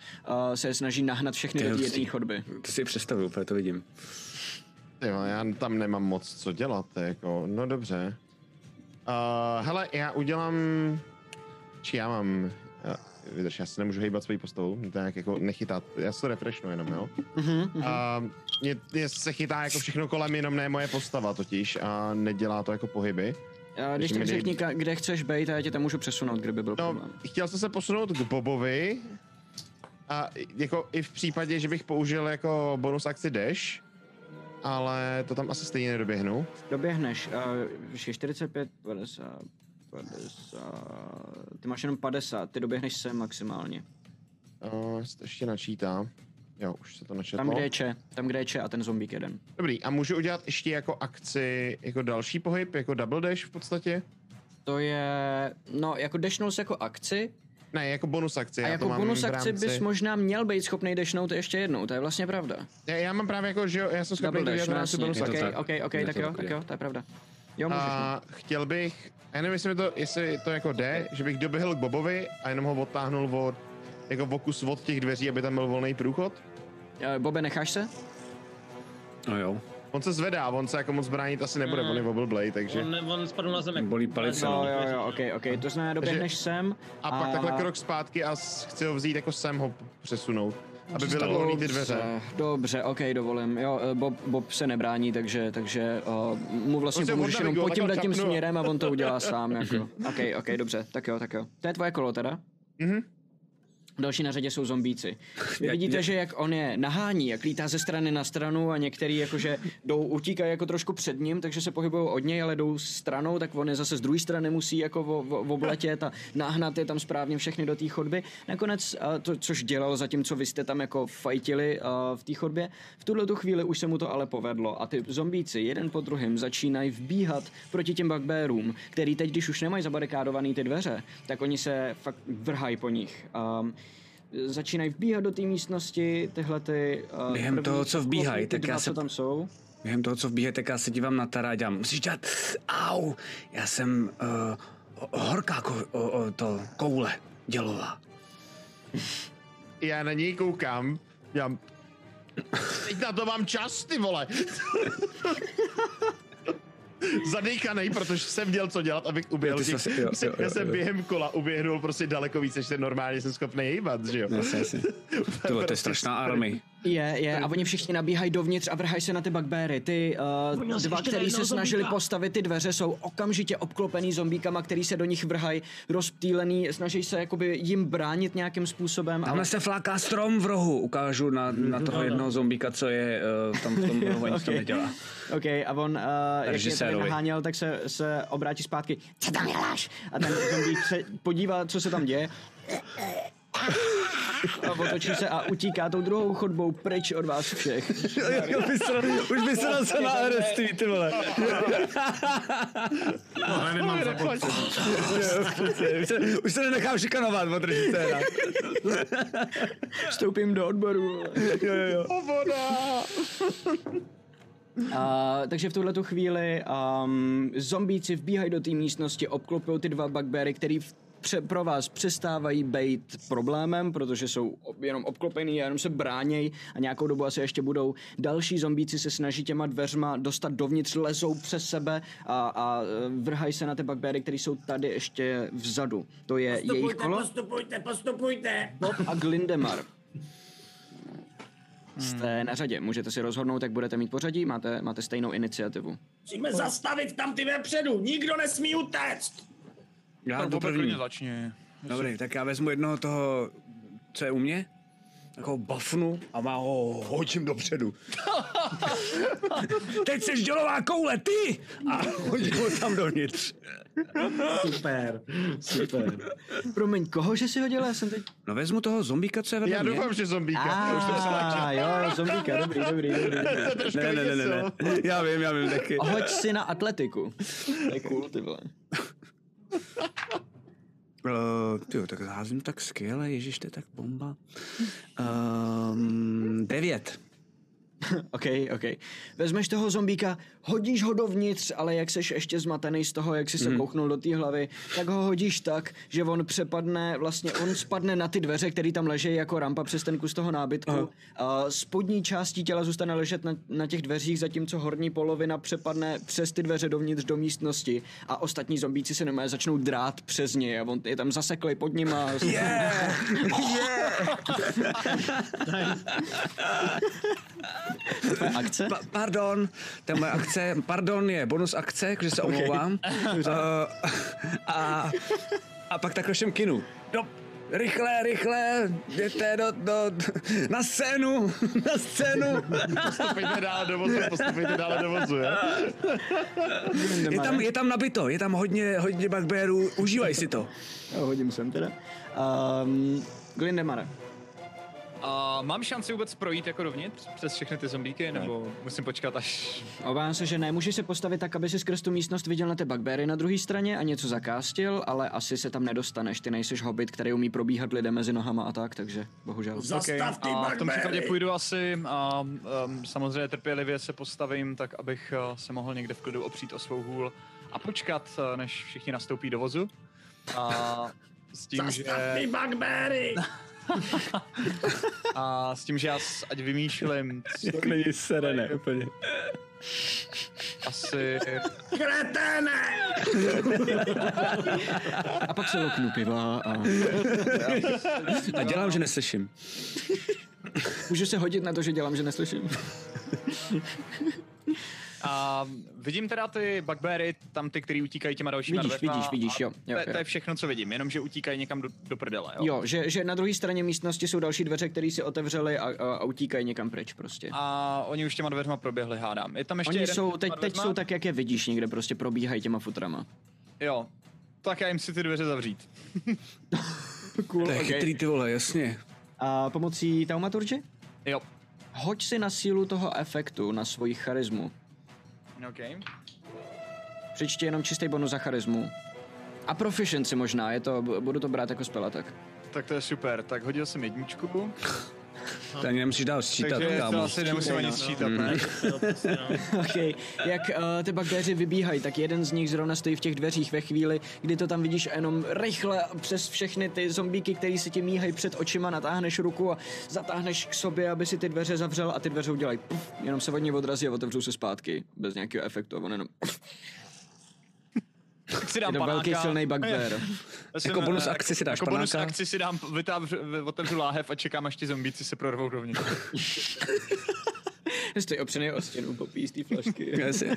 A: eh, se snaží nahnat všechny
B: To je
A: do té
B: hustý.
A: jedné chodby.
B: To si představuju, úplně to vidím.
D: Ty vole, já tam nemám moc co dělat, to je jako, no dobře. Uh, hele, já udělám, či já mám, já, vydrž, já se nemůžu hejbat svojí postavou, mě to nějak jako nechytá, já se refreshnu jenom, jo.
A: Mhm,
D: Uh, mě, mě se chytá jako všechno kolem, jenom ne moje postava totiž a nedělá to jako pohyby.
A: Eh, když
D: Takže
A: tak
D: mi dej-
A: řekni, ka- kde chceš být, a já tě tam můžu přesunout, kdyby byl
D: No,
A: problém.
D: chtěl jsem se posunout k Bobovi a jako i v případě, že bych použil jako bonus akci dash, ale to tam asi stejně nedoběhnu.
A: Doběhneš, uh, 45, 50, 50, ty máš jenom 50, ty doběhneš sem maximálně.
D: Uh, ještě načítá. Jo, už se to načetlo.
A: Tam, kde je Če, tam, kde je Če a ten zombík jeden.
D: Dobrý, a můžu udělat ještě jako akci, jako další pohyb, jako double dash v podstatě?
A: To je, no, jako dešnul se jako akci,
D: Ne, jako bonus akci.
A: A
D: já
A: jako
D: to mám
A: bonus
D: v
A: akci
D: rámci-
A: bys možná měl být schopný dešnout ještě jednou, to je vlastně pravda.
D: Ne, já mám právě jako, že jo, já jsem schopný to dělat v rámci bonus
B: je to
D: akce.
A: okay,
B: tak.
A: ok, ok,
B: Je
A: tak
B: to
A: jo,
B: tak,
A: tak
B: je.
A: jo, to je pravda. Jo, můžeš. no.
D: A chtěl bych, já nevím, jestli, mi to, jestli to jako jde, že bych doběhl k Bobovi a jenom ho odtáhnul od, jako vokus od těch dveří, aby tam byl volný průchod.
A: Eh, Bobe, necháš se?
B: No jo.
D: On se zvedá, on se jako moc bránit asi nebude,
F: Mm.
D: on je oblblej, takže...
F: On, on spadl na zem. jako jak-
A: Hmm. No, jo, jo, ok, ok, to znamená, doběhneš sem
D: A, pak takhle krok zpátky a s- chci ho vzít jako sem ho přesunout, aby byly
A: Dobře,
D: volný ty dveře.
A: Dobře, ok, dovolím. Jo, eh, Bob, Bob se nebrání, takže, takže uh, mu vlastně
D: Prostě on
A: pomůžeš jenom
D: naviguje,
A: po tím
D: takhle
A: tím
D: čapnu a-
A: směrem a on to udělá sám. Jako. Ok, ok, dobře, tak jo, tak jo. To je tvoje kolo teda?
D: Mhm.
A: Další na řadě jsou zombíci. Vy
B: Jak-
A: vidíte,
B: jak-
A: že jak on je nahání, jak lítá ze strany na stranu a některý jakože jdou, utíkají jako trošku před ním, takže se pohybují od něj, ale jdou stranou, tak on je zase z druhé strany musí jako vo, vo, obletět a nahnat je tam správně všechny do té chodby. Nakonec, a to, což dělal zatímco vy jste tam jako fajtili a v té chodbě, v tuhle tu chvíli už se mu to ale povedlo a ty zombíci jeden po druhém začínají vbíhat proti těm bugbearům, který teď, když už nemají zabarikádované ty dveře, tak oni se fakt vrhají po nich. Um, začínají vbíhat do té místnosti, tyhle ty... Uh,
B: Během toho, co vbíhají, tak já se...
A: tam jsou?
B: Během toho, co vbíhají, tak já se dívám na Tara a dělám, musíš dělat, au, já jsem uh, horká ko, o, o, to koule dělová.
D: Já na něj koukám, dělám... Teď na to mám čas, ty vole! Zadejkanej, protože jsem měl co dělat, abych
B: Jo,
D: uběhl
B: ty
D: těch,
B: jsi asi- jo, jo,
D: já
B: jo,
D: jsem
B: jo.
D: během kola uběhnul prostě daleko víc, než se normálně jsem schopný hýbat, že jo?
B: Jasně, jasně. Tohle to
D: prostě
B: je strašná army.
A: Je, je, a oni všichni nabíhají dovnitř a vrhají se na ty bugbery. Ty
F: Oni
A: uh,
F: nás
A: dva,
F: ještě
A: který se
F: najednou
A: snažili
F: zombíka.
A: postavit ty dveře, jsou okamžitě obklopený zombíkama, který se do nich vrhají, rozptýlený, snaží se jakoby jim bránit nějakým způsobem.
B: Tamhle se fláká strom v rohu, ukážu na, na
A: Mhm.
B: toho jednoho zombíka, co je uh, tam v tom rohu, nic tam
A: Ok.
B: nedělá.
A: OK, a on, uh, jak mě tady
B: Režisérovi.
A: naháněl, tak se, se obrátí zpátky. Co tam děláš? A ten zombík se podívá, co se tam děje. A otočí se a utíká tou druhou chodbou pryč od vás všech.
B: Už by se dal se na RST, ty vole.
D: No,
G: Ale nemám zapotřebí.
B: už, se, už se nenechám šikanovat od režiséra.
A: Vstoupím do odboru.
B: Jo, jo, jo.
A: A, takže v tuhle tu chvíli um, zombíci vbíhají do té místnosti, obklopují ty dva bugbery, který v pře- pro vás přestávají být problémem, protože jsou ob- jenom obklopený a jenom se bránějí a nějakou dobu asi ještě budou. Další zombíci se snaží těma dveřma dostat dovnitř, lezou přes sebe a, a eh, vrhají se na ty bugbery, které jsou tady ještě vzadu. To je jejich
G: Postupujte,
A: kolo.
G: postupujte, postupujte.
A: Bob a Glindemar. Jste na řadě, můžete si rozhodnout, jak budete mít pořadí, máte, máte stejnou iniciativu.
G: Musíme zastavit tam ty vepředu. Nikdo nesmí utéct.
B: Já
E: Tak
B: jdu
E: Bobe, klidně
B: první.
E: začni.
B: Dobrý, tak já vezmu jednoho toho, co je u mě, tak ho bafnu a má ho hodím dopředu. Teď jsi dělová koule, ty! A hodím ho tam dovnitř.
C: Super, super.
A: Promiň, koho, že si hodila? Já jsem teď...
B: No vezmu toho zombíka, co je vedle
D: Já
B: mě.
D: doufám, že zombíka. Já už jsem se
A: Ah,
D: láčel.
A: jo, zombíka, dobrý, dobrý, dobrý.
D: To je trošku
B: Ne, ne, ne, ne, ne.
D: děsil.
B: Já vím, já vím taky.
A: A hoď si na atletiku. To je cool, ty vole.
B: Uh, tyjo, tak házím tak skvěle, ježiš, to je tak bomba. Um, devět.
A: OK, OK. Vezmeš toho zombíka, hodíš ho dovnitř, ale jak seš ještě zmatený z toho, jak jsi se kouknul do té hlavy, tak ho hodíš tak, že on přepadne, vlastně on spadne na ty dveře, které tam leží jako rampa přes ten kus toho nábytku. A spodní částí těla zůstane ležet na, na těch dveřích, zatímco horní polovina přepadne přes ty dveře dovnitř do místnosti a ostatní zombíci se nemé začnou drát přes ně a on je tam zaseklej pod ním a... Tvoje akce?
B: Pa- pardon, to je moje akce. Pardon je bonus akce, takže se omlouvám. Uh, a, a pak takhle všem kinu. No, rychle, rychle, jděte do, do, na scénu, na scénu.
D: Postupujte dále do vozu, postupujte dále do vozu, jo?
B: Je tam, je tam nabito, je tam hodně, hodně bugbearů, užívaj si to.
A: Jo, hodím sem teda. Um, Glindemare.
E: A mám šanci vůbec projít jako dovnitř přes všechny ty zombíky, nebo musím počkat až...
A: Obávám se, že ne. Můžeš se postavit tak, aby si skrz tu místnost viděl na ty bugbery na druhé straně a něco zakástil, ale asi se tam nedostaneš. Ty nejseš hobbit, který umí probíhat lidé mezi nohama a tak, takže bohužel.
G: Zastav ty
E: A v tom případě
G: barbery.
E: půjdu asi a um, samozřejmě trpělivě se postavím tak, abych eh, se mohl někde v klidu opřít o svou hůl a počkat, eh, než všichni nastoupí do vozu. A s tím, že,
G: Zastav ty barbery.
E: a s tím, že já s, ať vymýšlím, co
B: Není serené úplně.
E: Asi...
G: Kreténe!
A: A pak se loknu piva a...
B: A dělám, že neslyším.
A: Můžu se hodit na to, že dělám, že neslyším.
E: A vidím teda ty bugbery, tam ty, který utíkají těma dalšíma
A: Vidíš,
E: dveřma
A: vidíš,
E: a
A: vidíš, jo,
E: To,
A: jo,
E: je- to
A: jo.
E: je všechno, co vidím, jenom že utíkají někam do, do prdele, jo.
A: Jo, že, že na druhé straně místnosti jsou další dveře, které si otevřely a, a, a utíkají někam pryč prostě.
E: A oni už těma dveřma proběhli, hádám. Je tam ještě
A: Oni
E: jeden
A: jsou,
E: těma
A: teď, teď
E: dveřma?
A: jsou tak, jak je vidíš někde, prostě probíhají těma futrama.
E: Jo, tak já jim si ty dveře zavřít.
A: Cool,
B: To je chytrý, ty vole, jasně.
A: A pomocí taumaturgy?
E: Jo.
A: Hoď si na sílu toho efektu, na svoji charizmu.
E: OK.
A: Přičti jenom čistý bonus za charizmu. A proficiency možná, je to, bu- budu to brát jako spelatek.
E: Tak to je super, tak hodil jsem jedničku.
B: To ani nemusím dál sčítat,
E: Takže
B: kámo. no.
E: to asi nemusíme ani sčítat, ne?
A: okay. Mhm. Jak uh, ty bagdéři vybíhají, tak jeden z nich zrovna stojí v těch dveřích ve chvíli, kdy to tam vidíš a jenom rychle přes všechny ty zombíky, který se ti míhají před očima, natáhneš ruku a zatáhneš k sobě, aby si ty dveře zavřel a ty dveře udělají. Puf, jenom se od ní odrazí a otevřou se zpátky, bez nějakého efektu. A on jenom...
E: Tak si dám
A: Je to velký
E: panáka.
A: silnej bugbear.
E: Já jsem,
B: Jako bonus
E: eh,
B: akci si dáš
E: jako bonus
B: panáka?
E: akci si dám, vytávř, vy- otevřu láhev a čekám, až ty zombíci se prorvou dovnitř.
A: Stojí opřený o stěnu, popíjí z té flašky.
B: Jasně.
E: A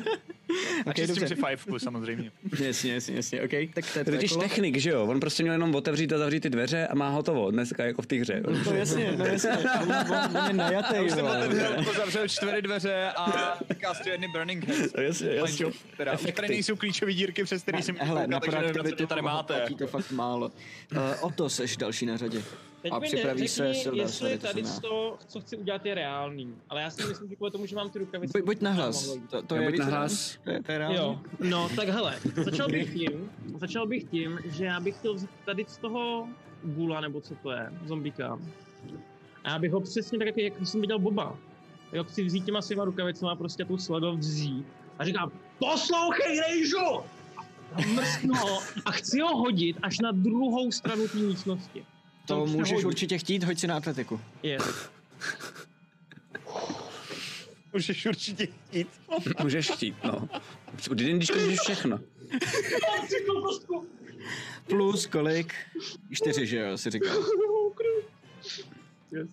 A: okay,
E: okay, s tím
A: dobře.
E: si fajfku samozřejmě.
A: Jasně, jasně, jasně, okay. tak to je
B: To je
A: tvé
B: totiž
A: kolo.
B: technik, že jo? On prostě měl jenom otevřít a zavřít ty dveře a má hotovo. Dneska jako v té hře.
A: No jasně, no jasně, on, on, on je
E: Já
A: najatej,
E: už jsem
A: vole.
E: otevřel, pozavřel čtvery dveře a kastu jedny burning heads.
B: Jasně, jasně.
E: Fajn, Teda, už tady nejsou klíčové dírky, přes které jsem
A: Hele, na
E: takže nevím,
A: proaktivitu
E: co tady máte.
A: platí to fakt málo. Uh, o to seš další na řadě.
F: Teď
A: a
F: mi
A: připraví se
F: neřekni,
A: Silda
F: jestli
A: Sary, to
F: tady
A: znamená.
F: to, co chci udělat, je reálný. Ale já si myslím, že kvůli tomu, že mám ty rukavice...
A: Bu- buď na hlas,
F: nemohlo jít.
A: to, to
B: Jo,
A: je
B: buď
A: víc
B: na hlas.
A: reálný. To je, to je reálný.
F: Jo, no tak hele, začal bych tím, začal bych tím, že já bych chtěl vzít tady z toho gula, nebo co to je, zombíka. A já bych ho přesně tak, jak, jak jsem viděl Boba. Já ho chci vzít těma svýma rukavicama a prostě tu slego vzít. A říkám, poslouchej rejžu! A mrsknu ho a chci ho hodit až na druhou stranu té místnosti.
A: To
F: chci
A: můžeš
F: hodit.
A: určitě chtít, hoď si na atletiku.
F: Je.
D: Můžeš určitě jít.
B: Můžeš chtít, no. Když to můžeš všechno.
F: Mám třetí kostku!
A: Plus kolik? Čtyři, že jo, si říkal.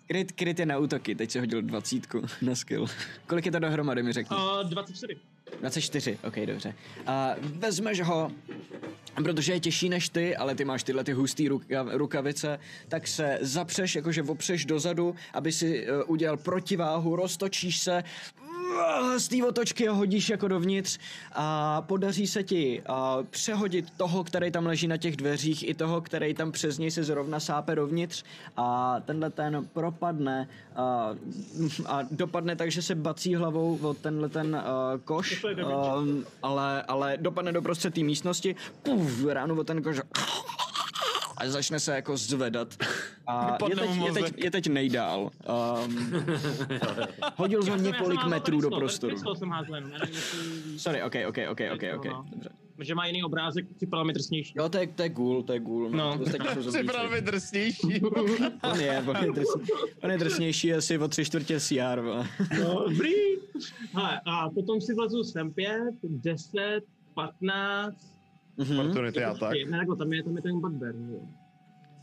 A: Kryt, kryt je na útoky, teď si hodil dvacítku na skill. Kolik je to dohromady, mi řekni.
F: A 24.
A: 24, ok, dobře. A vezmeš ho, protože je těžší než ty, ale ty máš tyhle ty hustý ruka, rukavice, tak se zapřeš, jakože opřeš dozadu, aby si uh, udělal protiváhu, roztočíš se, uh, z té otočky ho hodíš jako dovnitř a podaří se ti uh, přehodit toho, který tam leží na těch dveřích, i toho, který tam přes něj se zrovna sápe dovnitř a tenhle ten propadne uh, a dopadne tak, že se bací hlavou o tenhle ten uh, koš, um, ale, ale dopadne do prostřed té místnosti, puf, ránu o ten koš a začne se jako zvedat. A je,
E: Vypadne
A: teď,
E: mu
A: je,
E: mozek.
A: teď, je teď nejdál. Um, hodil jsem
F: Já jsem
A: několik
F: házal
A: metrů do
F: tady z toho, Tady
A: prostoru.
F: z toho jsem házel jenom, já nevím, jestli... No,
A: Sorry, ok, ok, ok, ok, ok. Dobře.
F: Že má jiný obrázek, připadal mi drsnější.
A: Jo, to je, to je gůl, to je gůl.
F: No.
A: to ostatní jsou zombíci.
D: Připravil drsnější.
A: On je, on je, drsný, on je drsnější asi o tři čtvrtě CR. vole.
F: No, Dobrý. Hele, a potom si vlezu sem 5, 10, 15,
A: Mhm.
D: Opportunity a tak.
F: Jako ne, takhle, tam je, tam je ten bugbear, že jo.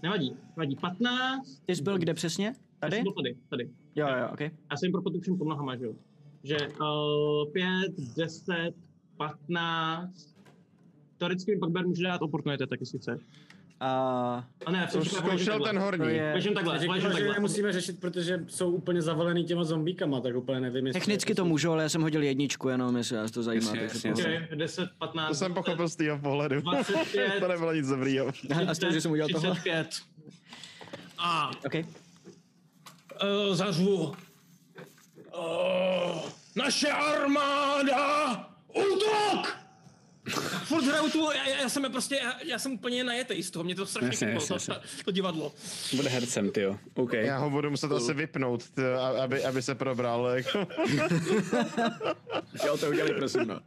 F: Nevadí, nevadí, 15,
A: Ty jsi byl kde přesně?
F: já
A: Tady?
F: jsem byl tady, tady.
A: Jo, jo, ok.
F: Já jsem jim propadl všem pod nohama, že jo. Že uh, 5, 10, 15, teoreticky mi bugbear může dát opportunity, tak jestli chceš.
A: A
F: A ne, já jsem jako
D: Už zkoušel ten
A: to
D: horní.
A: je...
F: Ležím takhle,
C: Takže
F: ležím
C: že
F: takhle.
C: nemusíme řešit, protože jsou úplně zavalený těma zombíkama, tak úplně nevím, jestli...
A: Technicky to můžu, ale já jsem hodil jedničku jenom, jestli vás to zajímá.
B: Jasně,
A: takže
B: jasně,
A: pohodě.
F: Ok, 10, 15,
D: To jsem pochopil z tého pohledu.
F: 25.
D: to nebylo nic dobrýho.
A: A z toho, že jsem udělal tohle?
F: 35. A
A: Ok.
F: uh, zařvu. E,
G: Oh, naše armáda! Útok!
F: Furt hraju tu, já, já jsem je prostě, já, já jsem úplně najetej z toho, mě to strašně
B: Jasně,
F: chytlo,
B: jasně,
F: to, to, to, divadlo.
B: Bude hercem, ty jo. OK.
D: Já ho budu muset asi vypnout, t- a- aby, aby se probral. Jako.
A: Jo, to udělali, prosím, no.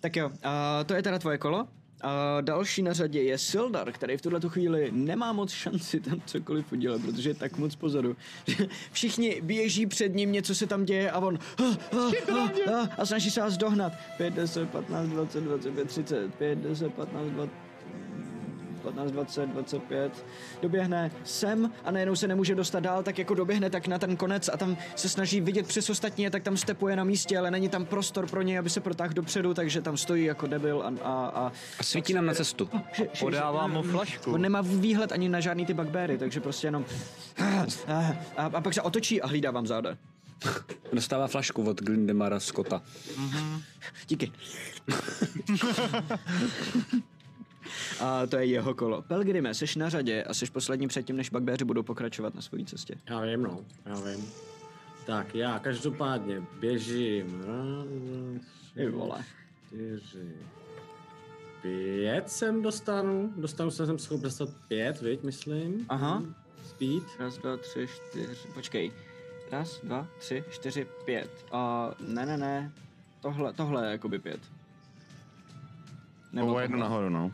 A: tak jo, a to je teda tvoje kolo. A další na řadě je Sildar, který v tuhle chvíli nemá moc šanci tam cokoliv udělat, protože je tak moc pozadu. Všichni běží před ním, něco se tam děje a on a, a, a, a, a snaží se vás dohnat. 5, 10, 15, 20, 25, 30, 5, 10, 15, 20, 15, 20, 25, doběhne sem a najednou se nemůže dostat dál, tak jako doběhne tak na ten konec a tam se snaží vidět přes ostatní, tak tam stepuje na místě, ale není tam prostor pro něj, aby se protáhl dopředu, takže tam stojí jako debil a... A, a,
B: a svítí nám na cestu.
E: Podávám mu flašku.
A: On nemá výhled ani na žádný ty bugbery, takže prostě jenom... A, a, a pak se otočí a hlídá vám záda.
B: Dostává flašku od Glindemara Scotta.
E: Mhm.
A: Díky. A to je jeho kolo. Pelgrime, jsi na řadě a jsi poslední předtím, než bugbeři budou pokračovat na své cestě.
C: Já vím, no, já vím. Tak já každopádně běžím. Raz, dva,
A: Ty vole.
C: čtyři, pět jsem dostanu. Dostanu jsem, jsem schopný dostat pět, viď, myslím.
A: Aha.
C: Speed.
A: Raz, dva, tři, čtyři, počkej. Raz, dva, tři, čtyři, pět. A ne, ne, ne. Tohle, tohle je jakoby pět.
D: Nebo jednu nahoru, no.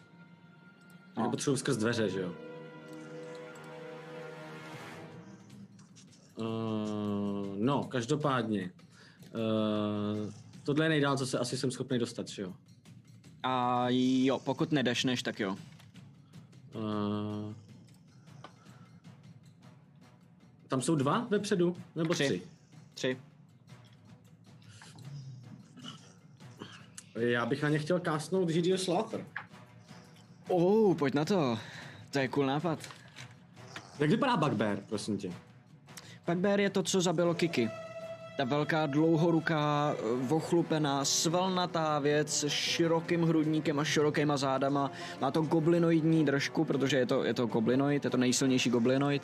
C: Já potřebuji skrz dveře, že jo? Uh, no, každopádně. Uh, tohle je nejdál, co se asi jsem schopný dostat, že jo?
A: A jo, pokud nedašneš, tak jo.
C: Uh, tam jsou dva vepředu? Nebo tři? Tři.
A: tři.
C: Já bych na ně chtěl kásnout Gideon Slaughter.
A: Oh, pojď na to. To je cool nápad.
C: Jak vypadá Bugbear, prosím tě?
A: Bugbear je to, co zabilo Kiki. Ta velká dlouhoruká, eh, vochlupená, svalnatá věc s širokým hrudníkem a širokýma zádama. Má to goblinoidní držku, protože je to, je to goblinoid, je to nejsilnější goblinoid.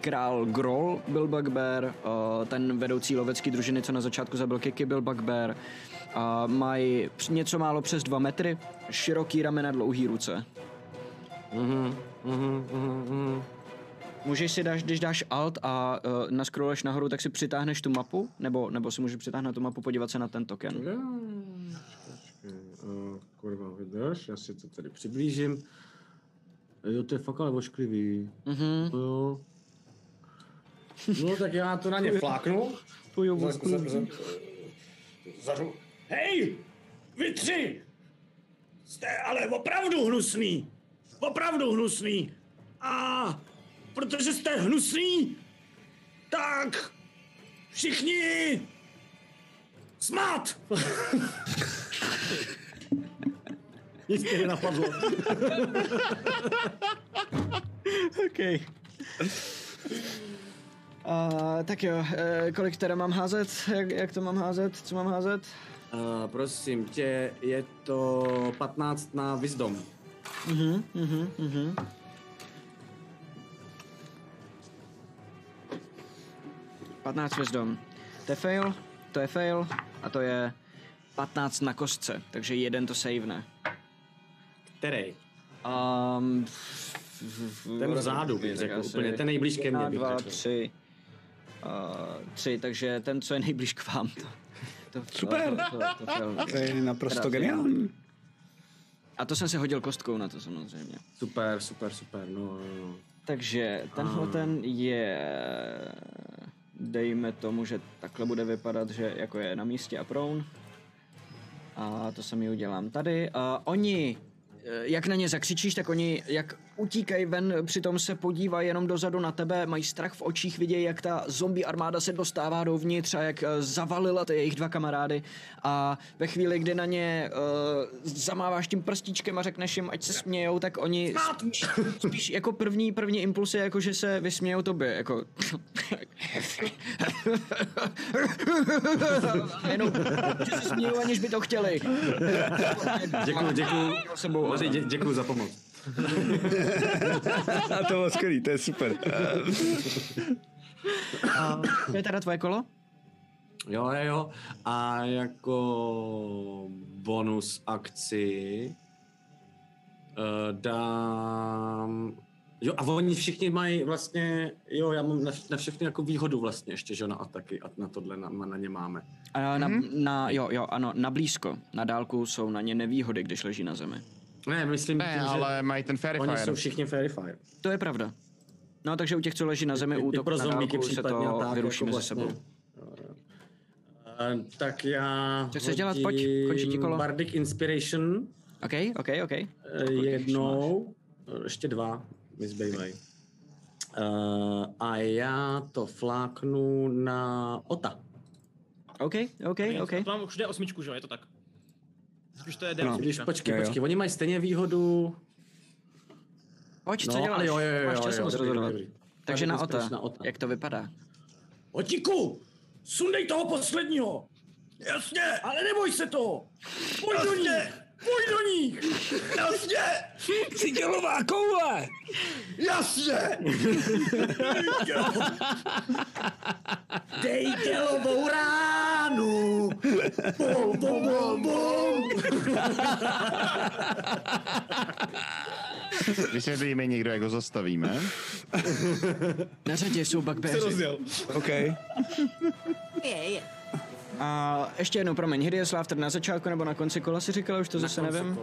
A: Král Grol byl Bugbear, eh, ten vedoucí lovecký družiny, co na začátku zabil Kiki, byl Bugbear. A mají př- něco málo přes 2 metry, široký ramena, dlouhý ruce.
C: Mhm, mhm, mhm, mhm.
A: Můžeš si dáš, když dáš alt a uh, naskroluješ nahoru, tak si přitáhneš tu mapu, nebo, nebo si můžeš přitáhnout tu mapu, podívat se na ten token.
C: Uh, kurva, vydrž, já si to tady přiblížím. Eh, Jo, to je fakt ale ošklivý.
A: Mhm.
C: Jo. No tak já to na ně fláknu.
A: To jo,
G: Zařu. Hej! Vy tři! Jste ale opravdu hnusný! Opravdu hnusný! A protože jste hnusný, tak všichni smát!
C: Nic mě nenapadlo.
A: OK. Uh, tak jo, uh, kolik teda mám házet? Jak, jak to mám házet? Co mám házet? E,
C: Uh, prosím tě, je to 15 na Wisdom.
A: Mhm, mhm, mhm. Patnáct wisdom. To je fail, to je fail a to je 15 na kostce, takže jeden to savene.
C: Který?
A: Um,
C: Ten vzadu bych řekl úplně, ten nejblíž ke mně bych
A: Dva,
C: řekl.
A: tři. Uh, tři, takže ten, co je nejblíž k vám. To, to,
B: Super.
A: To, to, to, to,
B: To je naprosto
A: Teda,
B: geniální.
A: A to jsem se hodil kostkou na to samozřejmě.
C: Super, super, super, no, no, no.
A: Takže tenhle
C: Ah.
A: ten je... Dejme tomu, že takhle bude vypadat, že jako je na místě a prone. A to sami udělám tady. A oni, eh, jak na ně zakřičíš, tak oni jak utíkají ven, přitom se podívají jenom dozadu na tebe, mají strach v očích, vidějí, jak ta zombie armáda se dostává dovnitř a jak eh, zavalila ty jejich dva kamarády. A ve chvíli, kdy na ně uh, zamáváš tím prstíčkem a řekneš jim, ať se smějou, tak oni spíš, spíš jako první, první impuls je jako, že se vysmějou tobě, jako... A jenom, že se smějou, aniž by to chtěli.
C: Děkuju, děkuju.
A: Sebou, ale-
C: Maří, dě, děkuju za pomoc.
B: A to bylo skvělý, to je super.
A: A to je teda tvoje kolo?
C: Jo, jo, jo. A jako bonus akci uh, dám... Jo, a oni všichni mají vlastně, jo, já mám na, na všechny jako výhodu vlastně ještě, že jo, na ataky a na tohle na, na ně máme.
D: Mhm.
A: A na, na, jo, jo, ano, na blízko. Na dálku jsou na ně nevýhody, když leží na zemi.
C: Ne, myslím,
D: Ne,
C: tím, že
D: ale mají ten
C: oni
D: Fairifier.
C: jsou všichni Fairifier.
A: To je pravda. No takže u těch, co leží na zemi, útok na dálku, se to
C: jako
A: vyrušíme
C: vlastně
A: ze sebou.
C: Uh, tak já
A: Co chceš dělat? Pojď, končí ti kolo.
C: Bardic Inspiration
A: OK, OK, OK.
C: eh, jednou, eh, ještě dva mi zbývají. Uh, a já to fláknu na Ota.
A: OK, OK, OK.
M: To mám všude osmičku, že jo, je to tak. Když to je
C: No,
M: D8.
C: když, počkej,
M: Jo, jo.
C: počkej, oni mají stejně výhodu.
A: Pojď,
C: No,
A: co děláš?
C: ale jo, jo, jo,
A: Máš
C: jo,
A: čas
C: jo,
A: moc
C: dobrý,
A: rozhodovat.
C: dobrý.
A: Takže na
C: Bardic
A: Ota,
C: Inspiration na Ota.
A: jak to vypadá?
G: Otiku, sundej toho posledního. Jasně. Ale neboj se toho. Pojď do ní. Pojď do ní. Jasně.
B: Jsi dělová koule.
G: Jasně. Dej dělovou ránu. Bum, bum, bum, bum.
D: Vysvětlíme někdo, jak ho zastavíme.
A: Na řadě jsou bugbeři.
B: OK.
J: Je, je.
A: A ještě jednou, promiň, Hideous Laughter na začátku nebo na konci kola si říkala, už to zase nevím.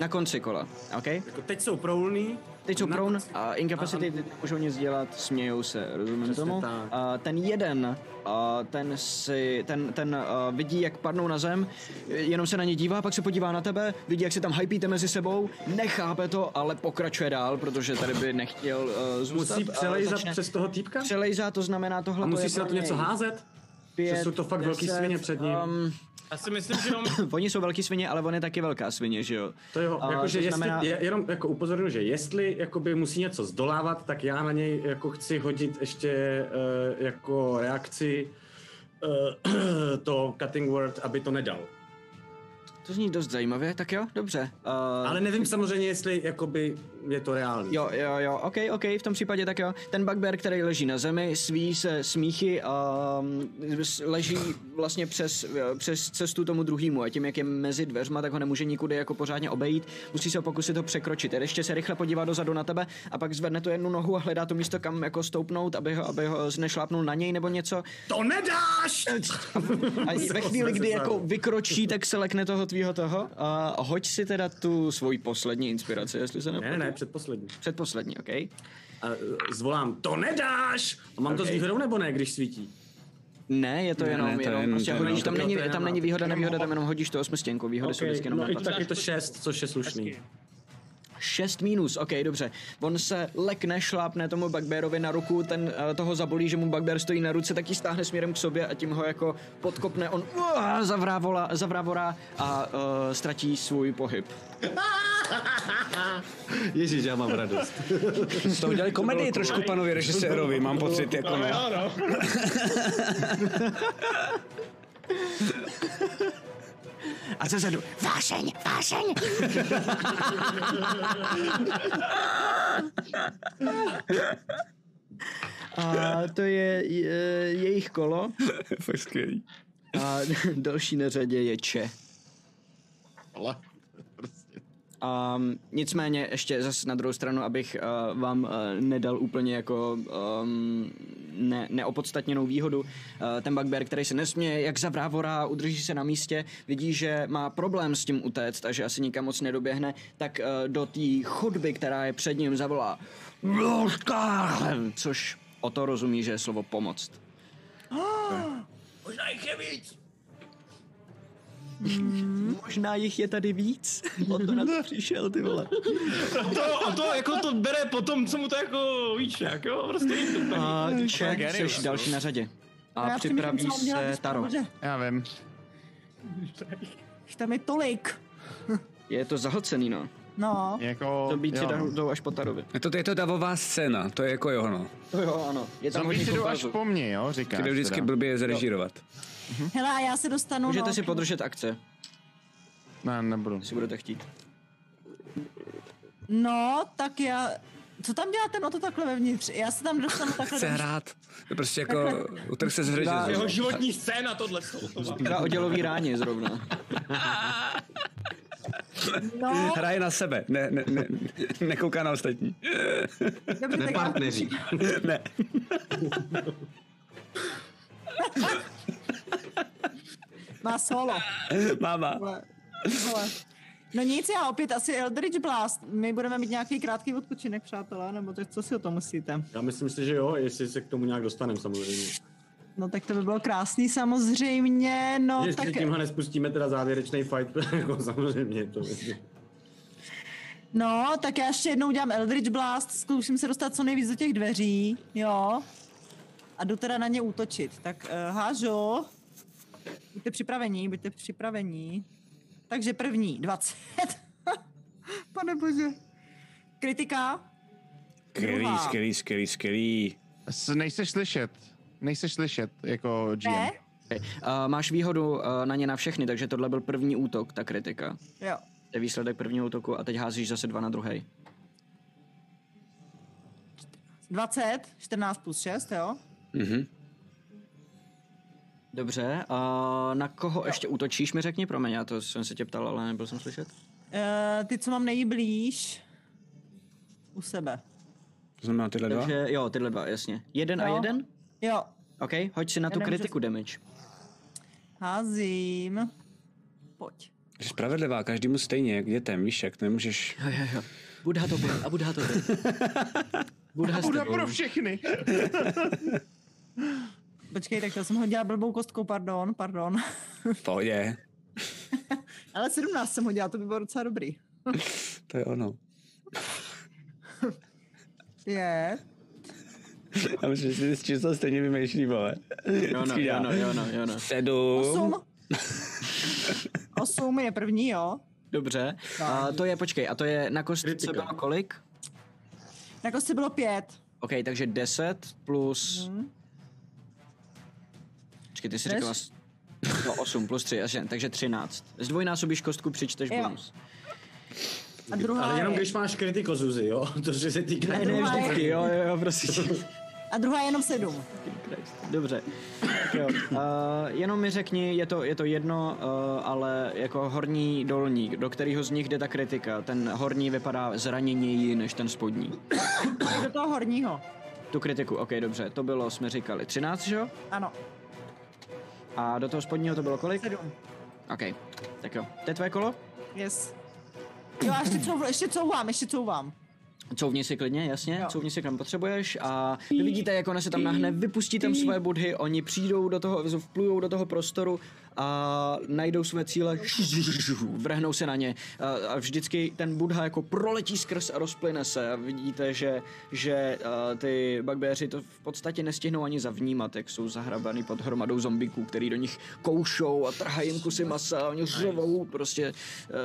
A: Na konci kola, OK?
C: Jako teď jsou proulný.
A: Teď jsou
C: na
A: prone
C: konci-
A: a incapacity ty nemůžou nic dělat, smějou se, rozumím
C: Přesně
A: tomu.
C: tak.
A: A ten jeden, a ten si, ten, ten a vidí, jak padnou na zem, jenom se na ně dívá, pak se podívá na tebe, vidí, jak se tam hypíte mezi sebou, nechápe to, ale pokračuje dál, protože tady by nechtěl uh, zůstat.
C: Musí
A: a
C: přelejzat
A: začne-
C: přes toho týpka?
A: Přelejzá, to znamená tohle.
C: A
A: to
C: musí
A: je
C: si na
A: pro
C: to něco
A: něj
C: házet?
A: pět,
C: Že jsou to fakt velký
A: deset,
C: svině před ním.
A: Um,
M: Já si myslím, že jenom...
A: Oni jsou velký svině, ale on je taky velká svině, že jo?
C: To jo,
A: A
C: jakože
A: to
C: jestli,
A: znamená-
C: je- jenom jako upozorňuji, že jestli jakoby musí něco zdolávat, tak já na něj jako chci hodit ještě uh, jako reakci uh, to cutting word, aby to nedal.
A: To zní dost zajímavě, tak jo, dobře. Uh,
C: Ale nevím samozřejmě, jestli jakoby je to reálný.
A: Jo, jo, jo, ok, ok, v tom případě tak jo. Ten bugbear, který leží na zemi, sví se smíchy a mm, s- leží vlastně přes, eh, přes cestu tomu druhému a tím, jak je mezi dveřma, tak ho nemůže nikudy jako pořádně obejít, musí se ho pokusit ho překročit. Tedy ještě se rychle podívá dozadu na tebe a pak zvedne tu jednu nohu a hledá to místo, kam jako stoupnout, aby ho, aby ho nešlápnul na něj nebo něco.
G: To nedáš!
A: A ve chvíli, kdy jako vykročí, tak se lekne toho tvýho toho a hoď si teda tu svoji poslední inspiraci, jestli se
C: Ne, ne, ne, předposlední.
A: Předposlední, OK?
C: A eh, zvolám, to nedáš! A mám okay. to s
A: Okay.
C: výhodou nebo ne, když svítí?
A: Ne, je to
B: Ne,
A: jenom,
B: ne, to je
A: jenom,
B: jenom-
A: prostě
B: to je
A: hodíš,
B: jenom-
A: tam
C: to je
A: není,
C: jenom-
A: tam není výhoda, nevýhoda, tam jenom hodíš to osmistěnku, výhody jsou
C: Okej,
A: vždycky jenom
C: no,
A: na
C: i
A: to.
C: tak je to šest, což je slušný.
A: 6 minus, ok, dobře. On se lekne, šlápne tomu bugbearovi na ruku, ten eh, toho zabolí, že mu bugbear stojí na ruce, tak ji stáhne směrem k sobě a tím ho jako podkopne, on uá, zavrávola, zavrávorá a uh, ztratí svůj pohyb.
C: Ježíš, já mám radost.
B: Z toho dělali komedii trošku panovi režisérovi, mám pocit, jako ne.
I: A co zadu? Vášeň, vášeň!
A: A to je, je jejich kolo.
B: Fakt skvělý.
A: A další na řadě je Če.
D: Ale prostě.
A: Um, nicméně ještě zase na druhou stranu, abych uh, vám uh, nedal úplně jako um, ne, neopodstatněnou výhodu. Uh, ten bugbear, který se nesměje, jak zavrávorá, udrží se na místě, vidí, že má problém s tím utéct a že asi nikam moc nedoběhne, tak uh, do té chodby, která je před ním, zavolá "Loskar!" což o to rozumí, že je slovo pomoct.
G: Možná jich je víc.
A: Možná jich je tady víc? O to na to přišel, ty vole.
M: To, a to jako to bere potom, co mu to jako víš, jak jo, prostě jít to tak.
A: A
M: To je
A: Ček,
M: genius,
B: no.
A: jsi další na řadě.
H: Ale
A: A
H: já přemýšlím, co
A: připraví
H: mám dělat,
A: se
H: když
A: Taro.
H: pomůže.
D: Já vím.
H: Jich tam je tolik.
A: Je to zahlcený, no.
H: No,
D: Jako,
A: To být
D: jo, no.
A: jdou až po Tarovi.
B: To, je to davová scéna, to je jako jo, no.
A: To jo, ano. Je tam hodně
D: Zombíci jdou až
A: kompázů.
D: po mně, jo, říkáš.
B: Ty jde vždycky
D: teda.
B: blbě zrežírovat. Mhm.
H: hele, a já se dostanu,
A: Můžete
H: no,
A: si
H: k-
A: podržet akce,
D: Ne, nebudu.
A: jestli budete chtít.
H: No, tak já... Co tam dělá ten oto takhle vevnitř? Já se tam dostanu takhle
B: Chce
H: vevnitř.
B: hrát. To Prostě jako utrh se z
A: Dá-
M: Jeho
B: řetězu.
M: životní scéna tohle.
A: Teda o dělový ráně zrovna.
H: No,
B: Hraje na sebe, ne, ne, ne, nekouká na ostatní.
H: dobře, tak já,
C: Partneři.
B: Ne.
H: má solo.
B: Máma.
H: Hele, hele. No nic, já opět asi Eldritch Blast. My budeme mít nějaký krátký odpočinek, přátelé, nebo tak co si o to myslíte?
C: Já myslím si, že jo, jestli se k tomu nějak dostaneme samozřejmě.
H: No tak to by bylo krásný samozřejmě, no
C: No, jestli
H: tak...
C: tak... tímhle nespustíme teda závěrečný fight, jako samozřejmě to
H: No, tak já ještě jednou udělám Eldritch Blast, zkouším se dostat co nejvíc do těch dveří, jo. A jdu teda na ně útočit. Tak uh, hážu. Buďte připravení, buďte připravení. Takže první, 20. Pane bože. Kritika.
B: Skvělý,
H: Druhá.
B: skvělý, skvělý, skvělý.
D: Nejseš slyšet. Nejseš slyšet jako GM.
H: Ne?
A: Uh, máš výhodu uh, na ně na všechny, takže tohle byl první útok, ta kritika.
H: Jo.
A: To je výsledek prvního útoku a teď házíš zase dva na druhý.
H: 20, 14 plus 6, jo.
B: Mhm.
A: Dobře, a na koho ještě útočíš, mi řekni, promiň, já to jsem se tě ptal, ale nebyl jsem slyšet.
H: Uh, ty, co mám nejblíž u sebe.
B: To znamená tyhle dva?
A: Takže jo, tyhle dva, jasně. Jeden
H: jo.
A: a jeden?
H: Jo,
A: OK, hoď si na tu
H: Jeden, že-
A: kritiku damage.
H: házím. Pojď.
B: Jsi spravedlivá, každému stejně, jak dětem, víš, jak to nemůžeš...
A: Jo, jo, jo. Budha to byl, a budha to byl. Budha, s
D: Buda
A: tebou.
D: pro všechny.
H: Počkej, tak já jsem hodila blbou kostkou, pardon, pardon.
B: V pohodě,
H: Ale 17 jsem hodila, to by bylo docela dobrý.
B: to je ono.
H: Je.
B: Já myslím, že si z čísla stejně vymýšlí, vole.
A: Jo, no, jo, no, jo, no, jo, no.
B: Sedm.
H: 8 je první, jo.
A: Dobře, a to je, počkej, a to je na kostce bylo kolik?
H: Na kostce bylo 5.
A: OK, takže 10 plus...
H: Hmm.
A: Počkej, ty jsi
H: Než-
A: říkala... s- No 8 plus 3, jasně, takže 13. Zdvojnásobíš kostku, přičteš
H: Jo.
A: bonus.
H: A druhá
C: Ale jenom
H: je-
C: když máš kritiko, Zuzi, jo? To, že se týká...
H: Ne, ne,
C: jenom
H: vždycky,
C: první.
A: Jo, jo, jo, prosím.
H: A druhá je jenom 7.
A: Dobře. Tak jo. Uh, jenom mi řekni, je to, je to jedno, uh, ale jako horní dolní, do kterého z nich jde ta kritika. Ten horní vypadá zraněněji než ten spodní.
H: Do toho horního.
A: Tu kritiku, ok, dobře, to bylo, jsme říkali, 13, že jo?
H: Ano.
A: A do toho spodního to bylo kolik?
H: 7.
A: Ok, tak jo. To je tvoje kolo?
H: Yes. Jo, a ještě, couv, ještě couvám, ještě couvám.
A: Couvni si klidně, jasně, couvni si kam potřebuješ a vy vidíte, jak ona se tam nahne, vypustí tam své budhy, oni přijdou do toho, vplujou do toho prostoru a najdou své cíle, vrhnou se na ně A- a vždycky ten budha jako proletí skrz a rozplyne se a vidíte, že, že a, ty bugbeři to v podstatě nestihnou ani zavnímat, jak jsou zahrabaný pod hromadou zombiků, který do nich koušou a trhají jim kusy masa a oni řovou, prostě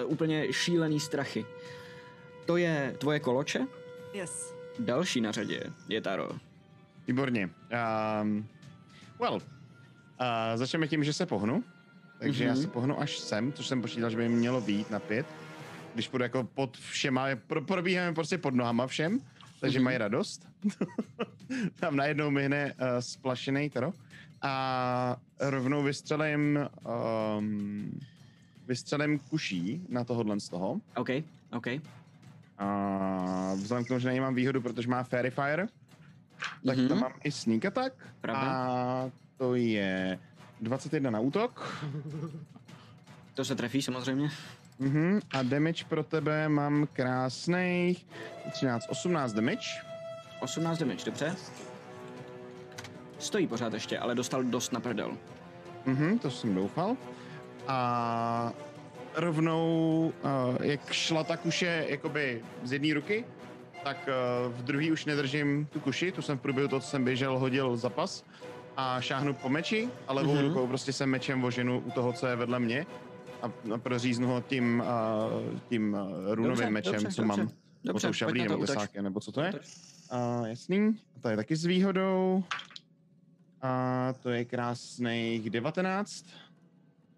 A: e, úplně šílený strachy. To je tvoje koloče?
H: Yes.
A: Další na řadě je Taro.
D: Výborně. Um, well, uh, začneme tím, že se pohnu. Takže mm-hmm. já
A: Mhm.
D: se pohnu až sem, což jsem počítal, že by mi mělo být na pět. Když půjdu jako pod všema, pro, probíháme prostě pod nohama všem, takže mm-hmm. mají radost. Tam najednou mihne uh, splašený Taro. A rovnou vystřelím, um, vystřelím kuší na tohohle z toho.
A: OK, OK.
D: A vzhledem k tomu, že na něj mám výhodu, protože má Fairy Fire, tak mm-hmm. tam mám i Sneak Attack.
A: Mhm. Pravda.
D: A to je 21 na útok.
A: To se trefí samozřejmě.
D: Mhm. A damage pro tebe mám krásných 13, 18 damage.
A: 18 damage, dobře. Stojí pořád ještě, ale dostal dost na prdel.
D: Mhm, to jsem doufal. A rovnou, uh, jak šla ta kuše jakoby z jedné ruky, tak uh, v druhé už nedržím tu kuši, tu jsem v průběhu toho, co jsem běžel, hodil za pas a šáhnu po meči a levou
A: Mhm.
D: mm-hmm. rukou prostě se mečem voženu u toho, co je vedle mě a, a proříznu ho tím, uh, tím uh, runovým
A: Dobře,
D: mečem,
A: dobře,
D: co
A: dobře.
D: mám. Nebo
A: Dobře,
D: tou šablí,
A: pojď na to,
D: nebo
A: útoč.
D: tesákem, nebo co to je. Uh, jasný, a to je taky s výhodou. A to je krásných 19.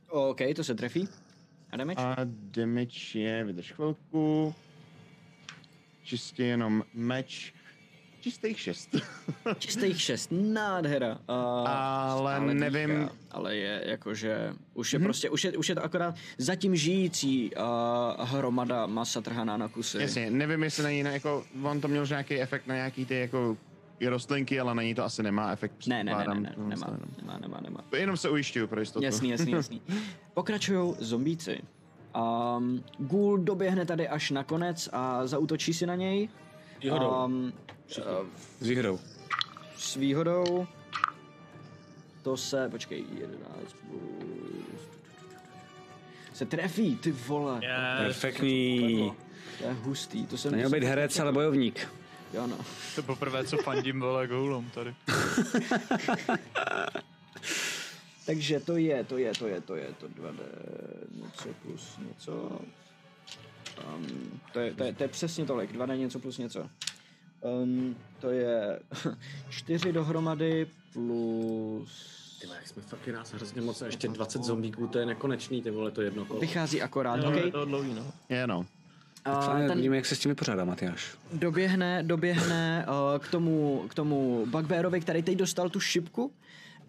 A: OK, to se trefí. A damage?
D: A damage je, vydrž chvilku. Čistě jenom meč. Čistých šest.
A: Čistých 6, nádhera. Uh,
D: Ale nevím- Mhm.
A: ale je jakože, už je prostě, už je, už je to akorát zatím žijící uh, hromada masa trhaná na kusy.
D: Jasně, nevím, jestli není, na, jako, on to měl už nějaký efekt na nějaký ty jako i rostlinky, ale na ní to asi nemá efekt.
A: Ne, ne, ne, ne, ne,
D: předpokládám.
A: nemá, nemá, nemá, nemá.
D: Jenom se ujišťuju pro jistotu.
A: Jasný, jasný, jasný. Pokračují zombíci. A Um, Ghoul doběhne tady až na konec a zautočí si na něj.
B: Výhodou.
A: Um, eh,
B: S výhodou.
A: s výhodou. To se, počkej, 11 plus- Se trefí, ty vole.
B: Perfektní.
A: To je hustý, to jsem...
B: Neměl být herec, ale bojovník.
A: Jo, no.
E: To poprvé, co fandím, vole, goulům tady.
A: Takže to je, to je, to je, to je, to 2D, něco plus něco. Um, to, je, to, je, to je přesně tolik, 2D něco plus něco. Um, to je 4 dohromady plus...
C: Ty vole, jak jsme fakt nás hrozně moc a ještě 20 zombíků, to je nekonečný, ty vole, to jedno kolo.
A: Vychází akorát,
C: Jo,
A: okej?
C: je to
A: dlouhý, no.
E: Je no.
A: A
B: Fajn,
A: ten-
B: Vidíme, jak se s tím vypořádá, Matyáš.
A: Doběhne, doběhne uh, k tomu, k tomu Bugbearovi, který teď dostal tu šipku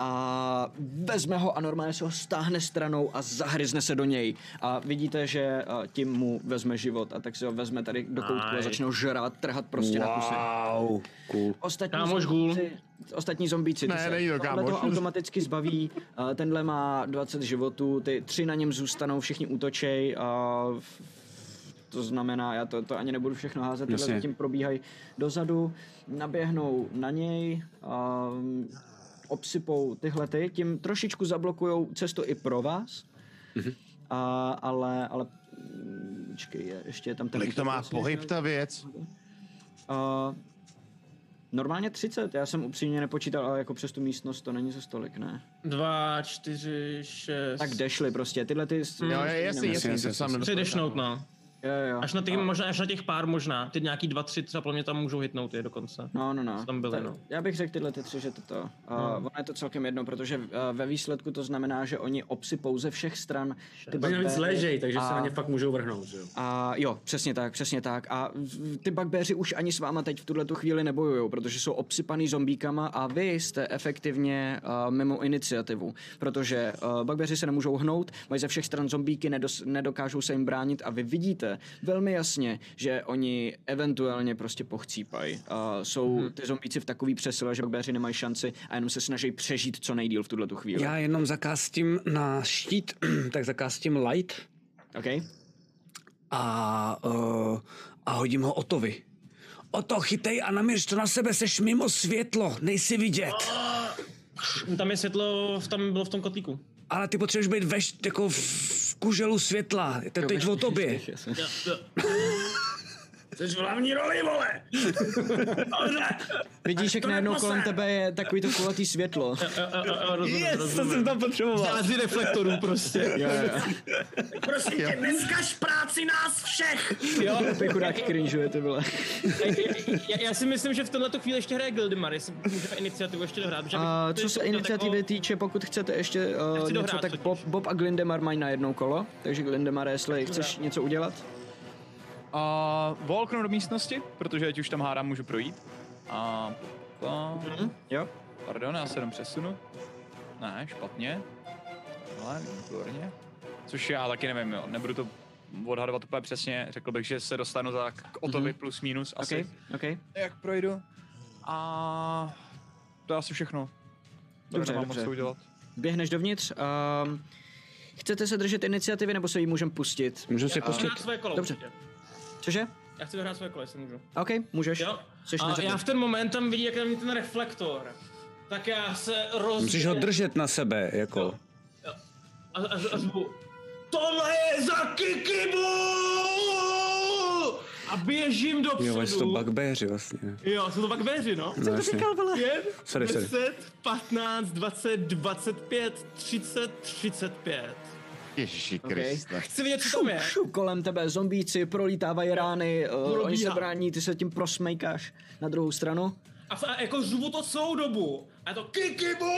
A: a vezme ho a normálně se ho stáhne stranou a zahryzne se do něj. A vidíte, že uh, tím mu vezme život a tak si ho vezme tady do koutku a
N: Aj.
A: začne ho žrát, trhat prostě na kusy.
B: Wow, cool.
A: Ostatní
N: Kámoš,
A: zombíci, ostatní zombíci, ty
D: Ne,
A: se
D: není to
A: tohle
D: kámoš.
A: toho automaticky zbaví. Uh, tenhle má 20 životů, ty tři na něm zůstanou, všichni útočej. Uh, to znamená, já to, to ani nebudu všechno házet, tyhle
B: Jasně.
A: zatím probíhají dozadu, naběhnou na něj, um, obsypou tyhle ty, tím trošičku zablokujou cestu i pro vás, a, ale, ale mm, počkej, je- ještě je tam ten...
D: Kolik to
A: útok
D: má
A: vlastně,
D: pohyb
A: že?
D: ta věc?
A: A, normálně 30, já jsem upřímně nepočítal, ale jako přes tu místnost to není za stolik, ne?
F: Dva, čtyři, šest.
A: Tak dešli prostě, tyhle ty...
F: Mm. Jo,
D: jasně, jasně, jasně, to sám
F: Chci dešnout, no.
A: Jo, No. jo.
F: Až na, těch,
A: A-
F: možná, až na těch pár možná. Ty nějaký dva, tři třeba pro mě tam můžou hitnout je dokonce.
A: No, no, no.
F: Co Tam byly,
A: Tak
F: no.
A: Já bych řekl tyhle ty tři, že toto. Uh,
C: Hmm.
A: Ono je to celkem jedno, protože uh, ve výsledku to znamená, že oni obsypou ze všech stran.
C: Ty oni navíc
A: bugbery
C: ležej, takže se
A: a-
C: na ně fakt můžou vrhnout, že jo.
A: a jo, přesně tak, přesně tak. A v- ty bugbeři už ani s váma teď v tuhle tu chvíli nebojují, protože jsou obsypaný zombíkama a vy jste efektivně uh, mimo iniciativu, protože uh, bugbeři se nemůžou hnout, mají ze všech stran zombíky, nedos- nedokážou se jim bránit a vy vidíte velmi jasně, že oni eventuálně prostě pochcípají. Uh, jsou ty zombíci v takový přesile, že bugbeři nemají šanci a jenom se snaží přežít co nejdíl v tuhle tu chvíli.
B: Já jenom zakástím na štít, tak zakástím light.
A: Okay.
B: A, uh, a hodím ho Otovi. Oto, chytej a namíř to na sebe, seš mimo světlo, nejsi vidět.
F: Tam je světlo, v- tam bylo v tom kotlíku.
B: Ale ty potřebuješ být veš, jako v, v kuželu světla, to je teď o tobě.
G: Jsi v hlavní roli, vole!
A: Vidíš, jak najednou kolem tebe je takový to kulatý světlo.
F: Yes, to jsem tam
B: potřeboval.
F: Září reflektorů prostě.
A: Jo, jo, jo.
G: Prosím tě, dneskaž práci nás všech!
A: Jo, ty chudák cringeuje, ty vole.
F: Já, já, si myslím, že v tomto chvíli ještě hraje Gildemar, jestli můžeme iniciativu ještě dohrát. že
A: A
F: bych-
A: co se iniciativy týče, pokud chcete ještě
F: Já
A: uh,
F: chci
A: něco,
F: dohrát
A: tak Bob, Bob a Glindemar mají na jednou kolo. Takže Glindemar, jestli chceš něco udělat?
E: A volknu do místnosti, protože ať už tam hádám, můžu projít. A... a
A: jo.
E: Pardon, já se jenom přesunu. Ne, špatně. Ale výborně. Což já taky nevím, jo. Nebudu to odhadovat úplně přesně. Řekl bych, že se dostanu za k Otovi plus minus asi.
A: Mhm. OK, OK.
E: Jak projdu? A... To je asi všechno.
A: Dobře,
E: nemám
A: dobře.
E: moc co udělat.
A: Běhneš dovnitř. Um, chcete se držet iniciativy, nebo se jí můžeme pustit? Ehm,
B: Můžeme
F: Já chci dohrát svoje kolo.
A: Dobře.
F: určitě.
A: Cože?
F: Já chci dohrát svoje kolo, jestli můžu.
A: OK, můžeš.
F: Jo.
A: Jseš
F: A
A: neřekl.
F: já v ten moment tam vidím, jak na mě ten reflektor. Tak já se roz...
B: Musíš ho držet na sebe, jako.
F: A, a, a zvu. Tohle je za Kikibu! A běžím
B: Jo,
F: dopředu.
B: oni jsou to bugbeři vlastně.
F: Jo, jsou to pak veři, no.
B: No, jasně.
F: Pět,
B: Sorry, sorry.
F: 10, 15, 20, 25, 30, 35.
D: Ježiši
A: OK.
D: Kriste.
F: Chci vidět, co tam je.
A: Šup, kolem tebe zombíci, prolítávají rány, uh, oni se
F: Probíhá.
A: brání, ty se tím prosmejkáš na druhou stranu.
F: A, f- a jako žvu to celou dobu. A to kikibu!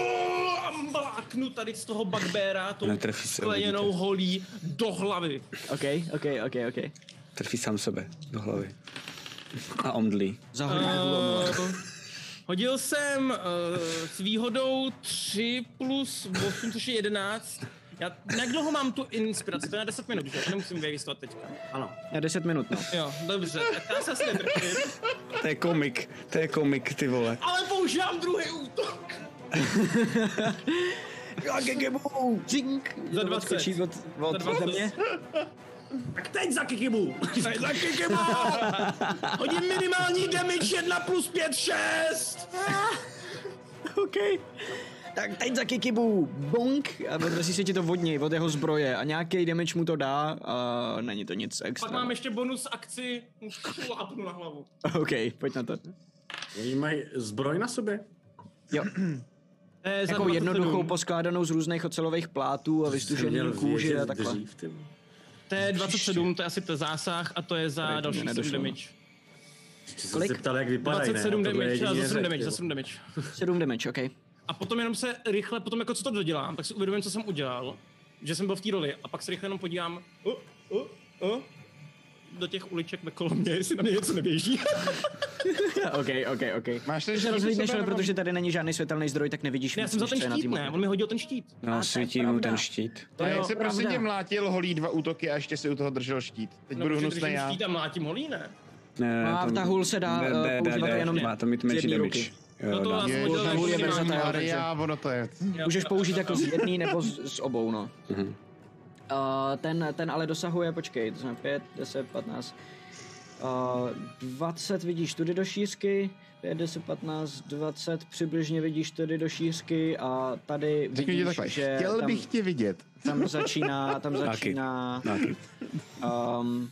F: A mláknu tady z toho bugbeara tou
B: Netrefí se,
F: skleněnou holí do hlavy.
A: OK, OK, OK, OK.
B: Trfí sám sebe do hlavy. A omdlí.
F: Eh, hodil jsem eh, s výhodou 3 plus 8, což je 11. Já, na jak dlouho mám tu inspiraci? To je na 10 minut, že? To nemusím vyvistovat teďka.
C: Ano.
A: Na 10 minut, no.
F: Jo, dobře, tak já se asi netrefím.
B: To je komik, to je komik, ty vole.
F: Ale používám druhý útok.
A: Jo, Gegebu, cink.
F: Za
A: To
F: 20.
A: odskočí od, od
F: Za
A: ode
F: 20.
A: mě.
G: Tak teď za kikibu. Teď za kikibu. Hodím minimální damage 1 plus 5, 6.
A: OK. Tak teď za kikibu, bonk, a vezme si ti to vodní od jeho zbroje a nějaký damage mu to dá a není to nic
F: Pak
A: extra.
F: mám ještě bonus akci, mu šlápnu na hlavu.
A: OK, pojď na to.
G: Oni mají zbroj na sobě?
A: Jo.
F: Eh,
A: Takovou Jako jednoduchou poskládanou z různých ocelových plátů a vystužený kůži a takhle.
F: To je 27, to je asi ten zásah a to je
A: Tady
F: za
A: to mě
F: další 7
A: nedošlo, no.
F: damage.
A: Kolik?
G: Se ptal, jak vypadají,
F: 27
G: ne? Tohle
F: damage,
G: jedině
F: za 7
G: řek,
F: damage, za
G: jo.
F: 7 damage.
A: 7 damage, OK.
F: A potom jenom se rychle, potom jako co to dodělám, tak si uvědomím, co jsem udělal, že jsem byl v té roli a pak se rychle jenom podívám uh, uh, uh, do těch uliček kolem mě, jestli na mě něco neběží.
A: OK, OK, OK.
F: Máš
A: Ty
F: ten
A: se
F: štít u
A: rozhlídneš,
F: sebe,
A: ale
F: nebo-
A: protože tady není žádný světelný zdroj, tak nevidíš
F: Ne, já
A: víc,
F: jsem za
A: než
F: ten
A: co je na
F: štít,
A: tým
F: ne, on mi hodil ten štít.
B: No, svítí mu ten štít.
D: To
F: je
D: jak se prostě
F: pravda.
D: tě mlátil holí dva útoky a ještě si u toho držel štít. Teď
F: No,
D: budu
F: protože
D: hnusný
F: držím
D: já.
F: Štít a mlátím holí, ne?
B: Ne,
A: No a
B: to-
A: v tahul se dá,
B: ne,
A: eh,
B: ne,
A: používat
B: ne, ne,
A: jenom
B: Má to mít magic
A: jedné
B: damage.
A: ruky.
F: No
B: Jo, no. dá.
F: vlastně
D: Je,
A: Tahul je versatile, takže
D: Maria, ono to je.
A: můžeš použít jako z jedný nebo z, z obou, no.
B: Mhm.
A: Uh, ten, ten ale dosahuje, počkej, to jsme 5, 10, 15, uh, 20 vidíš tudy do šířky, 5, 10, 15, 20 přibližně vidíš tudy do šířky a tady
D: Řekni ti
A: vidíš,
D: takhle,
A: že
D: chtěl
A: tam,
D: bych tě vidět.
A: tam začíná, tam
D: Taky.
A: začíná um,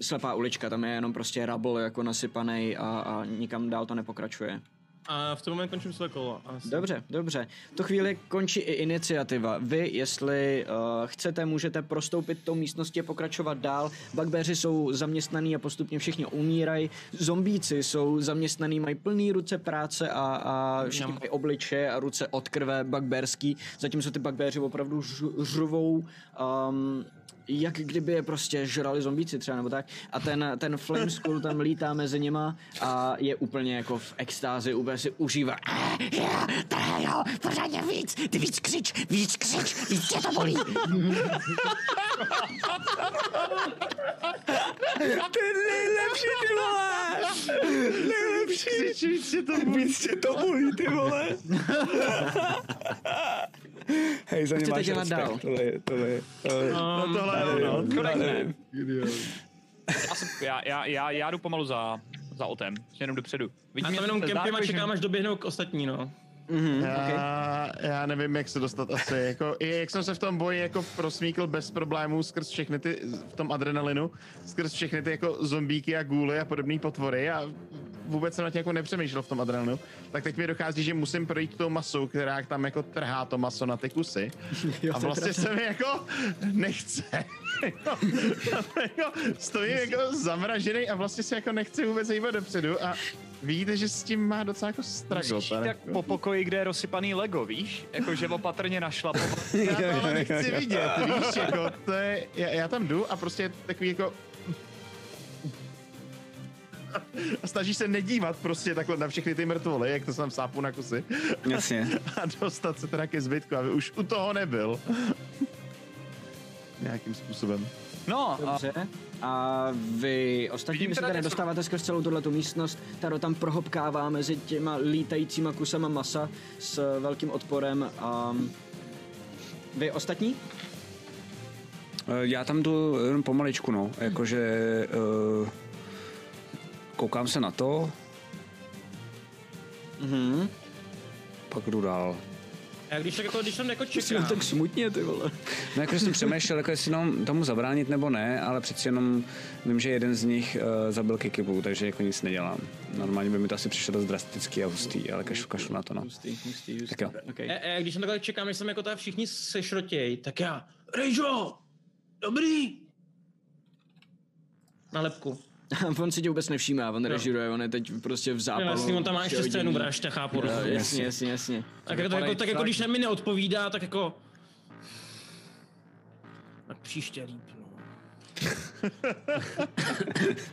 A: slepá ulička, tam je jenom prostě rubble jako nasypaný a, a nikam dál to nepokračuje.
F: A v tom moment končím své kolo. Asi.
A: Dobře, dobře. V tu chvíli končí i iniciativa. Vy, jestli uh, chcete, můžete prostoupit tou místností a pokračovat dál. Bugbeři jsou zaměstnaní a postupně všichni umírají. Zombíci jsou zaměstnaní, mají plný ruce práce a, a všichni
F: Jo.
A: mají obličeje a ruce od krve bugbearský, zatímco ty bugbeři opravdu ž- žrvou um, jak kdyby je prostě žrali zombíci třeba nebo tak. A ten, ten Flame Skull tam lítá mezi nima a je úplně jako v extázi, úplně si užívá.
I: Jo, to je jo, pořádně víc, ty víc křič, víc křič, víc tě to bolí.
B: To je nejlepší, ty vole! Nejlepší! Křičíš si to bolí. Víc tě to bolí, ty vole! Hej,
A: Co
B: za mě
A: chcete
B: máš
A: dělat
B: respekt.
A: dál?
B: Tohle je, tohle je. No, tohle je-
F: Um,
B: já nevím, já nevím.
E: Já, se- já, já, já, já jdu pomalu za, za otem, jenom dopředu.
F: A
E: Vidím,
F: tam
E: jestli
F: jenom
E: se
F: kempem
E: zdá,
F: a
E: jako, že-
F: čekám, až doběhnou k ostatní, no.
A: Mhm,
D: Já, já nevím, jak se dostat asi. Jako, i jak jsem se v tom boji jako prosmíkl bez problémů skrz všechny ty, v tom adrenalinu, skrz všechny ty jako zombíky a gůly a podobné potvory a vůbec jsem na tě jako nepřemýšlel v tom adrenalinu, tak teď mi dochází, že musím projít tou masou, která tam jako trhá to maso na ty kusy.
A: Jo,
D: a
A: to je
D: vlastně
A: pravda.
D: se mi jako nechce. jako, stojím jako zamražený a vlastně se jako nechci vůbec hýbat dopředu a vidíte, že s tím má docela jako struggle.
E: Musíš
D: ten
E: jít tak
D: jako-
E: po pokoji, kde je rozsypaný Lego, víš? Jakože opatrně našlapovat.
D: Já to ale nechci vidět, víš, jako, to je, já, já tam jdu a prostě je takový jako... A snažíš se nedívat prostě takhle na všechny ty mrtvoly, jak to jsem sápu na kusy.
B: Jasně.
D: A dostat se teda ke zbytku, aby už u toho nebyl. Nějakým způsobem.
E: No,
A: Dobře. A vy ostatní vy se
E: teda
A: tady
E: něco?
A: dostáváte skrz celou tuhle místnost. Taro tam prohopkává mezi těma lítajícíma kusama masa s velkým odporem. A mm, vy ostatní?
B: Eh, Já tam jdu jenom pomaličku, no. Jakože... eh, Koukám se na to,
A: Mhm.
B: pak jdu dál.
F: A když, tak jako, když tam jako
A: Jsem
F: čekám,
A: tak smutně, ty vole.
B: No, jako jsem přemýšlel, jako jestli nám tomu zabránit nebo ne, ale přeci jenom vím, že jeden z nich uh, zabil kikibu, takže jako nic nedělám. Normálně by mi to asi přišlo dost drastický a hustý, ale kašlu, kašlu na to, no.
A: Hustý, hustý, hustý.
B: Tak jo.
A: Okay.
M: E,
F: a, a když tam takhle čekám, že jsem jako ta všichni sešrotěj, tak já, Rejžo, dobrý. Nalepku.
A: on si tě vůbec nevšímá, on režiruje, on je teď prostě v zápalu.
F: Jo, jasně, on tam má ještě
A: všeho
F: scénu
A: dění.
F: vražd, já chápu,
A: Jo,
F: rozumím.
A: Jasně, jasně, jasně.
F: Tak jako, tak, jako, tak jako když se mi neodpovídá, tak jako... Tak příště líp, no.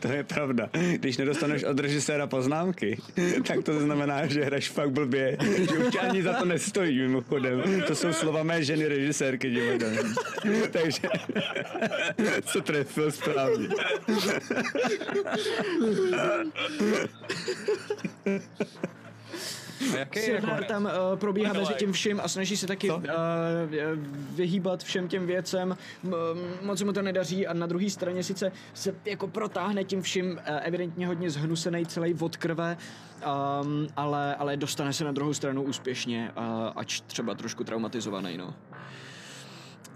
B: To je pravda. Když nedostaneš od režiséra poznámky, tak to znamená, že hraješ fakt blbě, že už tě ani za to nestojí mimochodem. To jsou slova mé ženy režisérky divadelní. Takže se trefil správně.
O: jaký
H: jako
O: je
A: Silver
O: nakonec?
A: tam uh, probíhá
O: Nikolaj.
A: mezi tím vším a snaží se taky uh, vyhýbat všem těm věcem. M- m- moc se mu to nedaří a na druhé straně sice se jako protáhne tím vším uh, evidentně hodně zhnusený celý od krve, um, ale, ale dostane se na druhou stranu úspěšně, uh, ač třeba trošku traumatizovaný. No.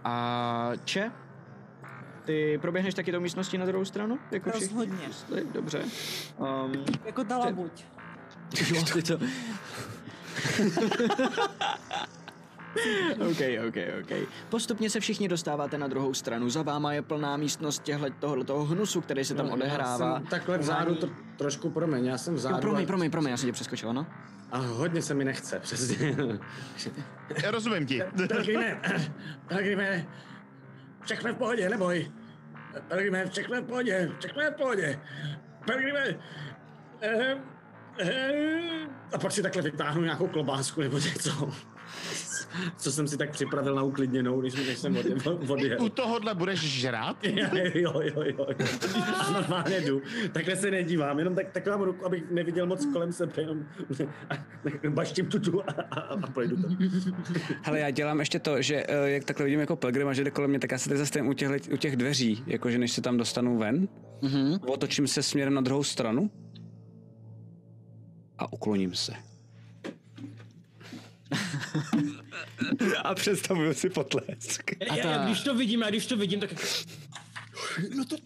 A: A Če? Ty proběhneš taky do místnosti na druhou stranu? Jako všichni?
H: Rozhodně.
A: Dobře. Um,
H: Jako ta labuť.
A: Jo, ty to... OK, OK, OK. Postupně se všichni dostáváte na druhou stranu. Za váma je plná místnost těhle, tohle, toho hnusu, který se tam
C: No, Já
A: odehrává.
C: jsem takhle vzadu, to, trošku promiň, já jsem vzadu.
A: Jo, promiň,
C: a-
A: promiň, promiň, já jsem tě přeskočil, no. ano?
C: A hodně se mi nechce, přesně.
D: Já rozumím ti.
G: Pelgrime, Pelgrime, všechno je v pohodě, neboj. Pelgrime, všechno je v pohodě, všechno je v pohodě. Pelgrime, ehm, ehm. a pak si takhle vytáhnu nějakou klobásku nebo něco. Co jsem si tak připravil na uklidněnou, když než jsem vody, vody.
D: U tohohle budeš žrát?
G: jo, jo, jo. A normálně jdu. Takhle se nedívám, jenom tak, tak mám ruku, abych neviděl moc kolem sebe, jenom a, baštím tu tu a, a, a projdu to.
B: Hele, já dělám ještě to, že eh, jak takhle vidím jako Pelgrima, že jde kolem mě, tak já se teď zastavím u, těchhle, u těch dveří, jakože než se tam dostanu ven,
A: mm-hmm.
B: otočím se směrem na druhou stranu a ukloním se. a představuju si potlesk.
M: Já, já, když to vidím, já když to vidím, tak jako,
A: No to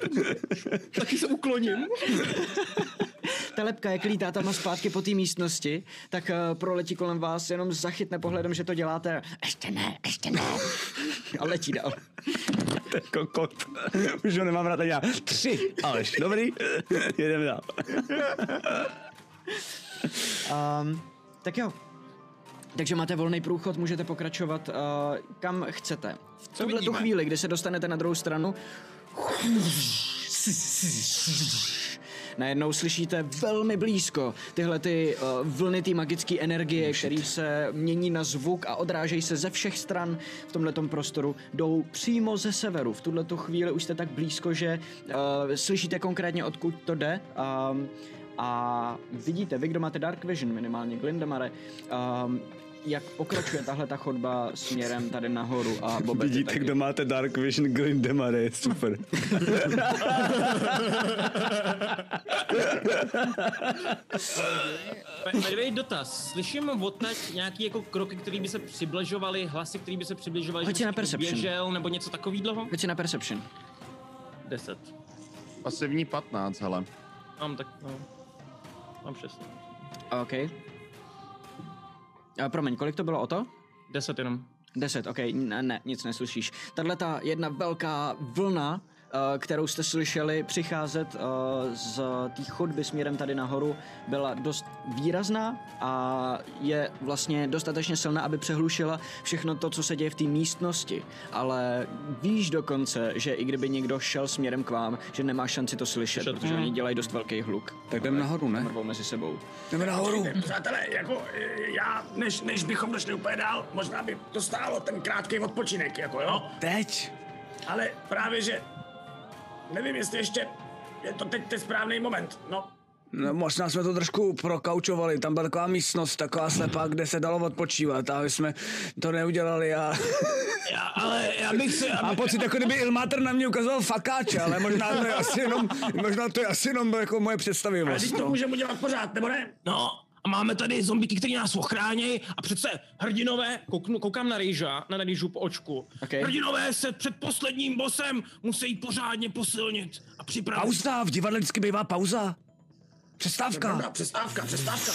A: Taky se ukloním. Ta lepka, jak lítá tam a zpátky po té místnosti, tak eh, proletí kolem vás, jenom zachytne pohledem, že to děláte. Ještě ne, ještě ne. A letí dál.
B: Ten kokot. jako Už ho nemám rád, ani já. Tři, Aleš, dobrý, jedeme dál.
A: Um, tak jo. Takže máte volný průchod, můžete pokračovat uh, kam chcete. V
E: Co
A: tuhle tu
E: vidíme?
A: chvíli, kdy se dostanete na druhou stranu, najednou slyšíte velmi blízko tyhle ty uh, vlny té magické energie, které se mění na zvuk a odrážejí se ze všech stran v tomto prostoru, jdou přímo ze severu. V tuhle tu chvíli už jste tak blízko, že uh, slyšíte konkrétně, odkud to jde. Um, a vidíte, vy, kdo máte Dark Vision, minimálně Glindamare, um, jak pokračuje tahle ta chodba směrem tady nahoru a Bobe ty
B: Vidíte,
A: taky.
B: kdo máte Dark Vision Grindemare, je super.
M: By the way, dotaz. Slyším odtaď nějaký jako kroky, které by se přibližovaly, hlasy, které by se přibližovaly,
A: Hoď si
M: by
A: na
M: se někdo
A: perception.
M: běžel nebo něco takového?
A: Hoď si na Perception.
M: 10.
D: Pasivní 15, hele.
M: Mám tak, no. Mám 6.
A: OK. A promiň, kolik to bylo o to?
M: Deset jenom.
A: Deset, OK, ne, ne nic neslyšíš. Tahle ta jedna velká vlna, eh, kterou jste slyšeli přicházet eh, z té chodby směrem tady nahoru, byla dost výrazná a je vlastně dostatečně silná, aby přehlušila všechno to, co se děje v té místnosti. Ale víš dokonce, že i kdyby někdo šel směrem k vám, že nemá šanci to slyšet,
B: Slyšet.
A: protože
M: Mhm.
A: oni dělají dost velký hluk.
B: Tak jdem nahoru, ne?
A: Mrvou mezi sebou.
B: Jdeme nahoru.
G: Přátelé, jako e, já, než, než bychom došli úplně dál, možná by to stálo ten krátký odpočinek, jako jo?
B: Teď?
G: Ale právě, že nevím, jestli ještě je to teď ten správný moment, no.
B: No, možná jsme to trošku prokaučovali, tam byla taková místnost, taková slepá, kde se dalo odpočívat a my jsme to neudělali a...
G: Já, ale já bych si...
B: Mám pocit, jako kdyby Ilmater na mě ukazoval fakáče, ale možná to je asi jenom, možná to je asi jenom jako moje
G: Ale když
B: představivost.
G: to
B: No.
G: můžeme udělat pořád, nebo ne?
M: No, a máme tady zombíky, který nás ochrání a přece hrdinové, kouknu, koukám na rejža, na rejžu po očku.
A: Okay.
M: Hrdinové se před posledním bosem musí pořádně posilnit a připravit.
B: Pauza, v divadle vždycky bývá pauza.
G: No,
B: Přestávka.
G: Přestávka, přestávka.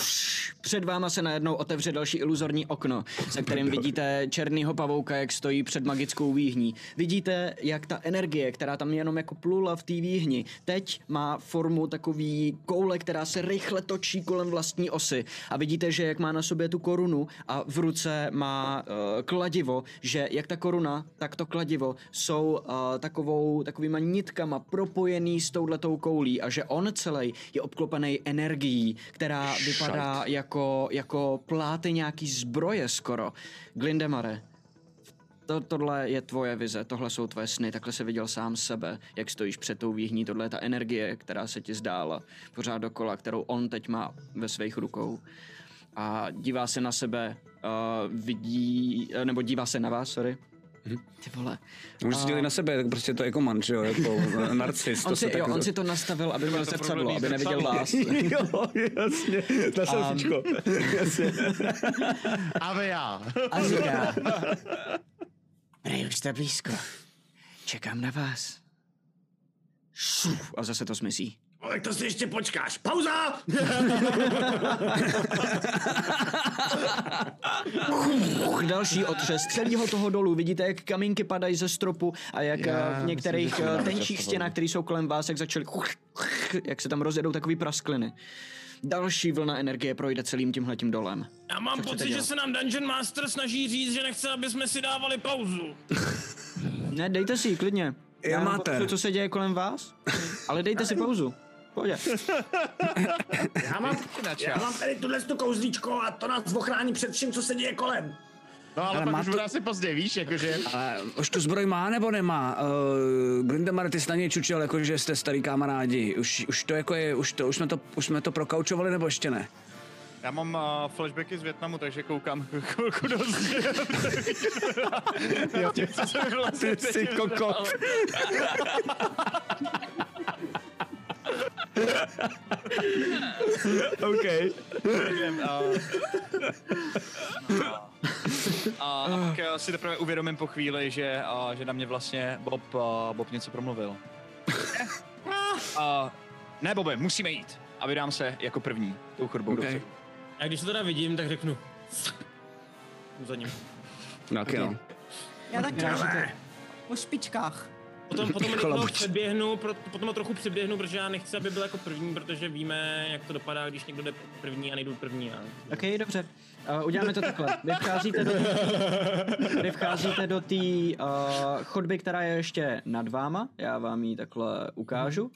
A: Před váma se najednou otevře další iluzorní okno, za kterým vidíte černýho pavouka, jak stojí před magickou výhní. Vidíte, jak ta energie, která tam jenom jako plula v té výhni, teď má formu takový koule, která se rychle točí kolem vlastní osy. A vidíte, že jak má na sobě tu korunu a v ruce má eh, kladivo, že jak ta koruna, tak to kladivo jsou eh, takovou, takovýma nitkama propojený s touhletou koulí a že on celý je obklopený energií, která vypadá jako, jako pláty nějaký zbroje skoro. Glindemare, to, tohle je tvoje vize, tohle jsou tvoje sny, takhle se viděl sám sebe, jak stojíš před tou výhní, tohle je ta energie, která se ti zdála pořád dokola, kterou on teď má ve svých rukou. a dívá se na sebe, uh, vidí, eh, nebo dívá se na vás, sorry. Ty vole.
B: Můžu si dělat na sebe, tak prostě to jako man, že jo, jako narcis.
A: on,
B: se
A: si,
B: tak
A: jo,
B: jako-
A: on si to nastavil, aby měl zrcadlo, aby neviděl vás.
B: jo, jasně, na selfiečko. Jasně.
P: Ave já.
A: A říká, Prej, už jste blízko. Čekám na vás. Šuf, a zase to smizí.
G: O, No, tak to si ještě počkáš. Pauza!
A: Uch, další otřes celého toho dolů. Vidíte, jak kamínky padají ze stropu a jak
C: Já
A: eh, v
C: myslím, že
A: některých
C: to
A: eh,
C: dáme
A: tenčích
C: často
A: stěnách,
C: volno.
A: které jsou kolem vás, jak začaly, jak se tam rozjedou takový praskliny. Další vlna energie projde celým tímhletím dolem.
F: Já mám
A: Co chcete
F: pocit, že
A: dělat?
F: se nám Dungeon Master snaží říct, že nechce, aby jsme si dávali pauzu.
A: Ne, dejte si ji, klidně.
F: Já
A: jenom
F: máte.
A: popisuju, co se děje kolem vás, ale dejte si pauzu. Pojď.
G: Já mám, já mám tady tuhle tu kouzlíčko a to nás ochrání před vším, co se děje kolem.
P: No ale,
B: Ale
P: pak
B: má
P: už
B: to-
P: bude asi pozdě, víš, jakože...
B: Ale už tu zbroj má nebo nemá? Uh, Grindemar, ty jsi na něj čučel, jako že jste starý kamarádi. Už, už to jako je, už, to, už, jsme to, už jsme to prokaučovali nebo ještě ne?
E: Já mám uh, flashbacky z Větnamu, takže koukám chvilku do zdi. Já tím, co se mi vlastně
B: Ty jsi
E: teď
B: kokot.
E: udělalo.
B: OK.
E: Nevím, a- a- A, a pak eh, si teprve uvědomím po chvíli, že, a, že na mě vlastně Bob, a, Bob něco promluvil. A, ne, Bobe, musíme jít. A vydám se jako první tou chodbou. Okay.
F: A když to teda vidím, tak řeknu... Jdu za ním.
B: Tak jo.
H: Já taky.
F: Já
H: Já
F: taky.
H: po špičkách.
F: Potom, potom ho
H: Chalabuť.
F: předběhnu, pro, potom ho trochu předběhnu, protože já nechci, aby byl jako první, protože víme, jak to dopadá, když někdo jde první a nejdu první. A...
A: OK, dobře. Uh, uděláme to takhle. Vy vcházíte do té- vy vcházíte do té uh, chodby, která je ještě nad váma. Já vám ji takhle ukážu.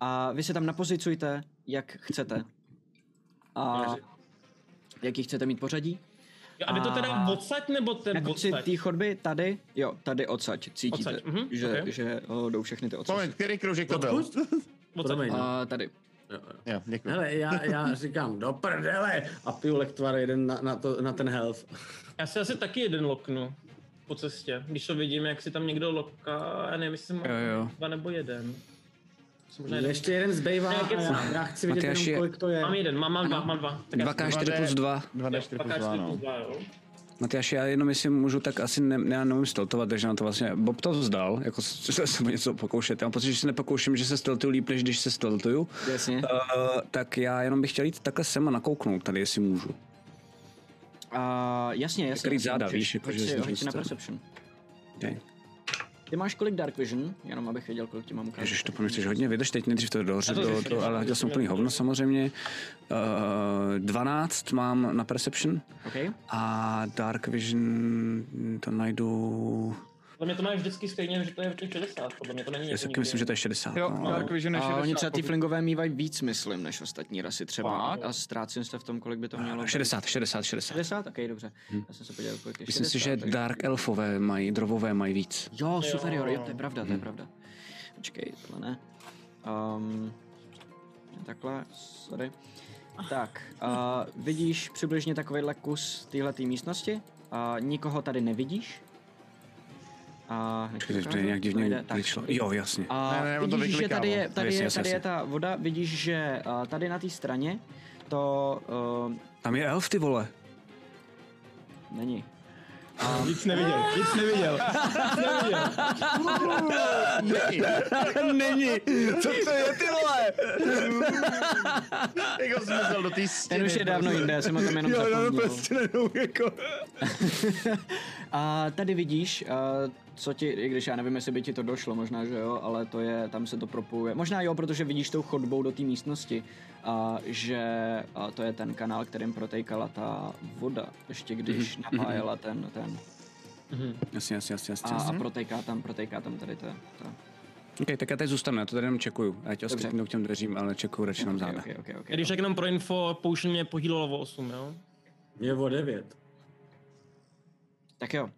A: A vy se tam napozicujte, jak chcete. A jaký chcete mít pořadí.
F: Jo, A jde to teda
A: A-
F: odsaď nebo
A: Na
F: ten
A: konci
F: odsaď?
A: té chodby tady, Jako jo, tady odsaď cítíte,
F: Odsaď, mhm,
A: že,
F: ok.
A: že o, jdou všechny ty odsaď.
P: Moment, který kružek to byl?
F: Odsaď.
A: A Eh, tady.
P: no. Jo, děkuji.
G: Hele, já, já říkám, do prdele! A piju lektvar jeden na, na, to, na ten health.
F: Já si asi taky jeden loknu po cestě, když to vidím, jak si tam někdo loká, já nevím, jestli mám
G: Jo, jo.
F: dva nebo jeden. Jestli možná jeden.
G: Ještě jeden zbývá
F: Ne,
G: a
F: kecám.
G: já, já chci vidět
F: Matyáš
G: jenom,
F: je-
G: kolik to je.
F: Mám jeden, mám, mám dva, mám dva. Tak já si-
B: 2K4 plus 2.
P: 2K4
F: plus 2, no. jo.
B: Matyáš, já jenom jestli můžu, tak asi ne, ne, já neumím steltovat, takže na to vlastně, Bob to vzdal, jako se se- se o něco pokoušet. Já mám pocit, že se nepokouším, že se steltuju líp, než když se steltuju.
A: Jasně.
B: Uh, tak já jenom bych chtěl jít takhle sem a nakouknout tady, jestli můžu.
A: A jasně, jasně.
B: Kryt
A: jasně,
B: záda,
A: můžeš.
B: víš, jako,
A: Hoď
B: že
A: si-
B: z druhé
A: hoď si na
B: strany.
A: perception.
B: Okay.
A: Ty máš kolik Dark Vision, jenom abych věděl, kolik ti mám ukázat.
B: Ježiš, to po mně chceš hodně, vydrž teď nejdřív to dohoře,
A: Já to
B: do,
A: řeším,
B: to, ale
A: řeším,
B: hodil jsem
A: řeším,
B: plný
A: já to
B: hovno samozřejmě. Uh, 12 mám na Perception
A: OK.
B: a Dark Vision to najdu...
F: Podle mě to máš vždycky stejně, že to je v těch 60, podle mě to není jako
B: Já si taky myslím, že to je 60. no.
A: A oni třeba ty flingové mývají víc, myslím, než ostatní rasy třeba. A ztrácím se v tom, kolik by to mělo. být.
B: 60, 60, 60.
A: 60? OK, dobře. Já jsem se podíval, kolik je
B: Hm. Myslím
A: 60,
B: si, že
A: takže-
B: Dark Elfové mají, drovové mají víc.
A: Jo, superior, jo, to je
B: Jo.
A: pravda, to je
B: Mhm.
A: pravda. Počkej, tohle ne. Um, takhle, sorry. Tak, uh, vidíš přibližně takovýhle kus téhletý místnosti. Uh, nikoho tady nevidíš. A hned
B: Čekaj,
A: ukážu,
B: to je nějak divně
A: najde- tak.
B: vyšlo. Jo, jasně.
A: A vidíš, že tady
Q: no.
A: je, tady,
B: Jasně,
A: je,
B: jasně,
A: tady je
B: jasně.
A: ta voda, vidíš, že uh, tady na té straně to uh,
B: Tam je elf, ty vole.
A: není.
Q: Nic neviděl, nic neviděl. Nic neviděl.
B: Není.
Q: Co to je, ty vole?
P: Jako zmizel do té stěny.
A: Ten už je dávno jinde, já jsem ho tam jenom
P: Jo, no,
A: zapomněl.
P: prostě
B: najednou jako...
A: A tady vidíš, a co ti, i když já nevím, jestli by ti to došlo, možná, že jo, ale to je, tam se to propojuje. Možná jo, protože vidíš tou chodbou do té místnosti, a, že a to je ten kanál, kterým protékala ta voda, ještě když
B: Mhm,
A: mm-hmm. napájela ten, ten.
B: Jasně, jasně, jasně. jasně.
A: A, a
B: jasně.
A: protéká tam, protéká tam tady to. to.
B: Ok, tak já tady zůstanu, já to tady jenom čekuju. Já tě
A: Dobře.
B: oskrytnu k těm dveřím, ale čekuju radši nám záda.
F: Okay, Když tak jenom pro info, Potion mě pohýlilo o 8, jo?
G: Je o 9.
A: Tak jo. Uh,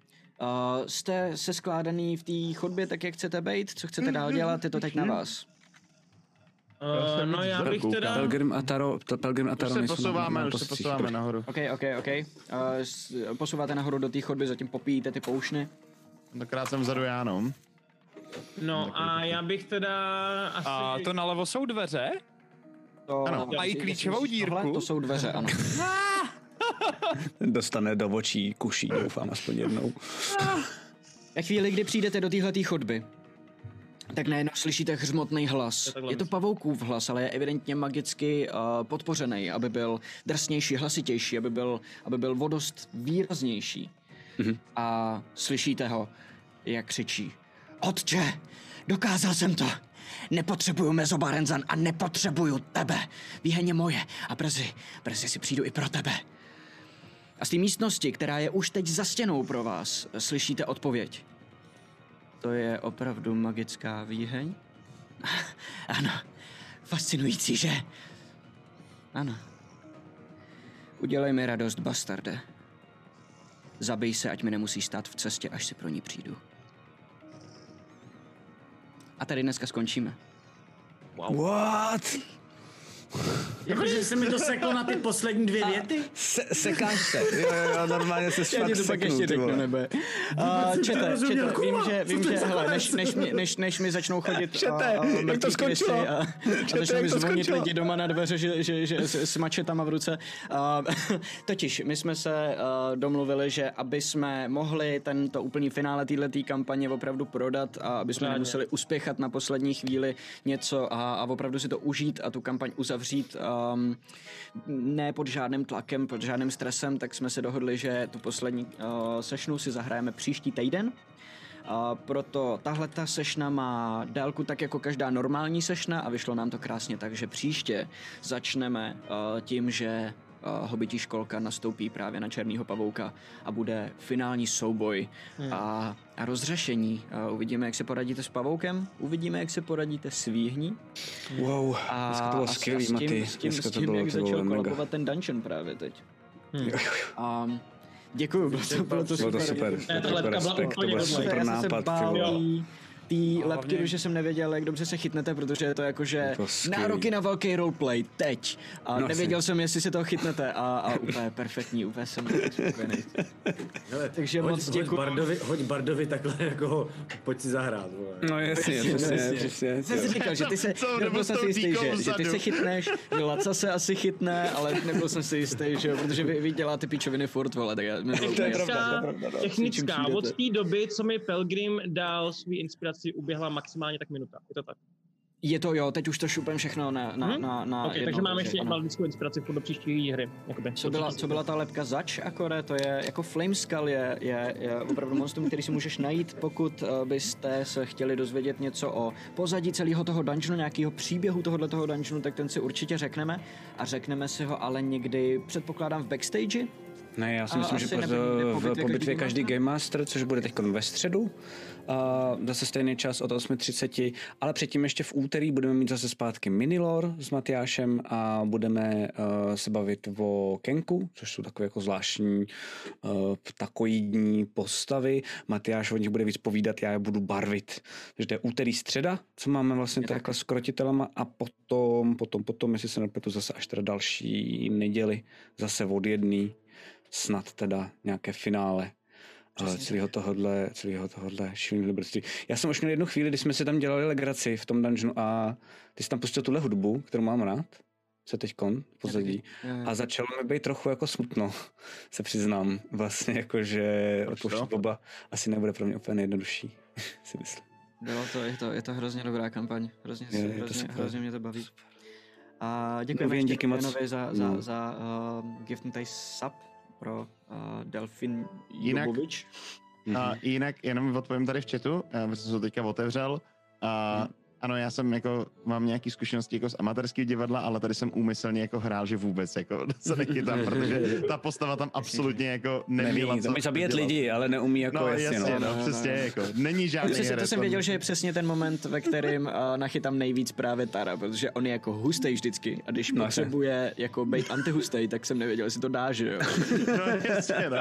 A: jste se
B: Mhm,
A: skládaný v té chodbě tak, jak chcete být, co chcete dál dělat, je to teď na vás.
M: Eh, no já bych teda...
B: Pelgrim a Taro, t- Pelgrim a Taro
A: se
B: nejsou na-
A: posouváme,
B: na
A: už se
B: postřích.
A: posouváme
B: Dobře.
R: nahoru.
A: OK, OK, OK. Uh, s, posouváte nahoru do té chodby, zatím popíjíte ty poušny.
R: Tentokrát jsem vzadu já, no.
M: No a já bych teda asi...
O: A to nalevo jsou dveře?
A: To,
O: ano. Mají klíčovou dírku?
A: Tohle, to jsou dveře, ano.
B: Dostane do očí kuší, doufám, aspoň jednou.
A: Ve chvíli, kdy přijdete do téhletý chodby, tak najednou slyšíte hřmotný hlas. Je to pavoukův hlas, ale je evidentně magicky uh, podpořený, aby byl drsnější, hlasitější, aby byl, aby byl vodost výraznější.
B: Mhm.
A: A slyšíte ho, jak křičí.
I: Otče, dokázal jsem to. Nepotřebuju mezobárenzan a nepotřebuju tebe. Výheň je moje a brzy, brzy si přijdu i pro tebe.
A: A z té místnosti, která je už teď za stěnou pro vás, slyšíte odpověď. To je opravdu magická výheň?
I: Ano, fascinující, že?
A: Ano. Udělej mi radost, bastarde. Zabij se, ať mi nemusí stát v cestě, až si pro ní přijdu. A tady dneska skončíme.
M: Wow.
B: What?
G: Jakože se mi to seklo na ty poslední dvě věty?
B: Se, sekáš se. Jo, jo, jo, normálně se
A: Já ti to
B: fakt
A: pak
B: seknu,
A: ještě
B: ty
A: řeknu,
B: vole.
A: nebe. A,
B: jsem
A: čete,
B: nerozuměl, Jako
A: čete, vím,
B: kurva,
A: že,
B: co
A: vím,
B: to je
A: že
B: za
A: hele,
B: konec?
A: než, než, mi- než, než mi začnou chodit
B: Čete,
A: a, a,
B: jak to
A: mrtvý krysy
B: skončilo?
A: a,
B: Čete,
A: a začnou
B: jak
A: mi
B: to
A: zvonit
B: skončilo?
A: lidi doma na dveře, že, že, že s, s mačetama v ruce. A, totiž, my jsme se a, domluvili, že aby jsme mohli tento úplný finále této kampaně opravdu prodat a aby jsme
M: Pořádně.
A: nemuseli uspěchat na poslední chvíli něco a, a opravdu si to užít a tu kampaň uzavřít um, ne pod žádným tlakem, pod žádným stresem, tak jsme se dohodli, že tu poslední uh, sešnu si zahrajeme příští týden. A proto tahle ta sešna má délku tak jako každá normální sešna a vyšlo nám to krásně tak, že příště začneme uh, tím, že uh, hobití školka nastoupí právě na Černýho pavouka a bude finální souboj
M: Hmm.
A: a, a rozřešení. Uh, uvidíme, jak se poradíte s pavoukem, uvidíme, jak se poradíte s výhní.
B: Wow,
A: a,
B: dneska to bylo
A: a s-
B: skvělý,
A: a s tím,
B: Maty.
A: S tím,
B: Dneska
A: s
B: to
A: tím
B: bylo,
A: jak
B: ty
A: začal
B: vole, mega.
A: kolabovat ten dungeon právě teď.
M: Hmm.
A: Um, děkuju, bylo to, bylo to
B: Bylo
A: super.
B: to super. Ne, tahle Jako respekt, to byl
A: Super,
B: super
A: já jsem se
B: nápad, ty
A: bál
B: vole.
A: tý- Tý
B: A
A: lepky,
B: hlavně-
A: že jsem nevěděl, jak dobře se chytnete, protože je to jakože
B: to skvělý.
A: nároky na velký roleplay, teď. A
B: No,
A: nevěděl
B: asi.
A: jsem, jestli se toho chytnete a, a úplně perfektní, úplně jsem byl spokojený.
G: Hele,
A: Takže
G: hoď,
A: moc
G: hoď
A: děkuju.
G: Bardovi, hoď Bardovi takhle jako, pojď si zahrát, vole.
B: No jasně, přesně, přesně.
A: Jsem si říkal, že ty se, nebyl jsem si jistý, že, že ty se chytneš, že Laca se asi chytne, ale nebyl jsem si jistý, že jo, protože vy, vy děláte pičoviny furt, vole, tak já mi bylo úplně jasné.
M: Technická,
F: no.
A: S ničím
M: technická.
A: přijdete.
M: Od té doby, co mi Pelgrim dal svůj inspiraci, uběhla maximálně tak minuta. Je to tak.
A: Je to jo, teď už to šupem všechno na, na,
M: Mhm.
A: na, na
M: Ok,
A: jedno,
M: takže máme
A: takže
M: ještě
A: ano.
M: magickou inspiraci furt do příští hry. Jakoby.
A: Co byla, co byla ta lepka zač, Akore? To je jako Flameskull je, je, je opravdu monstrum, který si můžeš najít, pokud eh, byste se chtěli dozvědět něco o pozadí celého toho dungeonu, nějakého příběhu tohohle toho dungeonu, tak ten si určitě řekneme a řekneme si ho ale někdy, předpokládám, v backstage.
B: Ne, já si
A: A
B: myslím, že
A: asi
B: po,
A: nebude- nebude
B: v,
A: pobyt
B: po bitvě
A: každý
B: každý Game Master, což bude teď ve středu, a zase stejný čas od 8.30, ale předtím ještě v úterý budeme mít zase zpátky Minilor s Matyášem a budeme uh, se bavit o Kenku, což jsou takové jako zvláštní uh, ptakoidní postavy. Matyáš o nich bude víc povídat, já je budu barvit. Takže to je úterý středa, co máme vlastně takhle s krotitelama a potom, potom, potom, jestli se nepletu zase až teda další neděli, zase od jedný snad teda nějaké finále eh, celého tohohle, celého tohohle šíleného liberství. Já jsem už měl jednu chvíli, kdy jsme si tam dělali legraci v tom dungeonu a ty jsi tam pustil tuhle hudbu, kterou mám rád, se teď kon pozadí.
A: jo, jo.
B: A začalo mi být trochu jako smutno, se přiznám. Vlastně jako, že odpouštět Boba asi nebude pro mě úplně nejjednodušší, si myslím.
A: Bylo to, je to, je to hrozně dobrá kampaň, hrozně,
B: Je- je to
A: hrozně,
B: super.
A: hrozně mě to baví. A
B: No,
A: děkujeme
B: jen
A: ještě
B: díky moc.
A: Dejanovi za, za,
B: Mm.
A: za uh, giftnutý sub pro uh, Delfin
R: Jinak-
A: Jubovič.
B: Mhm.
R: A jinak jenom odpovím tady v chatu, eh, protože jsem to teďka otevřel. A,
B: Mhm.
R: ano, já jsem jako, mám nějaké zkušenosti jako z amatérského divadla, ale tady jsem úmyslně jako hrál, že vůbec jako se nechytám, protože ta postava tam absolutně jako neměla
B: Neví, to umí zabíjet
R: dělat.
B: lidi, ale neumí jako
R: no,
B: jasně.
R: jasně, no, přesně, jako, není žádný jako-
A: Přesně, to
R: herec,
A: jsem
R: on-
A: věděl, že je přesně ten moment, ve kterém uh, nachytám nejvíc právě Tara, protože on je jako hustej vždycky a když
B: No, jasně.
A: potřebuje jako být antihustej, tak jsem nevěděl, jestli to dá, že jo.
R: No, jasně, no.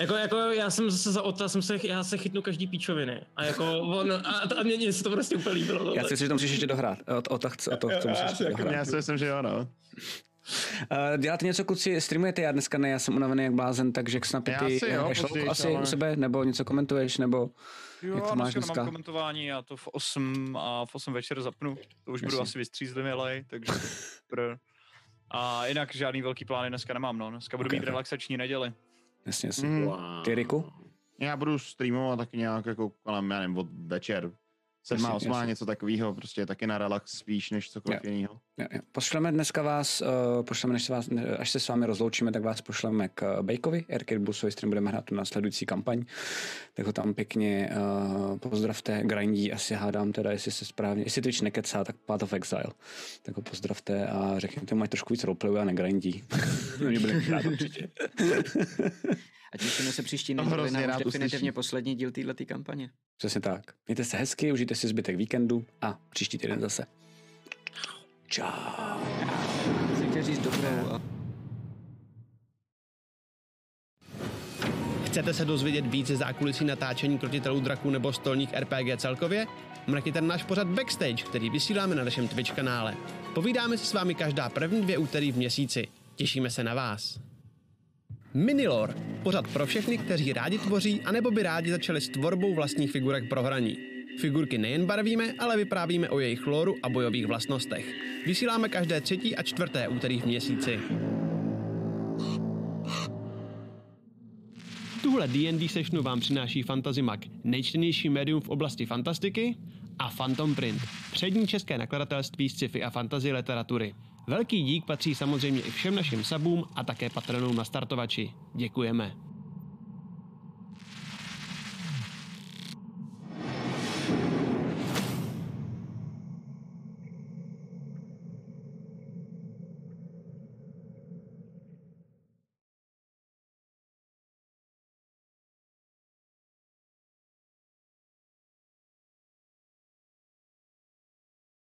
F: Jako, jako já jsem zase za ota, jsem se, já se chytnu každý píčoviny. A jako on, a, a mě, mě se to prostě úplně líbilo.
B: Já si myslím, že to musíš ještě dohrát. O, o, to, chci- o to,
F: Já-
B: to
F: já
B: musíš
F: si
B: ještě
F: jako-
B: dohrát.
F: já si
D: myslím, že jo, no.
B: Uh, děláte něco, kluci, streamujete? Já dneska ne, já jsem unavený jak blázen, takže snad ty
E: Já asi jo,
B: hraješ
E: později,
B: louku asi
E: ale-
B: u sebe, nebo něco komentuješ, nebo
E: Jo,
B: jak to
E: a
B: máš
E: dneska, dneska?
B: dneska?
E: mám komentování, já to v 8 a v 8 večer zapnu. To už budu
B: Jasně.
E: asi vystřízlivělej, takže pr. A jinak žádný velký plány dneska nemám, no. Dneska budu
B: Ok,
E: mít
B: ok.
E: relaxační neděli.
B: Jasně, jasně.
R: Mhm.
D: Mm.
B: Ty, Riku?
D: Já budu streamovat tak nějak jako kolem, já nevím, od večer. Sedmá,
B: Jasně,
D: osmá,
B: jasně.
D: něco takového, prostě taky na relax spíš, než cokoliv
B: Jo.
D: jiného.
B: Jo, jo. Pošleme dneska vás, uh, pošleme, než se vás, ne- až se s vámi rozloučíme, tak vás pošleme k eh, Bejkovi, Erkir Busovi, s kterým budeme hrát tu následující kampaň. Tak ho tam pěkně uh, pozdravte, grindí, asi hádám teda, jestli se správně, jestli Twitch nekecá, tak Path of Exile. Tak ho pozdravte a řekněte mu, ať trošku víc roleplayuje a negrindí. no, mě bude rád určitě.
A: A těšíme se příští
B: To
A: neděli
B: hrozně
A: na
B: rád
A: už definitivně
B: uslyším.
A: poslední díl této kampaně.
B: Přesně tak. Mějte se hezky, užijte si zbytek víkendu a příští týden zase. Čau.
A: Jsem chtěl říct dobrou a
S: Chcete se dozvědět více zákulisí natáčení krotitelů draků nebo stolních RPG celkově? Mrkněte na náš pořad Backstage, který vysíláme na našem Twitch kanále. Povídáme si s vámi každá první dvě úterý v měsíci. Těšíme se na vás. Minilor, pořad pro všechny, kteří rádi tvoří, anebo by rádi začali s tvorbou vlastních figurek pro hraní. Figurky nejen barvíme, ale vyprávíme o jejich lóru a bojových vlastnostech. Vysíláme každé třetí a čtvrté úterý v měsíci. Tuhle D&D sessionu vám přináší Fantazimak, nejčtenější médium v oblasti fantastiky, a Phantom Print, přední české nakladatelství sci-fi a fantasy literatury. Velký dík patří samozřejmě i všem našim sabům a také patronům na startovači. Děkujeme.